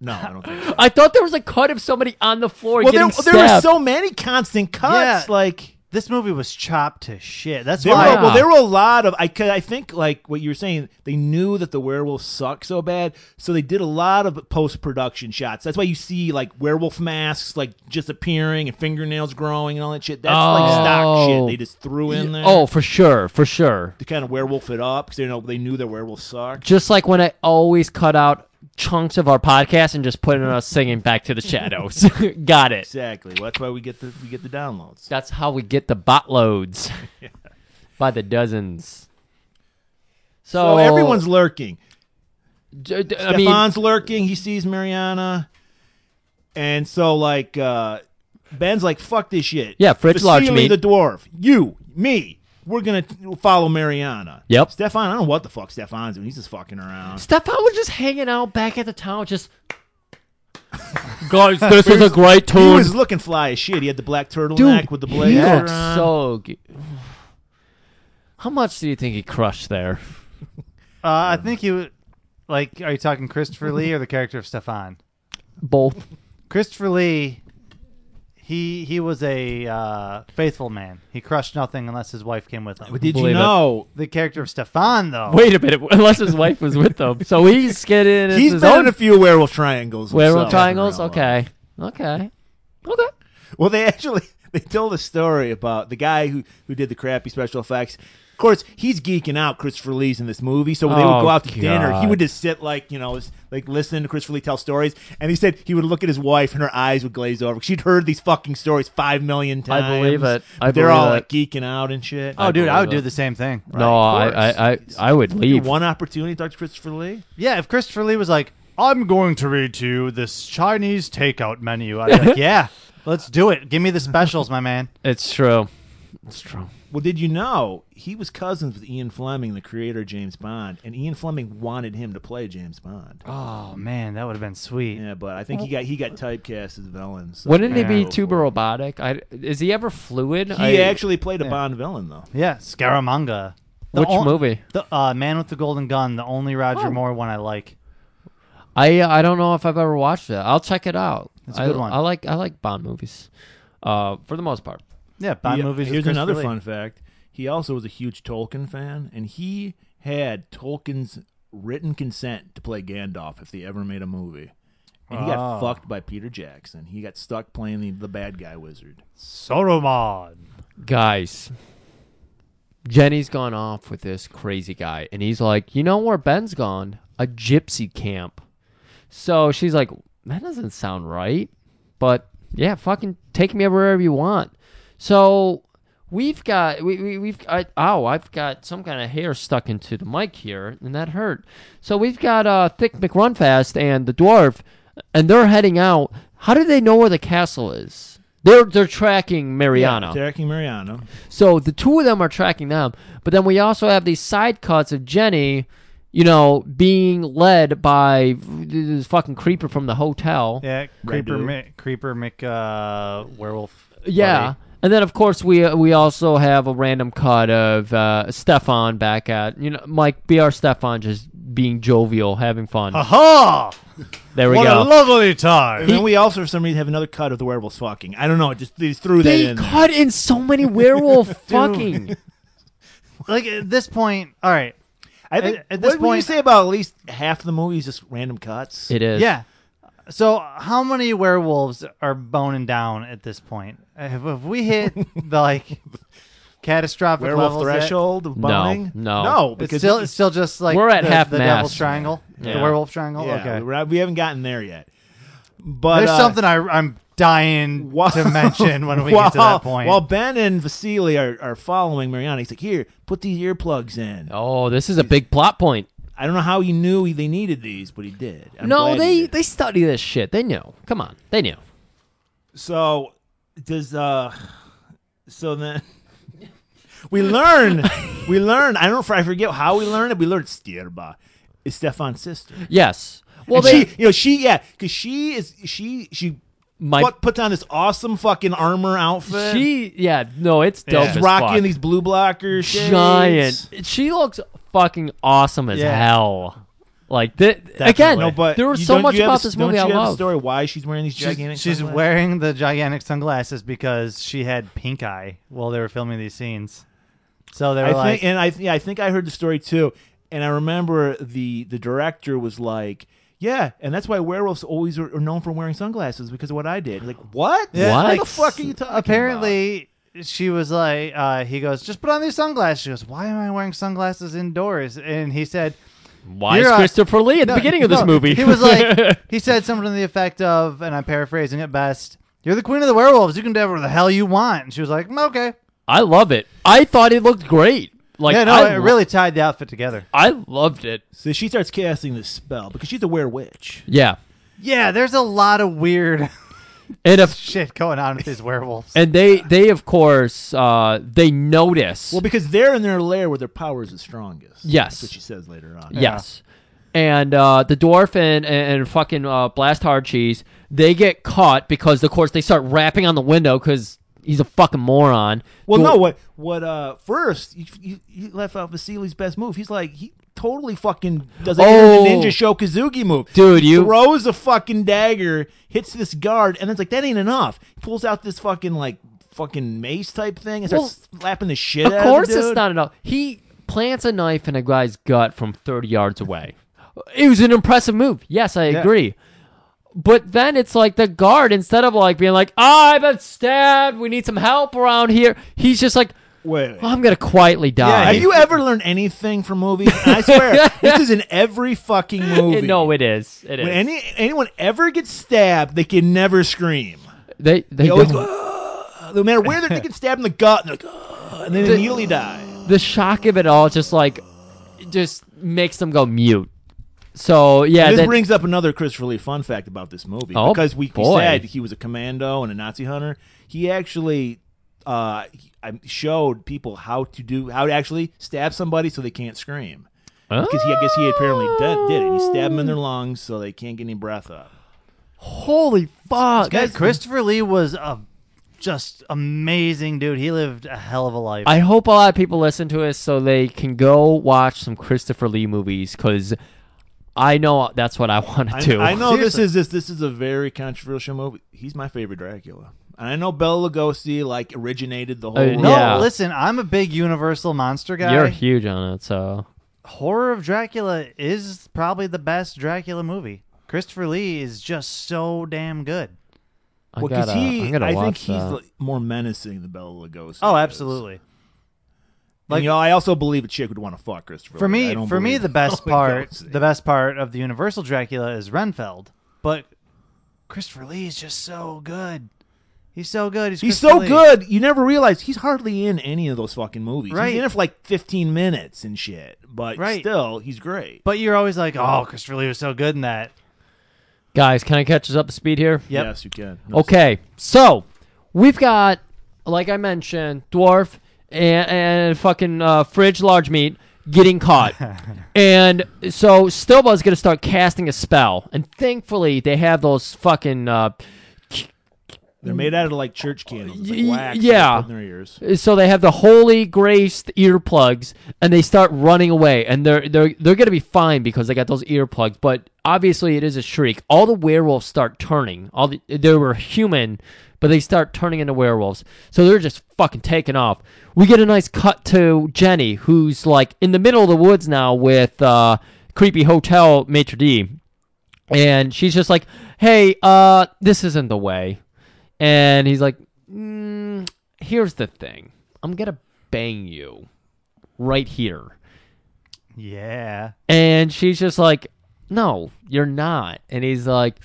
[SPEAKER 3] no, I don't think. So.
[SPEAKER 2] I thought there was a cut of somebody on the floor
[SPEAKER 3] well,
[SPEAKER 2] getting
[SPEAKER 3] there, there were
[SPEAKER 2] stabbed.
[SPEAKER 3] so many constant cuts.
[SPEAKER 1] Yeah.
[SPEAKER 3] Like
[SPEAKER 1] This movie was chopped to shit. That's
[SPEAKER 3] There
[SPEAKER 1] why uh,
[SPEAKER 3] were, well, there were a lot of I could I think like what you were saying. They knew that the werewolf sucked so bad, so they did a lot of post production shots. That's why you see like werewolf masks like just appearing and fingernails growing and all that shit. That's like stock shit
[SPEAKER 2] Oh.
[SPEAKER 3] they just threw in there.
[SPEAKER 2] Oh, for sure, for sure.
[SPEAKER 3] to kind of werewolf it up because they know they knew their werewolf sucked.
[SPEAKER 2] Just like when I always cut out chunks of our podcast and just put in us singing "Back to the Shadows." Got it.
[SPEAKER 3] Exactly. Well, that's why we get the we get the downloads.
[SPEAKER 2] That's how we get the bot loads by the dozens.
[SPEAKER 3] So
[SPEAKER 2] So,
[SPEAKER 3] everyone's lurking.
[SPEAKER 2] J- d- I mean,
[SPEAKER 3] Stefan's lurking. He sees Mariana, and so like uh, Ben's like, "Fuck this shit."
[SPEAKER 2] Yeah, Fritz
[SPEAKER 3] Vasily
[SPEAKER 2] Larchmeat.
[SPEAKER 3] the dwarf. You, me, we're gonna t- follow Mariana.
[SPEAKER 2] Yep.
[SPEAKER 3] Stefan, I don't know what the fuck Stefan's doing. He's just fucking around.
[SPEAKER 2] Stefan was just hanging out back at the town, just. Guys, this is a great
[SPEAKER 3] He
[SPEAKER 2] tune.
[SPEAKER 3] was looking fly as shit. He had the black turtleneck
[SPEAKER 2] Dude,
[SPEAKER 3] with the
[SPEAKER 2] he
[SPEAKER 3] blazer
[SPEAKER 2] looked
[SPEAKER 3] on.
[SPEAKER 2] so. Good. How much do you think he crushed there?
[SPEAKER 1] Uh, I think he would. Like, are you talking Christopher Lee or the character of Stefan?
[SPEAKER 2] Both.
[SPEAKER 1] Christopher Lee, he he was a uh, faithful man. He crushed nothing unless his wife came with him.
[SPEAKER 3] But did you
[SPEAKER 2] Believe it.
[SPEAKER 3] know
[SPEAKER 1] the character of Stefan, though,
[SPEAKER 2] Wait a minute. Unless his wife was with him, so he's getting
[SPEAKER 3] he's
[SPEAKER 2] his
[SPEAKER 3] been
[SPEAKER 2] own
[SPEAKER 3] in a few werewolf triangles?
[SPEAKER 2] werewolf
[SPEAKER 3] himself.
[SPEAKER 2] triangles.
[SPEAKER 3] Real life.
[SPEAKER 2] Okay, okay, okay.
[SPEAKER 3] Well, they actually they told a story about the guy who who did the crappy special effects. Of course, he's geeking out Christopher Lee's in this movie. So when they would
[SPEAKER 2] Oh,
[SPEAKER 3] go out to dinner, he
[SPEAKER 2] God.
[SPEAKER 3] would just sit like you know, s- like listen to Christopher Lee tell stories. And he said he would look at his wife, and her eyes would glaze over. She'd heard these fucking stories five million
[SPEAKER 2] I
[SPEAKER 3] times.
[SPEAKER 2] believe it. I
[SPEAKER 3] But they're
[SPEAKER 2] believe
[SPEAKER 3] all
[SPEAKER 2] it.
[SPEAKER 3] like geeking out and shit.
[SPEAKER 1] Oh, dude, I would do
[SPEAKER 2] believe it.
[SPEAKER 1] the same thing.
[SPEAKER 2] no,
[SPEAKER 3] Right, of
[SPEAKER 2] I, I, I, I would leave.
[SPEAKER 3] one opportunity, Doctor Christopher Lee.
[SPEAKER 1] Yeah, if Christopher Lee was like, "I'm going to read to you this Chinese takeout menu," I'd be like, "Yeah, let's do it. Give me the specials, my man."
[SPEAKER 2] It's true. It's true.
[SPEAKER 3] Well, did you know he was cousins with Ian Fleming, the creator of James Bond, and Ian Fleming wanted him to play James Bond.
[SPEAKER 1] Oh man, that would have been sweet.
[SPEAKER 3] Yeah, but I think he got he got typecast as villain. So
[SPEAKER 2] Wouldn't he
[SPEAKER 1] Yeah.
[SPEAKER 2] be
[SPEAKER 1] Go
[SPEAKER 2] too robotic? I, is he ever fluid?
[SPEAKER 3] He
[SPEAKER 2] I,
[SPEAKER 3] actually played a Bond villain though.
[SPEAKER 1] Yeah, Scaramanga. The
[SPEAKER 2] Which
[SPEAKER 1] on-
[SPEAKER 2] movie?
[SPEAKER 1] The uh, Man with the Golden Gun, the only Roger Moore one I like.
[SPEAKER 2] I I don't know if I've ever watched it. I'll check it out.
[SPEAKER 1] It's a good
[SPEAKER 2] I,
[SPEAKER 1] one.
[SPEAKER 2] I like I like Bond movies, uh, for the most part.
[SPEAKER 1] Yeah, Bond
[SPEAKER 3] He-
[SPEAKER 1] movies. with
[SPEAKER 3] Here's
[SPEAKER 1] Christopher
[SPEAKER 3] another
[SPEAKER 1] Lee.
[SPEAKER 3] fun fact. He also was a huge Tolkien fan, and he had Tolkien's written consent to play Gandalf if they ever made a movie. And he got
[SPEAKER 1] Ah.
[SPEAKER 3] fucked by Peter Jackson. He got stuck playing the, the bad guy wizard.
[SPEAKER 1] Saruman.
[SPEAKER 2] Guys, Jenny's gone off with this crazy guy, and he's like, you know where Ben's gone? A gypsy camp. So she's like, that doesn't sound right, but yeah, fucking take me wherever you want. So we've got we, we we've I, ow I've got some kind of hair stuck into the mic here, and that hurt. So we've got uh, Thick McRunfast and the dwarf, and they're heading out. How do they know where the castle is? They're they're tracking Mariana.
[SPEAKER 3] Attacking Mariana.
[SPEAKER 2] So the two of them are tracking them, but then we also have these side cuts of Jenny, you know, being led by this fucking creeper from the hotel.
[SPEAKER 1] Yeah, creeper,
[SPEAKER 3] dude.
[SPEAKER 1] Mick, creeper, Mick, uh, werewolf.
[SPEAKER 2] Yeah.
[SPEAKER 1] buddy.
[SPEAKER 2] And then of course we we also have a random cut of uh, Stefan back at you know Mike Br Stefan just being jovial, having fun.
[SPEAKER 1] Aha!
[SPEAKER 2] there we
[SPEAKER 1] What
[SPEAKER 2] go.
[SPEAKER 1] a lovely time.
[SPEAKER 3] And then we also, for some reason, have another cut of the werewolves fucking. I don't know. It just they just threw that
[SPEAKER 2] they
[SPEAKER 3] in. there.
[SPEAKER 2] cut in so many werewolf fucking.
[SPEAKER 1] like at this point, all right.
[SPEAKER 3] I think,
[SPEAKER 1] at- at
[SPEAKER 3] what
[SPEAKER 1] this
[SPEAKER 3] would you
[SPEAKER 1] point-
[SPEAKER 3] say about at least half the movie is just random cuts?
[SPEAKER 2] It is.
[SPEAKER 1] Yeah. So, how many werewolves are boning down at this point? Have, have we hit the like catastrophic
[SPEAKER 3] werewolf
[SPEAKER 1] levels yet?
[SPEAKER 3] threshold of boning?
[SPEAKER 2] no.
[SPEAKER 3] no,
[SPEAKER 1] It's
[SPEAKER 3] because
[SPEAKER 1] still, it's still just like
[SPEAKER 2] We're at
[SPEAKER 1] the,
[SPEAKER 2] half
[SPEAKER 1] the
[SPEAKER 2] mast.
[SPEAKER 1] devil's triangle,
[SPEAKER 2] Yeah.
[SPEAKER 1] the werewolf triangle.
[SPEAKER 3] yeah,
[SPEAKER 1] okay,
[SPEAKER 3] we're not- we haven't gotten there yet. But
[SPEAKER 1] there's
[SPEAKER 3] uh,
[SPEAKER 1] something I, I'm dying
[SPEAKER 3] while-
[SPEAKER 1] to mention when we get to
[SPEAKER 3] while-
[SPEAKER 1] that point.
[SPEAKER 3] While Ben and Vasily are, are following Mariana, he's like, "Here, put these earplugs in."
[SPEAKER 2] Oh, this is a big plot point.
[SPEAKER 3] I don't know how he knew he- they needed these, but he did. I'm
[SPEAKER 2] no,
[SPEAKER 3] glad he
[SPEAKER 2] they
[SPEAKER 3] did.
[SPEAKER 2] they study this shit. They knew. Come on, they knew.
[SPEAKER 3] So does uh, so then we learn. we learn. I don't. I forget how we learned it. We learned Stierba is Stefan's sister.
[SPEAKER 2] Yes.
[SPEAKER 3] Well,
[SPEAKER 2] Well, they,
[SPEAKER 3] she, you know, she, yeah, because she is, she, she
[SPEAKER 2] My-
[SPEAKER 3] put, puts on this awesome fucking armor outfit.
[SPEAKER 2] she, yeah, no, it's dope.
[SPEAKER 1] She's
[SPEAKER 2] as
[SPEAKER 3] She's rocking
[SPEAKER 2] fuck.
[SPEAKER 3] these blue blockers.
[SPEAKER 2] giant. She looks fucking awesome as
[SPEAKER 1] Yeah.
[SPEAKER 2] hell. Like th- again,
[SPEAKER 1] No,
[SPEAKER 3] But
[SPEAKER 2] there was
[SPEAKER 3] you
[SPEAKER 2] so
[SPEAKER 3] don't-
[SPEAKER 2] much
[SPEAKER 3] you have
[SPEAKER 2] about
[SPEAKER 3] a-
[SPEAKER 2] this
[SPEAKER 3] don't
[SPEAKER 2] movie
[SPEAKER 3] you
[SPEAKER 2] I
[SPEAKER 3] have
[SPEAKER 2] love.
[SPEAKER 3] A story why she's wearing these gigantic.
[SPEAKER 1] She's, she's
[SPEAKER 3] sunglasses?
[SPEAKER 1] wearing the gigantic sunglasses because she had pink eye while they were filming these scenes. So they were
[SPEAKER 3] I
[SPEAKER 1] like,
[SPEAKER 3] think, and I, yeah, I think I heard the story too. And I remember the the director was like, "Yeah," and that's why werewolves always are, are known for wearing sunglasses because of what I did. Like, what?
[SPEAKER 1] Yeah,
[SPEAKER 2] What?
[SPEAKER 3] the fuck are you talking?
[SPEAKER 1] apparently she was like uh, he goes just put on these sunglasses she goes why am i wearing sunglasses indoors and he said
[SPEAKER 2] Why
[SPEAKER 1] You're
[SPEAKER 2] is
[SPEAKER 1] a-
[SPEAKER 2] Christopher Lee at the
[SPEAKER 1] no,
[SPEAKER 2] beginning of this
[SPEAKER 1] no.
[SPEAKER 2] movie?
[SPEAKER 1] he was like he said something to the effect of and i'm paraphrasing at best you're the queen of the werewolves you can do whatever the hell you want and she was like "Mm, okay
[SPEAKER 2] I love it. I thought it looked great. Like
[SPEAKER 1] yeah no
[SPEAKER 2] I
[SPEAKER 1] it
[SPEAKER 2] lo-
[SPEAKER 1] really tied the outfit together
[SPEAKER 2] I loved it.
[SPEAKER 3] So she starts casting this spell because she's a werewitch.
[SPEAKER 2] Yeah.
[SPEAKER 1] yeah there's a lot of weird
[SPEAKER 2] And if
[SPEAKER 1] shit going on with these werewolves
[SPEAKER 2] and they they of course uh they notice.
[SPEAKER 3] Well, because they're in their lair where their powers is strongest.
[SPEAKER 2] Yes.
[SPEAKER 3] that's what she says later on.
[SPEAKER 2] Yes. And uh, the dwarf and, and, and fucking uh, Blast Hard Cheese, they get caught because, of course, they start rapping on the window because he's a fucking moron.
[SPEAKER 3] Well,
[SPEAKER 2] Dwar-
[SPEAKER 3] no, what what? Uh, first you, you, you left out Vasili's best move. He's like he totally fucking does a
[SPEAKER 2] Oh.
[SPEAKER 3] ninja Shokuzugi move,
[SPEAKER 2] Dude, you-
[SPEAKER 3] throws a fucking dagger, hits this guard, and it's like that ain't enough. He pulls out this fucking like fucking mace type thing and starts slapping the shit. out
[SPEAKER 2] Of course,
[SPEAKER 3] the dude.
[SPEAKER 2] it's not enough. He plants a knife in a guy's gut from 30 yards away. It was an impressive move. Yes, I agree. But then it's like the guard, instead of like being like, I've been stabbed, we need some help around here, he's just like,
[SPEAKER 3] Wait, wait.
[SPEAKER 2] I'm going to quietly die.
[SPEAKER 3] Have you ever learned anything from movies? And I swear, this is in every fucking movie.
[SPEAKER 2] no, it is. It is.
[SPEAKER 3] when any anyone ever gets stabbed, they can never scream.
[SPEAKER 2] they they,
[SPEAKER 3] They always
[SPEAKER 2] don't.
[SPEAKER 3] go, "Ah." no matter where they're they get stabbed in the gut, and, they're like, "Ah," and then they immediately die.
[SPEAKER 2] the shock of it all just like just makes them go mute. So yeah,
[SPEAKER 3] this
[SPEAKER 2] that-
[SPEAKER 3] brings up another Christopher Lee fun fact about this movie
[SPEAKER 2] Oh,
[SPEAKER 3] because we, we
[SPEAKER 2] boy.
[SPEAKER 3] said he was a commando and a Nazi hunter. He actually uh, he- I showed people how to do how to actually stab somebody so they can't scream because he I guess he apparently did, did it. He stabbed them in their lungs so they can't get any breath up.
[SPEAKER 2] holy fuck.
[SPEAKER 1] Guys,
[SPEAKER 2] that's-
[SPEAKER 1] christopher lee was a just amazing dude he lived a hell of a life
[SPEAKER 2] I hope a lot of people listen to us so they can go watch some Christopher Lee movies because I know that's what I want
[SPEAKER 3] I,
[SPEAKER 2] to do.
[SPEAKER 3] I know
[SPEAKER 1] Seriously.
[SPEAKER 3] this is this this is a very controversial movie. He's my favorite Dracula, and I know Bela Lugosi like originated
[SPEAKER 1] Oh,
[SPEAKER 3] the whole.
[SPEAKER 2] Uh,
[SPEAKER 3] world.
[SPEAKER 1] no,
[SPEAKER 2] Yeah.
[SPEAKER 1] listen, I'm a big Universal monster guy.
[SPEAKER 2] You're huge on it, so
[SPEAKER 1] Horror of Dracula is probably the best Dracula movie. Christopher Lee is just so damn good.
[SPEAKER 2] I
[SPEAKER 3] Well,
[SPEAKER 2] gotta,
[SPEAKER 3] he,
[SPEAKER 2] I'm gonna
[SPEAKER 3] I think
[SPEAKER 2] watch
[SPEAKER 3] he's
[SPEAKER 2] that.
[SPEAKER 3] like, more menacing than Bela Lugosi.
[SPEAKER 1] Oh,
[SPEAKER 3] is.
[SPEAKER 1] absolutely.
[SPEAKER 3] Like, you know, I also believe a chick would want to fuck Christopher.
[SPEAKER 1] For
[SPEAKER 3] Lee. I
[SPEAKER 1] me,
[SPEAKER 3] don't
[SPEAKER 1] for me,
[SPEAKER 3] believe Oh
[SPEAKER 1] the best
[SPEAKER 3] Bela
[SPEAKER 1] part,
[SPEAKER 3] Lugosi.
[SPEAKER 1] the best part of the Universal Dracula is Renfeld, but Christopher Lee is just so good. He's so good. He's,
[SPEAKER 3] he's
[SPEAKER 1] Christopher
[SPEAKER 3] so
[SPEAKER 1] Lee.
[SPEAKER 3] good. You never realize he's hardly in any of those fucking movies.
[SPEAKER 1] Right.
[SPEAKER 3] He's in it for like 15 minutes and shit, but
[SPEAKER 1] Right.
[SPEAKER 3] still, he's great.
[SPEAKER 1] But you're always like, oh, Christopher Lee was so good in that.
[SPEAKER 2] Guys, can I catch us up to speed here?
[SPEAKER 1] Yep.
[SPEAKER 3] Yes, you can. No,
[SPEAKER 2] Okay, so we've got, like I mentioned, dwarf and, and fucking uh, fridge large meat getting caught, and so Stillbull's gonna start casting a spell, and thankfully they have those fucking. Uh,
[SPEAKER 3] They're made out of like church candles, It's
[SPEAKER 2] Y-
[SPEAKER 3] like wax. that
[SPEAKER 2] yeah.
[SPEAKER 3] they put in their ears.
[SPEAKER 2] so they have the holy grace earplugs, and they start running away, and they're they're they're gonna be fine because they got those earplugs. But obviously, it is a shriek. All the werewolves start turning. All the, they were human, but they start turning into werewolves. So they're just fucking taking off. We get a nice cut to Jenny, who's like in the middle of the woods now with uh, creepy hotel maitre d, and she's just like, "Hey, uh, this isn't the way." And he's like, mm, "Here's the thing. I'm gonna bang you right here."
[SPEAKER 1] Yeah.
[SPEAKER 2] And she's just like, "No, you're not." And he's like,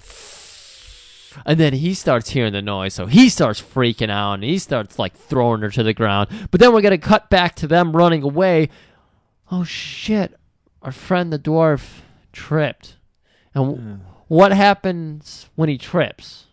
[SPEAKER 2] and then he starts hearing the noise, so he starts freaking out and he starts like throwing her to the ground. But then we're gonna cut back to them running away. Oh shit! Our friend the dwarf tripped. And w- what happens when he trips?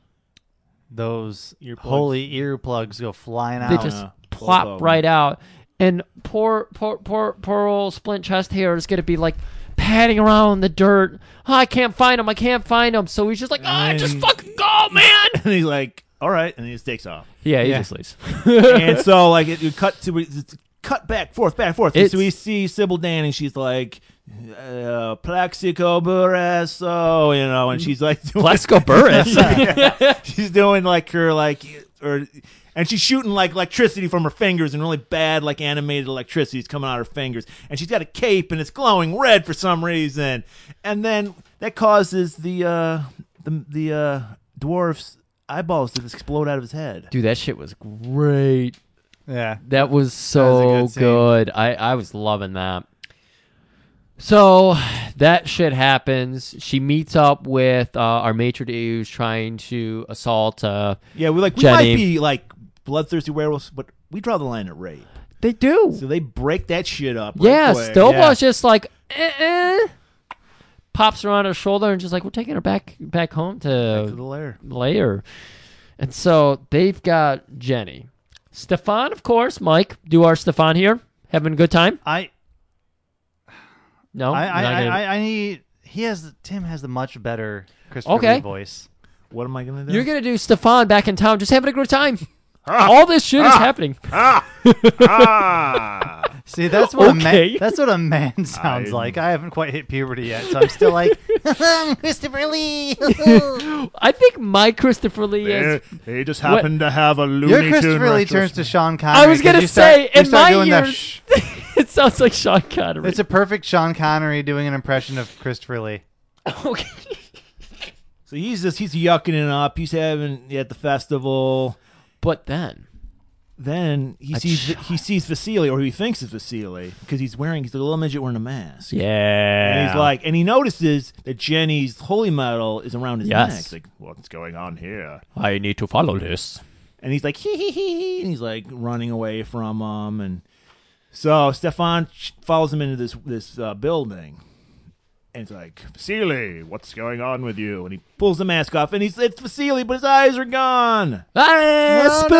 [SPEAKER 1] Those
[SPEAKER 3] Earplugs.
[SPEAKER 1] holy earplugs go flying out.
[SPEAKER 2] they just
[SPEAKER 3] yeah.
[SPEAKER 2] plop
[SPEAKER 3] Bobo.
[SPEAKER 2] right out. And poor, poor, poor, poor old splint chest hair is gonna be like padding around in the dirt. "Oh, I can't find him. I can't find him. So he's just like, ah, just
[SPEAKER 3] And-
[SPEAKER 2] fucking go, man.
[SPEAKER 3] And he's like, all right. And he just takes off.
[SPEAKER 2] Yeah, he just leaves.
[SPEAKER 3] and so like it, it cut to it's cut back forth back forth. And so
[SPEAKER 2] It's-
[SPEAKER 3] we see Sybil Dan and she's like uh, Plexico Burresso, you know, and she's like doing,
[SPEAKER 2] Plexico Burris.
[SPEAKER 3] she's doing like her like or and she's shooting like electricity from her fingers and really bad like animated electricity is coming out her fingers and she's got a cape and it's glowing red for some reason and then that causes the uh the the uh dwarf's eyeballs to explode out of his head
[SPEAKER 2] Dude, that shit was great.
[SPEAKER 1] Yeah.
[SPEAKER 2] That was
[SPEAKER 1] was a
[SPEAKER 2] so
[SPEAKER 1] good scene.
[SPEAKER 2] good. I, I was loving that. So that shit happens. She meets up with uh, our maitre d' who's trying to assault. Uh,
[SPEAKER 3] yeah we like we
[SPEAKER 2] Jenny.
[SPEAKER 3] might be like bloodthirsty werewolves but we draw the line at rape
[SPEAKER 2] they do.
[SPEAKER 3] so they break that shit up right
[SPEAKER 2] yeah,
[SPEAKER 3] quick.
[SPEAKER 2] Stovall's just like, eh, eh, pops her on her shoulder and just like, we're taking her back back home to,
[SPEAKER 3] to the lair
[SPEAKER 2] layer. And so they've got Jenny. Stefan, of course, Mike, do our Stefan here. Having a good time?
[SPEAKER 1] I
[SPEAKER 2] No?
[SPEAKER 1] I I,
[SPEAKER 2] Not
[SPEAKER 1] I,
[SPEAKER 2] gonna-
[SPEAKER 1] I, I need he has Tim has the much better Christopher
[SPEAKER 2] Okay.
[SPEAKER 1] Reeve voice.
[SPEAKER 3] what am i gonna do
[SPEAKER 2] You're going to do Stefan back in town, just having a good time. All this shit is happening.
[SPEAKER 3] Ah!
[SPEAKER 1] See, that's what a
[SPEAKER 2] Okay.
[SPEAKER 1] man that's what a man sounds like. I haven't quite hit puberty yet, so I'm still like Christopher Lee.
[SPEAKER 2] I think my Christopher Lee is.
[SPEAKER 3] they just
[SPEAKER 2] happen
[SPEAKER 3] to have a
[SPEAKER 1] Your
[SPEAKER 3] Looney
[SPEAKER 1] Christopher Lee turns to Sean Connery.
[SPEAKER 2] I was
[SPEAKER 1] 'cause
[SPEAKER 2] gonna
[SPEAKER 1] you start-
[SPEAKER 2] say,
[SPEAKER 1] you
[SPEAKER 2] in
[SPEAKER 1] start
[SPEAKER 2] my
[SPEAKER 1] doing that
[SPEAKER 2] years-
[SPEAKER 1] shh.
[SPEAKER 2] it sounds like Sean Connery.
[SPEAKER 1] it's a perfect Sean Connery doing an impression of Christopher Lee.
[SPEAKER 2] okay.
[SPEAKER 3] So he's just he's yucking it up. He's having at the festival.
[SPEAKER 2] But then,
[SPEAKER 3] Then he sees he sees Vasily, or he thinks it's Vasily, because he's wearing he's a little midget wearing a mask.
[SPEAKER 2] yeah,
[SPEAKER 3] And he's like, and he notices that Jenny's holy medal is around his
[SPEAKER 2] Yes.
[SPEAKER 3] neck. He's like, what's going on here?
[SPEAKER 2] I need to follow this.
[SPEAKER 3] And he's like, hee hee hee, hee, and he's like running away from him. And so Stefan sh- follows him into this this uh, building, and it's like, Vasily, what's going on with you? And he pulls the mask off, and he's it's Vasily, but his eyes are gone.
[SPEAKER 2] Ah,
[SPEAKER 3] No,
[SPEAKER 2] spooky!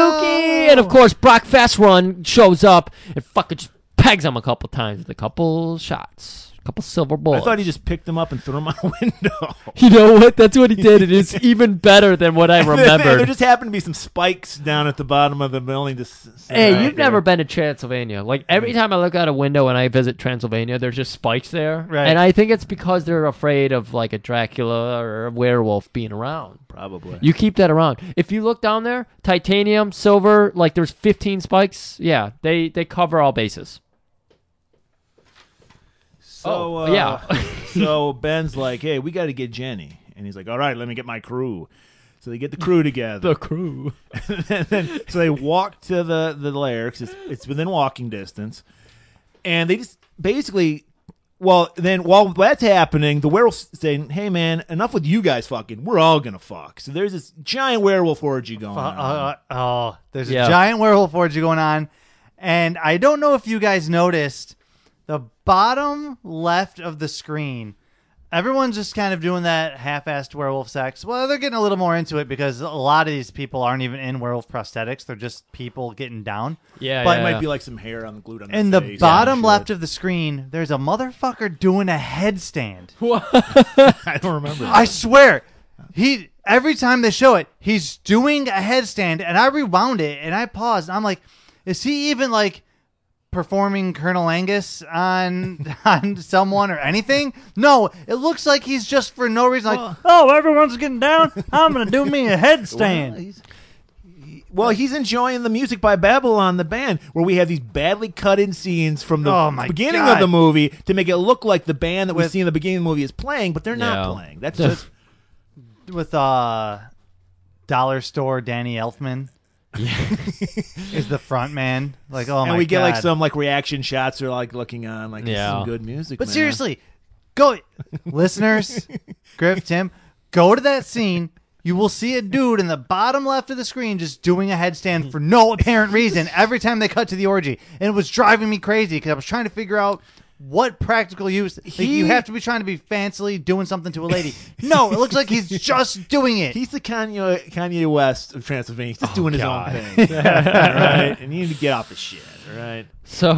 [SPEAKER 3] no.
[SPEAKER 2] And of course, Brock Fast Run shows up and fucking just pegs him a couple times with a couple shots, a couple silver
[SPEAKER 3] I
[SPEAKER 2] bullets.
[SPEAKER 3] thought he just picked them up and threw them out a window.
[SPEAKER 2] you know what? That's what he did. It is even better than what I
[SPEAKER 3] there
[SPEAKER 2] remembered.
[SPEAKER 3] just happened to be some spikes down at the bottom of the building. Just
[SPEAKER 2] Hey, you've never been to Transylvania. Like
[SPEAKER 3] Mm.
[SPEAKER 2] every time I look out a window and I visit Transylvania, there's just spikes there,
[SPEAKER 1] Right.
[SPEAKER 2] and I think it's because they're afraid of like a Dracula or a werewolf being around.
[SPEAKER 3] probably.
[SPEAKER 2] You keep that around. If you look down there, titanium, silver, like there's 15 spikes. Yeah, they they cover all bases.
[SPEAKER 3] so
[SPEAKER 2] oh,
[SPEAKER 3] uh,
[SPEAKER 2] yeah.
[SPEAKER 3] so Ben's like, "Hey, we got to get Jenny," and he's like, "All right, let me get my crew." So they get the crew together.
[SPEAKER 2] crew.
[SPEAKER 3] and then, so they walk to the the lair 'cause it's, it's within walking distance, and they just basically. Well, then while that's happening, the werewolf's saying, "Hey, man, enough with you guys fucking. We're all gonna fuck." So there's this giant werewolf orgy going
[SPEAKER 1] Uh,
[SPEAKER 3] on.
[SPEAKER 1] uh, uh, oh, there's
[SPEAKER 2] Yeah.
[SPEAKER 1] a giant werewolf orgy going on, and I don't know if you guys noticed the bottom left of the screen. Everyone's just kind of doing that half-assed werewolf sex. Well, they're getting a little more into it because a lot of these people aren't even in werewolf prosthetics; they're just people getting down.
[SPEAKER 2] Yeah,
[SPEAKER 3] But
[SPEAKER 2] yeah,
[SPEAKER 3] it
[SPEAKER 2] yeah.
[SPEAKER 3] might be like some hair on glued on.
[SPEAKER 1] In
[SPEAKER 3] the,
[SPEAKER 1] the
[SPEAKER 3] face.
[SPEAKER 1] bottom
[SPEAKER 3] Yeah,
[SPEAKER 1] left of the screen, there's a motherfucker doing a headstand.
[SPEAKER 3] I don't remember.
[SPEAKER 1] I swear, he every time they show it, he's doing a headstand, and I rewound it and I paused. And I'm like, is he even like performing Colonel Angus on on someone or anything? No, it looks like he's just for no reason. Like, oh, everyone's getting down. I'm gonna do me a headstand.
[SPEAKER 3] he's, he- well, he's enjoying the music by Babylon, the band, where we have these badly cut in scenes from the
[SPEAKER 1] Oh, my
[SPEAKER 3] beginning of
[SPEAKER 1] God.
[SPEAKER 3] the movie to make it look like the band that we
[SPEAKER 1] With-
[SPEAKER 3] see in the beginning of the movie is playing, but they're
[SPEAKER 2] Yeah. Oh
[SPEAKER 3] not playing. That's just
[SPEAKER 1] With uh, dollar store Danny Elfman. is the front man like oh my
[SPEAKER 3] and we get like
[SPEAKER 1] God.
[SPEAKER 3] some like reaction shots or like looking on like this is
[SPEAKER 2] Yeah.
[SPEAKER 3] some good music.
[SPEAKER 1] But
[SPEAKER 3] man.
[SPEAKER 1] seriously, go listeners, Griff, Tim, go to that scene. You will see a dude in the bottom left of the screen just doing a headstand for no apparent reason every time they cut to the orgy, and it was driving me crazy because I was trying to figure out what practical use. Like,
[SPEAKER 3] He-
[SPEAKER 1] you have to be trying to be fancily doing something to a lady. No, it looks like he's just doing it.
[SPEAKER 3] He's the Kanye Kanye West of Transylvania. He's
[SPEAKER 1] Oh,
[SPEAKER 3] just doing his own thing, right? And you need to get off the shit, right?
[SPEAKER 2] So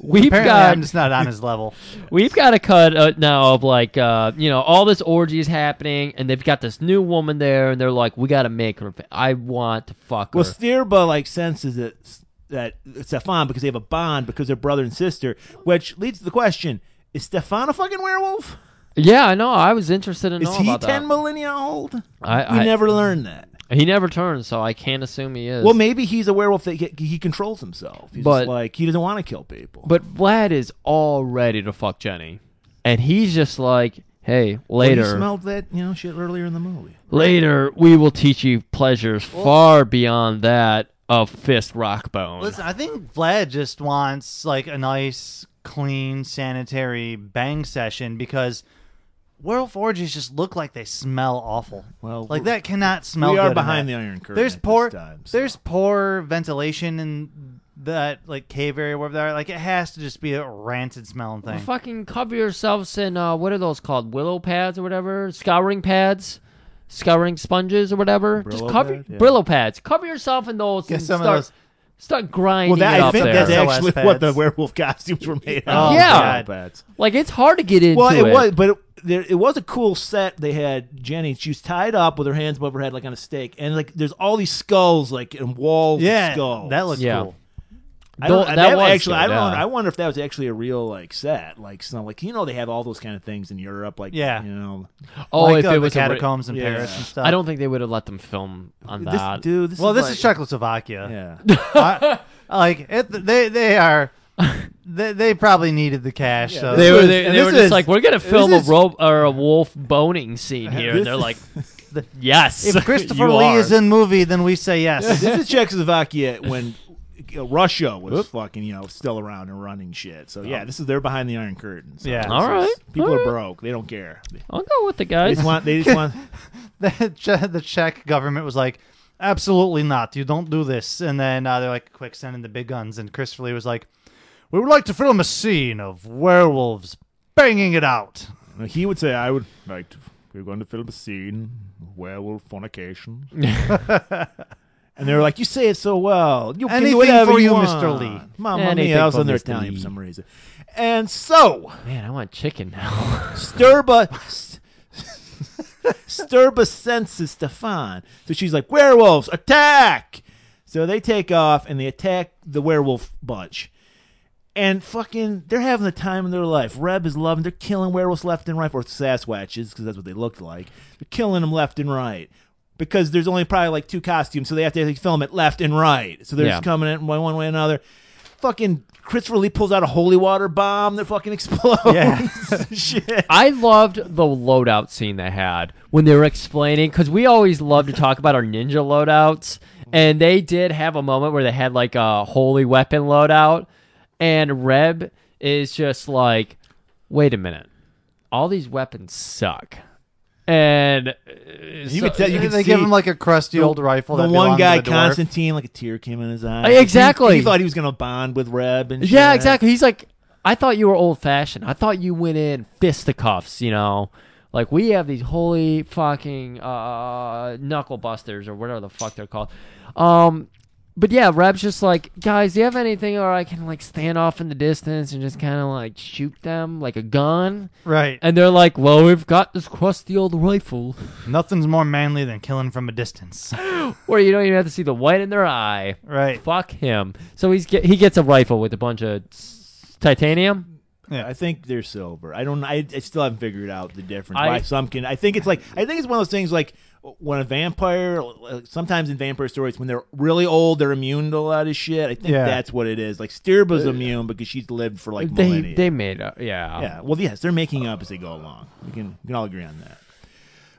[SPEAKER 2] we've
[SPEAKER 1] apparently,
[SPEAKER 2] got
[SPEAKER 1] I'm just not on his level.
[SPEAKER 2] we've got a cut uh, now of like uh, you know all this orgy is happening, and they've got this new woman there, and they're like, we got to make her. I want to fuck her.
[SPEAKER 3] Well, Stirba like senses that that Stefan because they have a bond because they're brother and sister, which leads to the question: Is Stefan a fucking werewolf?
[SPEAKER 2] Yeah, I know. I was interested in
[SPEAKER 3] Is
[SPEAKER 2] all
[SPEAKER 3] he
[SPEAKER 2] about
[SPEAKER 3] ten
[SPEAKER 2] that.
[SPEAKER 3] millennia old? We
[SPEAKER 2] I, I
[SPEAKER 3] never learned that.
[SPEAKER 2] He never turns, so I can't assume he is.
[SPEAKER 3] Well, maybe he's a werewolf that he, he controls himself. He's
[SPEAKER 2] But-
[SPEAKER 3] just like he doesn't want to kill people.
[SPEAKER 2] But Vlad is all ready to fuck Jenny, and he's just like, "Hey,
[SPEAKER 3] Well,
[SPEAKER 2] later,
[SPEAKER 3] he smelled that you know shit earlier in the movie.
[SPEAKER 2] later, we will teach you pleasures far beyond that of fist rock bone."
[SPEAKER 1] Listen, I think Vlad just wants like a nice, clean, sanitary bang session because werewolf orgies just look like they smell awful.
[SPEAKER 3] Well,
[SPEAKER 1] like that cannot smell.
[SPEAKER 3] we
[SPEAKER 1] good
[SPEAKER 3] are
[SPEAKER 1] in
[SPEAKER 3] behind
[SPEAKER 1] that.
[SPEAKER 3] the iron curtain.
[SPEAKER 1] There's
[SPEAKER 3] at this
[SPEAKER 1] poor.
[SPEAKER 3] time, so.
[SPEAKER 1] There's poor ventilation in that like cave area where they are. Like it has to just be a rancid smelling thing.
[SPEAKER 2] Fucking cover yourselves in uh, what are those called? Willow pads or whatever? Scouring pads, scouring sponges or whatever.
[SPEAKER 3] Brillo
[SPEAKER 2] Just cover
[SPEAKER 3] pad? Yeah.
[SPEAKER 2] Brillo pads. Cover yourself in those
[SPEAKER 1] Get
[SPEAKER 2] and
[SPEAKER 1] some of
[SPEAKER 2] start
[SPEAKER 1] those-
[SPEAKER 2] start
[SPEAKER 3] well,
[SPEAKER 2] grinding
[SPEAKER 3] that
[SPEAKER 2] it
[SPEAKER 3] I
[SPEAKER 2] up
[SPEAKER 3] think
[SPEAKER 2] there.
[SPEAKER 3] that's
[SPEAKER 1] there.
[SPEAKER 3] actually
[SPEAKER 1] SOS
[SPEAKER 3] what the
[SPEAKER 1] pads.
[SPEAKER 3] werewolf costumes were made
[SPEAKER 1] Oh,
[SPEAKER 3] out. of.
[SPEAKER 2] Yeah.
[SPEAKER 3] Pads.
[SPEAKER 2] like it's hard to get into
[SPEAKER 3] Well, it,
[SPEAKER 2] it.
[SPEAKER 3] was, but it, there, it was a cool set. They had Jenny; she was tied up with her hands above her head, like on a stake, and like there's all these skulls, like and walls,
[SPEAKER 1] yeah,
[SPEAKER 3] of skulls.
[SPEAKER 1] that looks
[SPEAKER 2] Yeah.
[SPEAKER 1] cool.
[SPEAKER 3] I don't,
[SPEAKER 2] Though-
[SPEAKER 3] that,
[SPEAKER 2] that was
[SPEAKER 3] actually, I
[SPEAKER 2] good,
[SPEAKER 3] don't.
[SPEAKER 2] yeah.
[SPEAKER 3] I wonder if that was actually a real like set, like some like you know they have all those kind of things in Europe, like
[SPEAKER 1] Yeah.
[SPEAKER 3] you know.
[SPEAKER 2] oh,
[SPEAKER 1] like,
[SPEAKER 2] if
[SPEAKER 1] uh,
[SPEAKER 2] it
[SPEAKER 1] the
[SPEAKER 2] was a re-
[SPEAKER 1] catacombs in
[SPEAKER 3] yeah.
[SPEAKER 1] Paris and stuff.
[SPEAKER 2] I don't think they would have let them film on that.
[SPEAKER 3] This, dude, this
[SPEAKER 1] Well,
[SPEAKER 3] is
[SPEAKER 1] this
[SPEAKER 3] like-
[SPEAKER 1] is Czechoslovakia.
[SPEAKER 3] Yeah,
[SPEAKER 1] I, like it, they they are they, they probably needed the cash so
[SPEAKER 2] They were,
[SPEAKER 3] was-
[SPEAKER 2] they,
[SPEAKER 3] and
[SPEAKER 2] they
[SPEAKER 3] this
[SPEAKER 2] were just
[SPEAKER 3] is-
[SPEAKER 2] like, we're gonna film a
[SPEAKER 3] is-
[SPEAKER 2] rope or a wolf boning scene here, and
[SPEAKER 3] This-
[SPEAKER 2] they're like, yes.
[SPEAKER 1] if Christopher
[SPEAKER 2] you
[SPEAKER 1] Lee
[SPEAKER 2] are.
[SPEAKER 1] is in movie then we say yes
[SPEAKER 3] this is Czechoslovakia when uh, Russia was fucking you know still around and running shit. So yeah, this is they're behind the iron curtain. So
[SPEAKER 1] Yeah.
[SPEAKER 3] this
[SPEAKER 1] All
[SPEAKER 3] is-
[SPEAKER 2] right.
[SPEAKER 3] people
[SPEAKER 2] All
[SPEAKER 3] are
[SPEAKER 2] right.
[SPEAKER 3] broke; they don't care.
[SPEAKER 2] I'll go with the
[SPEAKER 3] They
[SPEAKER 2] guys.
[SPEAKER 3] just want. They just want.
[SPEAKER 1] the, Che- the Czech government was like absolutely not you don't do this and then uh, they're like quick send in the big guns and Christopher Lee was like we would like to film a scene of werewolves banging it out
[SPEAKER 3] Now, He would say, I would like, to, we're going to film a scene, werewolf fornication. and they were like, you say it so well. You can
[SPEAKER 1] Anything
[SPEAKER 3] do whatever
[SPEAKER 1] for
[SPEAKER 3] you,
[SPEAKER 1] you,
[SPEAKER 3] want.
[SPEAKER 1] Mr. Lee.
[SPEAKER 3] Mamma
[SPEAKER 2] Anything
[SPEAKER 3] mia, I was
[SPEAKER 2] for
[SPEAKER 3] on their
[SPEAKER 2] Mr.
[SPEAKER 3] Italian
[SPEAKER 2] Lee.
[SPEAKER 3] for some reason. And so,
[SPEAKER 2] Man, I want chicken now.
[SPEAKER 3] Sturba... s- Sturba senses Stefan. So she's like, werewolves, attack! So they take off and they attack the werewolf bunch. And fucking, they're having the time of their life. Reb is loving. They're killing werewolves left and right, or Sasquatches, because that's what they looked like. They're killing them left and right because there's only probably like two costumes, so they have to like, film it left and right. So they're
[SPEAKER 2] Yeah.
[SPEAKER 3] just coming in one, one way or another. Fucking Christopher Lee pulls out a holy water bomb that fucking explodes.
[SPEAKER 1] Yeah.
[SPEAKER 3] Shit.
[SPEAKER 2] I loved the loadout scene they had when they were explaining because we always love to talk about our ninja loadouts, and they did have a moment where they had like a holy weapon loadout, and Reb is just like, "Wait a minute, all these weapons suck," and uh,
[SPEAKER 3] You
[SPEAKER 2] so-
[SPEAKER 3] could tell. You could
[SPEAKER 1] they
[SPEAKER 3] see
[SPEAKER 1] give him like a crusty old rifle
[SPEAKER 3] the
[SPEAKER 1] that
[SPEAKER 3] one
[SPEAKER 1] belonged to
[SPEAKER 3] guy,
[SPEAKER 1] the dwarf.
[SPEAKER 3] Constantine, like a tear came in his eye.
[SPEAKER 2] Uh, exactly.
[SPEAKER 3] He, he thought he was gonna bond with Reb and shit.
[SPEAKER 2] Yeah, exactly. He's like, I thought you were old fashioned. I thought you went in fisticuffs, you know. Like we have these holy fucking uh knuckle busters or whatever the fuck they're called. Um but yeah, Reb's just like, guys, do you have anything where I can like stand off in the distance and just kinda like shoot them like a gun?
[SPEAKER 1] right
[SPEAKER 2] And they're like, Well, we've got this crusty old rifle
[SPEAKER 1] nothing's more manly than killing from a distance
[SPEAKER 2] where you don't even have to see the white in their eye.
[SPEAKER 1] right
[SPEAKER 2] Fuck him. So he's get, he gets a rifle with a bunch of s- titanium.
[SPEAKER 3] I think they're silver. I don't. I, I still haven't figured out the difference.
[SPEAKER 2] I-
[SPEAKER 3] why some can. I think it's like. I think it's one of those things like when a vampire. like, Sometimes in vampire stories, when they're really old, they're immune to a lot of shit. I think
[SPEAKER 1] Yeah.
[SPEAKER 3] that's what it is. Like Stirba's immune because she's lived for like
[SPEAKER 2] Uh, they
[SPEAKER 3] millennia.
[SPEAKER 2] they made up yeah.
[SPEAKER 3] yeah. Well, yes, they're making up as they go along. We can we can all agree on that.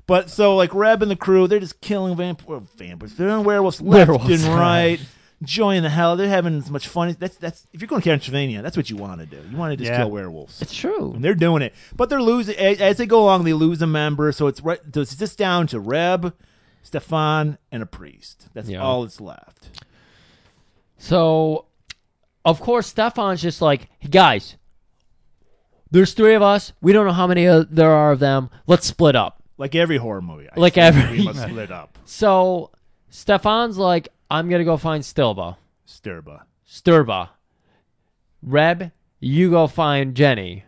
[SPEAKER 3] But so like Reb and the crew, they're just killing vamp- well, vampires. They're on werewolves left
[SPEAKER 2] Werewolves.
[SPEAKER 3] and right. Enjoying the hell, they're having as much fun. That's that's if you're going to Transylvania, that's what you want to do. You want to just
[SPEAKER 1] Yeah.
[SPEAKER 3] kill werewolves.
[SPEAKER 2] it's true
[SPEAKER 3] And they're doing it, but they're losing a- as they go along. They lose a member, so it's right. So it's just down to Reb, Stefan, and a priest. That's
[SPEAKER 2] Yeah.
[SPEAKER 3] all that's left.
[SPEAKER 2] so of course stefan's just like hey, guys there's three of us we don't know how many uh, there are of them let's split up
[SPEAKER 3] Like every horror movie, I
[SPEAKER 2] Like
[SPEAKER 3] think
[SPEAKER 2] every-
[SPEAKER 3] we must split up.
[SPEAKER 2] so stefan's like i'm gonna go find stilba
[SPEAKER 3] Stirba,
[SPEAKER 2] sturba reb you go find jenny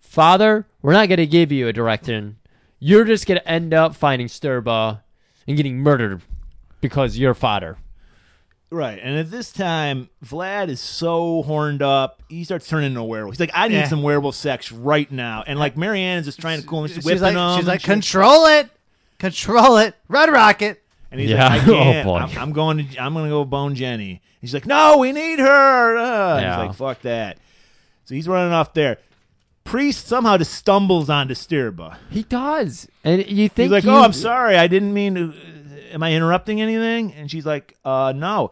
[SPEAKER 2] father we're not gonna give you a direction you're just gonna end up finding sturba and getting murdered because you're fodder
[SPEAKER 3] Right, and at this time, Vlad is so horned up, he starts turning into a werewolf. He's like, "I need
[SPEAKER 1] Yeah.
[SPEAKER 3] some werewolf sex right now," and like Marianne's just trying to cool him, she's,
[SPEAKER 1] she's
[SPEAKER 3] whipping
[SPEAKER 1] like,
[SPEAKER 3] him.
[SPEAKER 1] she's like,
[SPEAKER 3] and shit.
[SPEAKER 1] control it, control it, Red Rocket.
[SPEAKER 3] And he's
[SPEAKER 2] Yeah.
[SPEAKER 3] like, I
[SPEAKER 2] Oh,
[SPEAKER 3] can't.
[SPEAKER 2] boy.
[SPEAKER 3] I'm, I'm going to. I'm going to go bone Jenny. And she's like, No, we need her. Uh, and
[SPEAKER 2] Yeah.
[SPEAKER 3] He's like, Fuck that. So he's running off there. Priest somehow just stumbles onto Stirba.
[SPEAKER 2] He does, and you
[SPEAKER 3] He's
[SPEAKER 2] think
[SPEAKER 3] like,
[SPEAKER 2] you-
[SPEAKER 3] Oh, I'm sorry. I didn't mean to. uh, Am I interrupting anything? And she's like, Uh, no.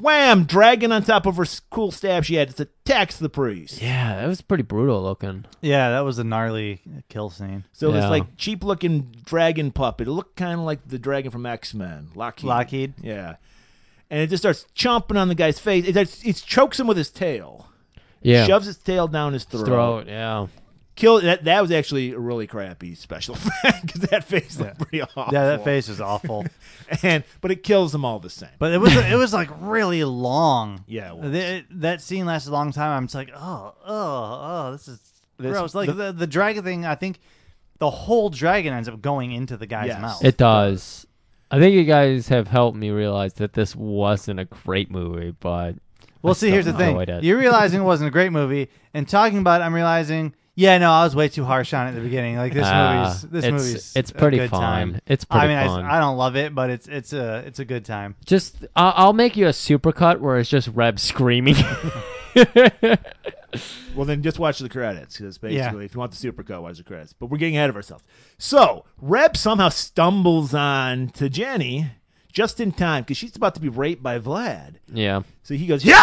[SPEAKER 3] Wham! Dragon on top of her s- cool staff she had just attacks the priest.
[SPEAKER 2] Yeah, that was pretty brutal looking.
[SPEAKER 1] Yeah, that was a gnarly kill scene.
[SPEAKER 3] So this
[SPEAKER 2] Yeah.
[SPEAKER 3] like cheap looking dragon puppet. It looked kind of like the dragon from X Men, Lockheed.
[SPEAKER 1] Lockheed.
[SPEAKER 3] Yeah. And it just starts chomping on the guy's face. It, it, it chokes him with his tail.
[SPEAKER 2] Yeah,
[SPEAKER 3] Shoves his tail down his throat.
[SPEAKER 2] throat. Yeah,
[SPEAKER 3] Kill that. That was actually a really crappy special effect because that face looked pretty awful.
[SPEAKER 1] Yeah, that face was awful.
[SPEAKER 3] And but it kills them all the same.
[SPEAKER 1] But it was it was like really long.
[SPEAKER 3] Yeah, it was.
[SPEAKER 1] Th- that scene lasted a long time. I'm just like, oh, oh, oh, this is
[SPEAKER 3] This-
[SPEAKER 1] gross. Like
[SPEAKER 3] the-
[SPEAKER 1] the, the dragon thing, I think the whole dragon ends up going into the guy's
[SPEAKER 3] Yes.
[SPEAKER 1] mouth.
[SPEAKER 2] it does. I think you guys have helped me realize that this wasn't a great movie, but
[SPEAKER 1] well, see, here's the thing:
[SPEAKER 2] enjoyed it.
[SPEAKER 1] you're realizing it wasn't a great movie, and talking about, it, I'm realizing, yeah, no, I was way too harsh on it at the beginning. Like this
[SPEAKER 2] Ah,
[SPEAKER 1] movie's this
[SPEAKER 2] it's-
[SPEAKER 1] movie's
[SPEAKER 2] it's
[SPEAKER 1] a
[SPEAKER 2] pretty
[SPEAKER 1] good
[SPEAKER 2] fun.
[SPEAKER 1] time.
[SPEAKER 2] It's
[SPEAKER 1] I
[SPEAKER 2] pretty
[SPEAKER 1] mean, I s-
[SPEAKER 2] fun.
[SPEAKER 1] I, don't love it, but it's it's a it's a good time.
[SPEAKER 2] just I- I'll make you a supercut where it's just Reb screaming.
[SPEAKER 3] Well, then just watch the credits because basically,
[SPEAKER 1] Yeah.
[SPEAKER 3] if you want the supercut, watch the credits. But we're getting ahead of ourselves. So Reb somehow stumbles on to Jenny just in time because she's about to be raped by Vlad.
[SPEAKER 2] yeah,
[SPEAKER 3] So he goes, yeah,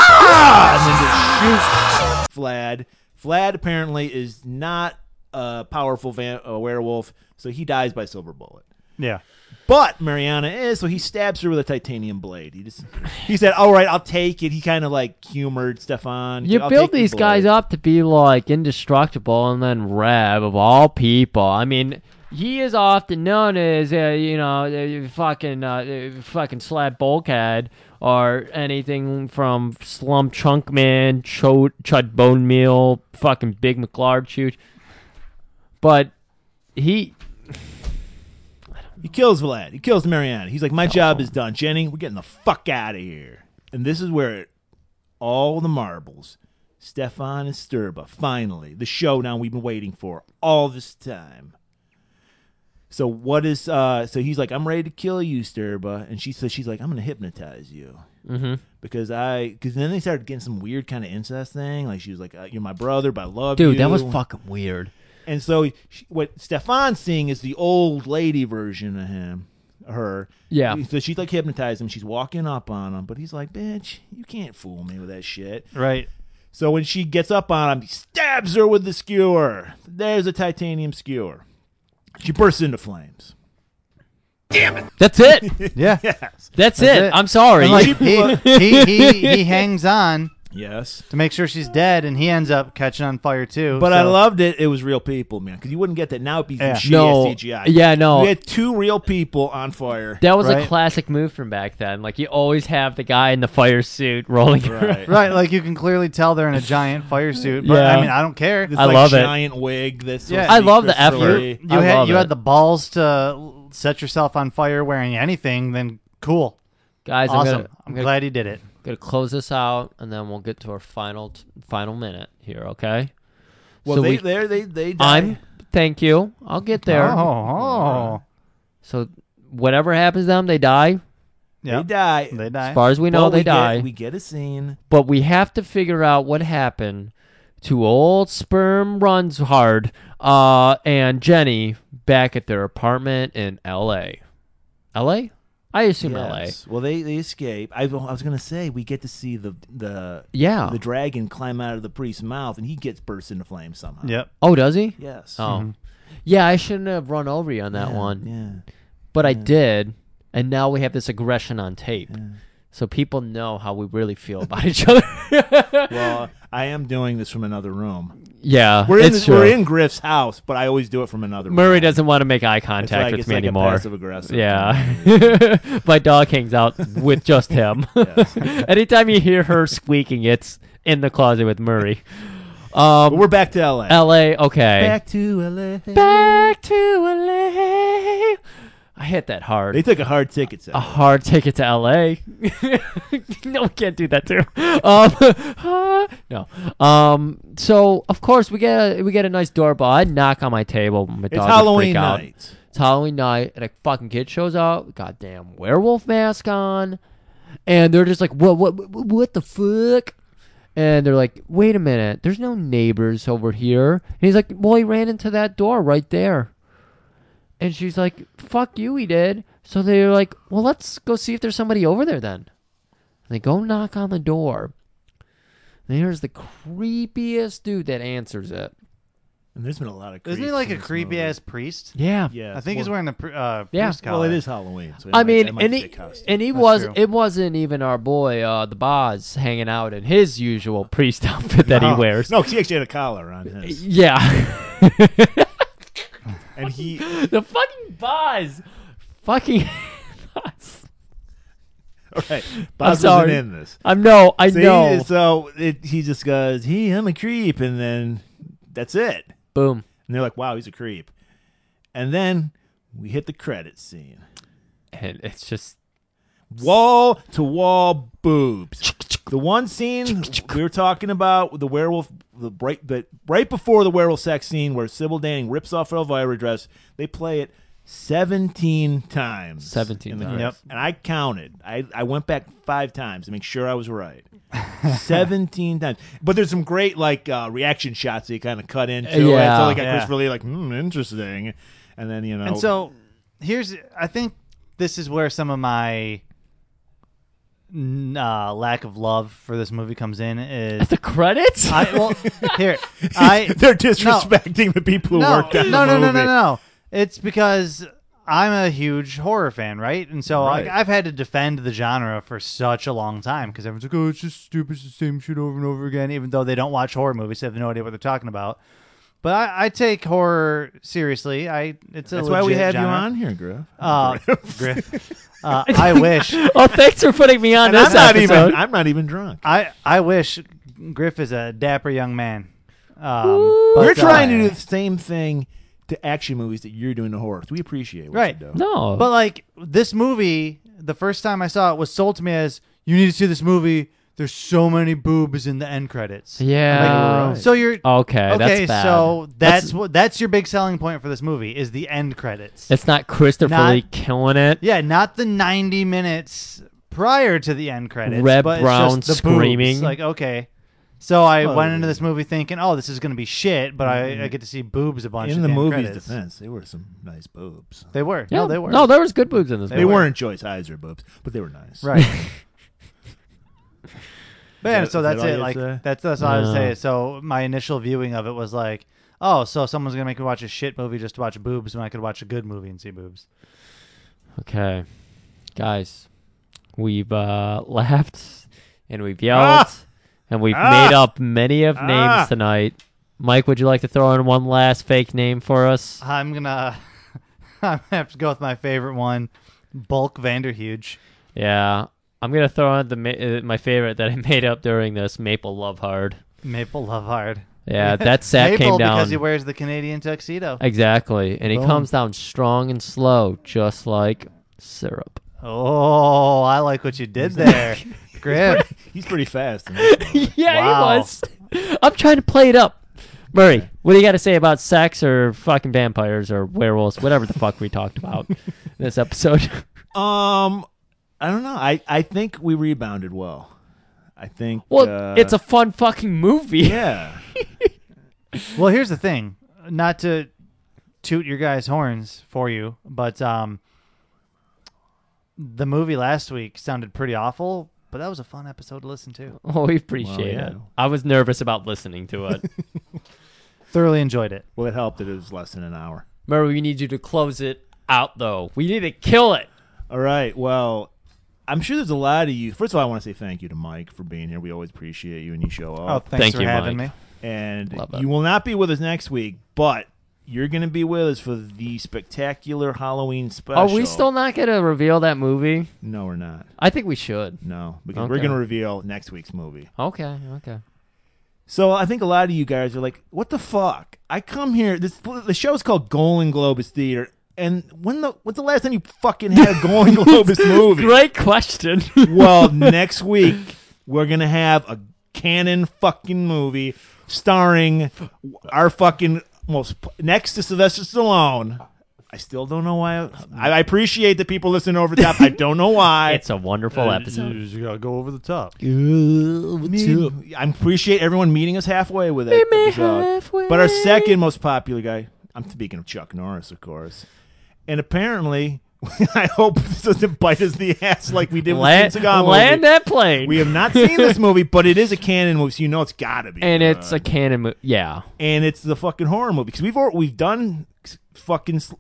[SPEAKER 3] and then just shoots Vlad. Vlad apparently is not a powerful van- uh, werewolf, so he dies by silver bullet.
[SPEAKER 1] Yeah,
[SPEAKER 3] But Mariana is, so he stabs her with a titanium blade. He just he said, "All right, I'll take it." He kind of like humored Stefan.
[SPEAKER 2] you
[SPEAKER 3] "I'll
[SPEAKER 2] build
[SPEAKER 3] take the
[SPEAKER 2] these guys
[SPEAKER 3] blade."
[SPEAKER 2] up to be like indestructible, and then Reb of all people. I mean. He is often known as, uh, you know, uh, fucking, uh, uh, fucking slab bulkhead or anything from slump chunkman, chod, chud bone meal, fucking big McLeod shoot. But he,
[SPEAKER 3] He kills Vlad. He kills Mariana. He's like, "My job is done, Jenny. We're getting the fuck out of here." And this is where it, all the marbles, Stefan and Sturba, finally the showdown we've been waiting for all this time. So what is? uh So he's like, "I'm ready to kill you, Sturba," and she says, "She's like, I'm gonna hypnotize you."
[SPEAKER 2] Mm-hmm.
[SPEAKER 3] Because I, because then they started getting some weird kind of incest thing. Like she was like, uh, "You're my brother, but I love you."
[SPEAKER 2] dude, that was fucking weird.
[SPEAKER 3] And so she, what Stefan's seeing is the old lady version of him, her.
[SPEAKER 2] Yeah.
[SPEAKER 3] So she's like hypnotized him. She's walking up on him, but he's like, "Bitch, you can't fool me with that shit."
[SPEAKER 1] right.
[SPEAKER 3] So when she gets up on him, he stabs her with the skewer. There's a titanium skewer. She bursts into flames.
[SPEAKER 2] That's it.
[SPEAKER 1] Yeah.
[SPEAKER 3] Yes.
[SPEAKER 2] That's, it.
[SPEAKER 1] it.
[SPEAKER 2] I'm sorry.
[SPEAKER 1] And like he, he, he, he hangs on
[SPEAKER 3] Yes.
[SPEAKER 1] to make sure she's dead, and he ends up catching on fire too.
[SPEAKER 3] But I
[SPEAKER 1] so-
[SPEAKER 3] loved it. It was real people, man. Because you wouldn't get that now. It'd be
[SPEAKER 1] Yeah.
[SPEAKER 3] shitty
[SPEAKER 2] No.
[SPEAKER 3] CGI.
[SPEAKER 2] Yeah, no.
[SPEAKER 3] We had two real people on fire.
[SPEAKER 2] that was
[SPEAKER 1] Right.
[SPEAKER 2] a classic move from back then. Like you always have the guy in the fire suit rolling. around.
[SPEAKER 3] Right.
[SPEAKER 1] right. Like you can clearly tell they're in a giant fire suit. But
[SPEAKER 2] Yeah.
[SPEAKER 1] I mean, I don't care.
[SPEAKER 3] This,
[SPEAKER 2] I
[SPEAKER 3] like,
[SPEAKER 2] love it.
[SPEAKER 3] giant wig. This
[SPEAKER 1] Yeah.
[SPEAKER 2] I love the effort.
[SPEAKER 1] You, you
[SPEAKER 2] I
[SPEAKER 1] had
[SPEAKER 2] love
[SPEAKER 1] you had
[SPEAKER 2] it.
[SPEAKER 1] the balls to set yourself on fire wearing anything. Then cool,
[SPEAKER 2] Guys,
[SPEAKER 1] awesome.
[SPEAKER 2] I'm
[SPEAKER 1] I'm,
[SPEAKER 2] gonna, I'm gonna,
[SPEAKER 1] glad he did it.
[SPEAKER 2] gonna close this out, and then we'll get to our final t- final minute here. Okay.
[SPEAKER 3] Well,
[SPEAKER 2] So
[SPEAKER 3] they
[SPEAKER 2] we-
[SPEAKER 3] there they they die.
[SPEAKER 2] I'm. Thank you. I'll get there.
[SPEAKER 1] Oh, oh.
[SPEAKER 2] So whatever happens to them, they die.
[SPEAKER 1] Yep.
[SPEAKER 3] they die.
[SPEAKER 1] They
[SPEAKER 2] As
[SPEAKER 1] die.
[SPEAKER 2] far as we know,
[SPEAKER 3] But
[SPEAKER 2] they
[SPEAKER 3] we get-
[SPEAKER 2] die.
[SPEAKER 3] we get a scene.
[SPEAKER 2] but we have to figure out what happened to old sperm runs hard uh, and jenny back at their apartment in la la i assume
[SPEAKER 3] Yes. Well, they, they escape. I, I was gonna say we get to see the the
[SPEAKER 2] Yeah.
[SPEAKER 3] the dragon climb out of the priest's mouth, and he gets burst into flames somehow.
[SPEAKER 1] Yep.
[SPEAKER 2] la oh does he
[SPEAKER 3] Yes. Mm-hmm.
[SPEAKER 2] oh yeah i shouldn't have run over you on that
[SPEAKER 3] Yeah,
[SPEAKER 2] one
[SPEAKER 3] Yeah.
[SPEAKER 2] but i did and now we have this aggression on tape so people know how we really feel about each other
[SPEAKER 3] Well, I am doing this from another room.
[SPEAKER 2] yeah
[SPEAKER 3] We're in
[SPEAKER 2] it's
[SPEAKER 3] this,
[SPEAKER 2] true.
[SPEAKER 3] we're in Griff's house, but I always do it from another room.
[SPEAKER 2] Murray doesn't want to make eye
[SPEAKER 3] It's
[SPEAKER 2] contact
[SPEAKER 3] like,
[SPEAKER 2] with
[SPEAKER 3] it's
[SPEAKER 2] me
[SPEAKER 3] like
[SPEAKER 2] anymore.
[SPEAKER 3] passive aggressive.
[SPEAKER 2] Yeah. My dog hangs out with just him.
[SPEAKER 3] Yes.
[SPEAKER 2] Anytime you hear her squeaking, it's in the closet with Murray.
[SPEAKER 3] But
[SPEAKER 2] Um,
[SPEAKER 3] we're back to LA.
[SPEAKER 2] LA, okay.
[SPEAKER 3] Back to LA.
[SPEAKER 2] Back to LA. I I hit that hard.
[SPEAKER 3] They took a hard ticket.
[SPEAKER 2] a
[SPEAKER 3] Seth.
[SPEAKER 2] hard ticket to LA. no, we can't do that too. Um, no. Um, so of course we get a we get a nice doorbell. I knock on my table. My
[SPEAKER 3] It's
[SPEAKER 2] dog would
[SPEAKER 3] Halloween
[SPEAKER 2] freak out.
[SPEAKER 3] night.
[SPEAKER 2] It's Halloween night, and a fucking kid shows up, goddamn werewolf mask on, and they're just like, "What? What? What, what the fuck?" And they're like, "Wait a minute, there's no neighbors over here." And he's like, "Well, he ran into that door right there." And she's like, "Fuck you, he did." So they're like, "Well, let's go see if there's somebody over there then." And they go knock on the door. And here's the creepiest dude that answers it.
[SPEAKER 3] And there's been a lot of.
[SPEAKER 1] Isn't he
[SPEAKER 3] creeps
[SPEAKER 1] like
[SPEAKER 3] in
[SPEAKER 1] a
[SPEAKER 3] this
[SPEAKER 1] creepy
[SPEAKER 3] movie.
[SPEAKER 1] ass priest?
[SPEAKER 2] Yeah.
[SPEAKER 3] Yes.
[SPEAKER 1] I think he's
[SPEAKER 3] well,
[SPEAKER 1] wearing a pr- uh,
[SPEAKER 2] Yeah.
[SPEAKER 1] priest collar.
[SPEAKER 3] Well, it is Halloween. So it
[SPEAKER 2] I
[SPEAKER 3] might-
[SPEAKER 2] mean,
[SPEAKER 3] it might
[SPEAKER 2] and
[SPEAKER 3] fit
[SPEAKER 2] he,
[SPEAKER 3] costume.
[SPEAKER 2] and he
[SPEAKER 1] That's
[SPEAKER 2] was
[SPEAKER 1] true.
[SPEAKER 2] it wasn't even our boy uh, the Boz hanging out in his usual priest outfit that
[SPEAKER 3] No.
[SPEAKER 2] he wears.
[SPEAKER 3] Oh, No, 'cause he actually had a collar on his,
[SPEAKER 2] Yeah,
[SPEAKER 3] and he
[SPEAKER 2] the fucking Boz, fucking. Boz.
[SPEAKER 3] okay, Boz wasn't
[SPEAKER 2] sorry.
[SPEAKER 3] in this.
[SPEAKER 2] I know, I
[SPEAKER 3] See,
[SPEAKER 2] know.
[SPEAKER 3] so it, he just goes, "He, I'm a creep," and then that's it.
[SPEAKER 2] Boom.
[SPEAKER 3] And they're like, "Wow, he's a creep." And then we hit the credit scene,
[SPEAKER 2] And it's just
[SPEAKER 3] wall to wall boobs. The one scene we were talking about, with the werewolf, the right, the, right before the werewolf sex scene where Sybil Danning rips off her Elvira dress, they play it seventeen times.
[SPEAKER 2] 17
[SPEAKER 3] in the
[SPEAKER 2] times.
[SPEAKER 3] credits. And I counted. I, I went back five times to make sure I was right. Seventeen times. But there's some great like uh, reaction shots that you kind of cut into.
[SPEAKER 2] Yeah.
[SPEAKER 3] And so like got
[SPEAKER 1] Yeah.
[SPEAKER 3] Chris really like, hmm, interesting. And then you know,
[SPEAKER 1] And so here's I think this is where some of my n- uh, lack of love for this movie comes in is
[SPEAKER 2] the credits.
[SPEAKER 1] I well here I
[SPEAKER 3] they're disrespecting the people who
[SPEAKER 1] no,
[SPEAKER 3] worked on
[SPEAKER 1] no,
[SPEAKER 3] the
[SPEAKER 1] no, no,
[SPEAKER 3] movie.
[SPEAKER 1] no, no. It's because I'm a huge horror fan, right? And so
[SPEAKER 3] Right.
[SPEAKER 1] I, I've had to defend the genre for such a long time because everyone's like, "Oh, it's just stupid, it's the same shit over and over again." Even though they don't watch horror movies, they have no idea what they're talking about. But I, I take horror seriously. I it's a
[SPEAKER 3] That's why we
[SPEAKER 1] legit
[SPEAKER 3] have
[SPEAKER 1] genre.
[SPEAKER 3] you on here, Griff.
[SPEAKER 1] Uh, Griff. Uh, I wish.
[SPEAKER 2] oh, thanks for putting me
[SPEAKER 3] And
[SPEAKER 2] on this
[SPEAKER 3] I'm not
[SPEAKER 2] episode.
[SPEAKER 3] even. I'm not even drunk.
[SPEAKER 1] I I wish Griff is a dapper young man. Um, but,
[SPEAKER 3] We're
[SPEAKER 1] uh,
[SPEAKER 3] trying to do the same thing to action movies that you're doing to horrors. We appreciate what
[SPEAKER 1] Right.
[SPEAKER 3] you do.
[SPEAKER 2] no,
[SPEAKER 1] But like this movie, the first time I saw it was sold to me as you need to see this movie. There's so many boobs in the end credits.
[SPEAKER 2] yeah. Oh,
[SPEAKER 3] Right.
[SPEAKER 1] So you're
[SPEAKER 2] Okay, that's
[SPEAKER 1] okay.
[SPEAKER 2] bad.
[SPEAKER 1] so
[SPEAKER 2] That's-
[SPEAKER 1] that's what that's your big selling point for this movie is the end credits.
[SPEAKER 2] it's not Christopher
[SPEAKER 1] Not-
[SPEAKER 2] Lee killing it.
[SPEAKER 1] yeah, not the 90 minutes prior to the end credits.
[SPEAKER 2] Red
[SPEAKER 1] but
[SPEAKER 2] Brown
[SPEAKER 1] it's just the
[SPEAKER 2] screaming.
[SPEAKER 1] Boobs. Like okay. So I
[SPEAKER 3] Oh,
[SPEAKER 1] went into
[SPEAKER 3] yeah.
[SPEAKER 1] this movie thinking, oh, this is going to be shit, but I, I get to see boobs a bunch
[SPEAKER 3] Mm-hmm. In
[SPEAKER 1] at
[SPEAKER 3] the
[SPEAKER 1] end
[SPEAKER 3] movie's
[SPEAKER 1] credits.
[SPEAKER 3] defense, they were some nice boobs.
[SPEAKER 1] They were.
[SPEAKER 2] Yeah,
[SPEAKER 1] No, they were.
[SPEAKER 2] No, there was good boobs in this.
[SPEAKER 1] They
[SPEAKER 3] They,
[SPEAKER 2] movie.
[SPEAKER 1] were.
[SPEAKER 3] weren't Joyce Heiser boobs, but they were nice.
[SPEAKER 1] Right. But yeah,
[SPEAKER 3] Is that-
[SPEAKER 1] so
[SPEAKER 3] is that
[SPEAKER 1] that's
[SPEAKER 3] all you
[SPEAKER 1] it.
[SPEAKER 3] have
[SPEAKER 1] Like
[SPEAKER 3] to say?
[SPEAKER 1] that's that's all I was
[SPEAKER 2] Yeah.
[SPEAKER 1] saying. So my initial viewing of it was like, oh, so someone's gonna make me watch a shit movie just to watch boobs, when I could watch a good movie and see boobs.
[SPEAKER 2] Okay. Guys, we've uh, laughed and we've yelled
[SPEAKER 3] Ah!
[SPEAKER 2] and we've
[SPEAKER 3] Ah!
[SPEAKER 2] made up many of names
[SPEAKER 3] Ah!
[SPEAKER 2] tonight. Mike, would you like to throw in one last fake name for us?
[SPEAKER 1] I'm gonna I'm gonna have to go with my favorite one, Bulk Vanderhuge.
[SPEAKER 2] Yeah. I'm going to throw in the ma- uh, my favorite that I made up during this Maple Love Hard.
[SPEAKER 1] Maple Lovehard.
[SPEAKER 2] Yeah, that sack came
[SPEAKER 1] Maple
[SPEAKER 2] down.
[SPEAKER 1] because he wears the Canadian tuxedo.
[SPEAKER 2] exactly. And he
[SPEAKER 1] Boom.
[SPEAKER 2] comes down strong and slow, just like syrup.
[SPEAKER 1] Oh, I like what you did there, Griff.
[SPEAKER 3] He's pretty fast. in this one.
[SPEAKER 2] yeah,
[SPEAKER 1] Wow.
[SPEAKER 2] he was. I'm trying to play it up. Murray, what do you got to say about sex or fucking vampires or werewolves, whatever the fuck we talked about in this episode?
[SPEAKER 3] um, I don't know. I, I think we rebounded well. I think.
[SPEAKER 2] well,
[SPEAKER 3] uh,
[SPEAKER 2] it's a fun fucking movie.
[SPEAKER 3] yeah.
[SPEAKER 1] Well, here's the thing. Not to toot your guys' horns for you, but um, the movie last week sounded pretty awful, but that was a fun episode to listen to.
[SPEAKER 2] Oh, we appreciate
[SPEAKER 3] Well, yeah.
[SPEAKER 2] it. I was nervous about listening to it.
[SPEAKER 1] Thoroughly enjoyed it.
[SPEAKER 3] Well, it helped that it was less than an hour.
[SPEAKER 2] Murray, we need you to close it out, though. We need to kill it.
[SPEAKER 3] All right. Well, I'm sure there's a lot of you. First of all, I want to say thank you to Mike for being here. We always appreciate you and you show
[SPEAKER 1] Oh,
[SPEAKER 3] up.
[SPEAKER 1] thanks
[SPEAKER 2] thank
[SPEAKER 1] for
[SPEAKER 2] you,
[SPEAKER 1] having
[SPEAKER 2] Mike.
[SPEAKER 1] me.
[SPEAKER 3] and
[SPEAKER 2] Love it.
[SPEAKER 3] you will not be with us next week, but you're going to be with us for the spectacular Halloween special.
[SPEAKER 2] Are we still not going to reveal that movie?
[SPEAKER 3] No, we're not.
[SPEAKER 2] I think we should.
[SPEAKER 3] No, because we're
[SPEAKER 2] Okay.
[SPEAKER 3] going to reveal next week's movie.
[SPEAKER 2] Okay, okay.
[SPEAKER 3] So I think a lot of you guys are like, "What the fuck?" I come here. This the show's called Golden Globus Theater. And when the when's the last time you fucking had a Golden Globus movie?
[SPEAKER 2] Great question.
[SPEAKER 3] well, next week we're gonna have a canon fucking movie starring our fucking most next to Sylvester Stallone. I still don't know why. I, I appreciate the people listening over the top. I don't know why.
[SPEAKER 2] it's a wonderful episode.
[SPEAKER 1] You gotta go over the top.
[SPEAKER 3] Me- I appreciate everyone meeting us halfway with it. But our second most popular guy, I'm speaking of Chuck Norris, of course. And apparently, I hope this doesn't bite us in the ass like we did with
[SPEAKER 2] Land,
[SPEAKER 3] the Seagal
[SPEAKER 2] land
[SPEAKER 3] movie.
[SPEAKER 2] that plane.
[SPEAKER 3] We have not seen this movie, but it is a canon movie, so you know it's gotta be.
[SPEAKER 2] and
[SPEAKER 3] good.
[SPEAKER 2] it's a canon. Mo- yeah.
[SPEAKER 3] and it's the fucking horror movie because we've al- we've done s- fucking s-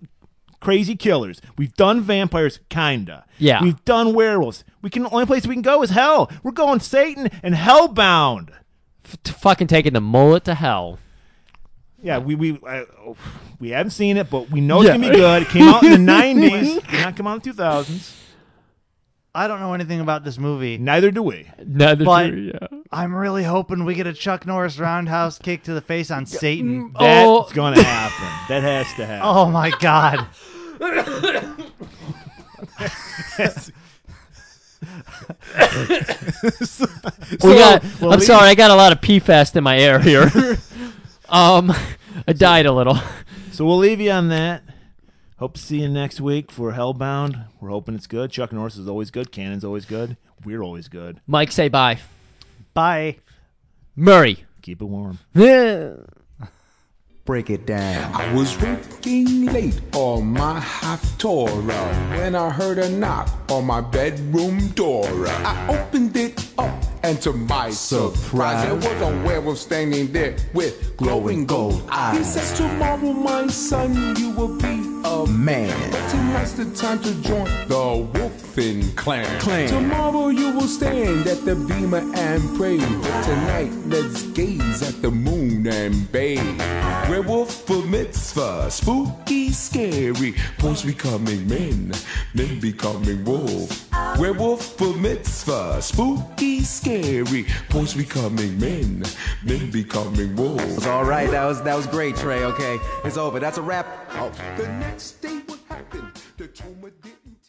[SPEAKER 3] crazy killers. We've done vampires, kinda.
[SPEAKER 2] Yeah.
[SPEAKER 3] We've done werewolves. We can only place we can go is hell. We're going Satan and Hellbound.
[SPEAKER 2] F- t- fucking taking the mullet to hell.
[SPEAKER 3] Yeah, we we I, oh, we haven't seen it, but we know it's
[SPEAKER 2] Yeah.
[SPEAKER 3] gonna be good. It came out in the nineties, did not come out in two thousands.
[SPEAKER 1] I don't know anything about this movie.
[SPEAKER 3] Neither do we.
[SPEAKER 2] Neither
[SPEAKER 1] But-
[SPEAKER 2] do yeah.
[SPEAKER 1] I'm really hoping we get a Chuck Norris roundhouse kick to the face on Satan.
[SPEAKER 3] That's
[SPEAKER 2] Oh.
[SPEAKER 3] gonna happen. That has to happen.
[SPEAKER 1] Oh my god.
[SPEAKER 2] we got.
[SPEAKER 3] well,
[SPEAKER 2] I'm
[SPEAKER 3] we-
[SPEAKER 2] sorry, I got a lot of PFAS in my air here. um, I died a little.
[SPEAKER 3] So we'll leave you on that. Hope to see you next week for Hellbound. We're hoping it's good. Chuck Norris is always good. Cannon's always good. We're always good.
[SPEAKER 2] Mike, say bye.
[SPEAKER 1] Bye.
[SPEAKER 2] Murray.
[SPEAKER 3] Keep it warm.
[SPEAKER 6] Break it down.
[SPEAKER 7] I was working late on my half Torah when I heard a knock on my bedroom door. I opened it up and to my surprise, there was a werewolf standing there with glowing gold eyes. He says, "Tomorrow, my son, you will be a man. Tonight's the time to join the Wolfen clan. clan. Tomorrow you will stand at the beamer and pray. Tonight, let's gaze at the moon and bathe. Werewolf for mitzvah, spooky, scary. Boys becoming men, men becoming wolf. Werewolf for mitzvah, spooky, scary. Boys becoming men, men becoming wolf.
[SPEAKER 6] All right, that was that was great, Trey. Okay, it's over. That's a wrap.
[SPEAKER 7] Oh, The next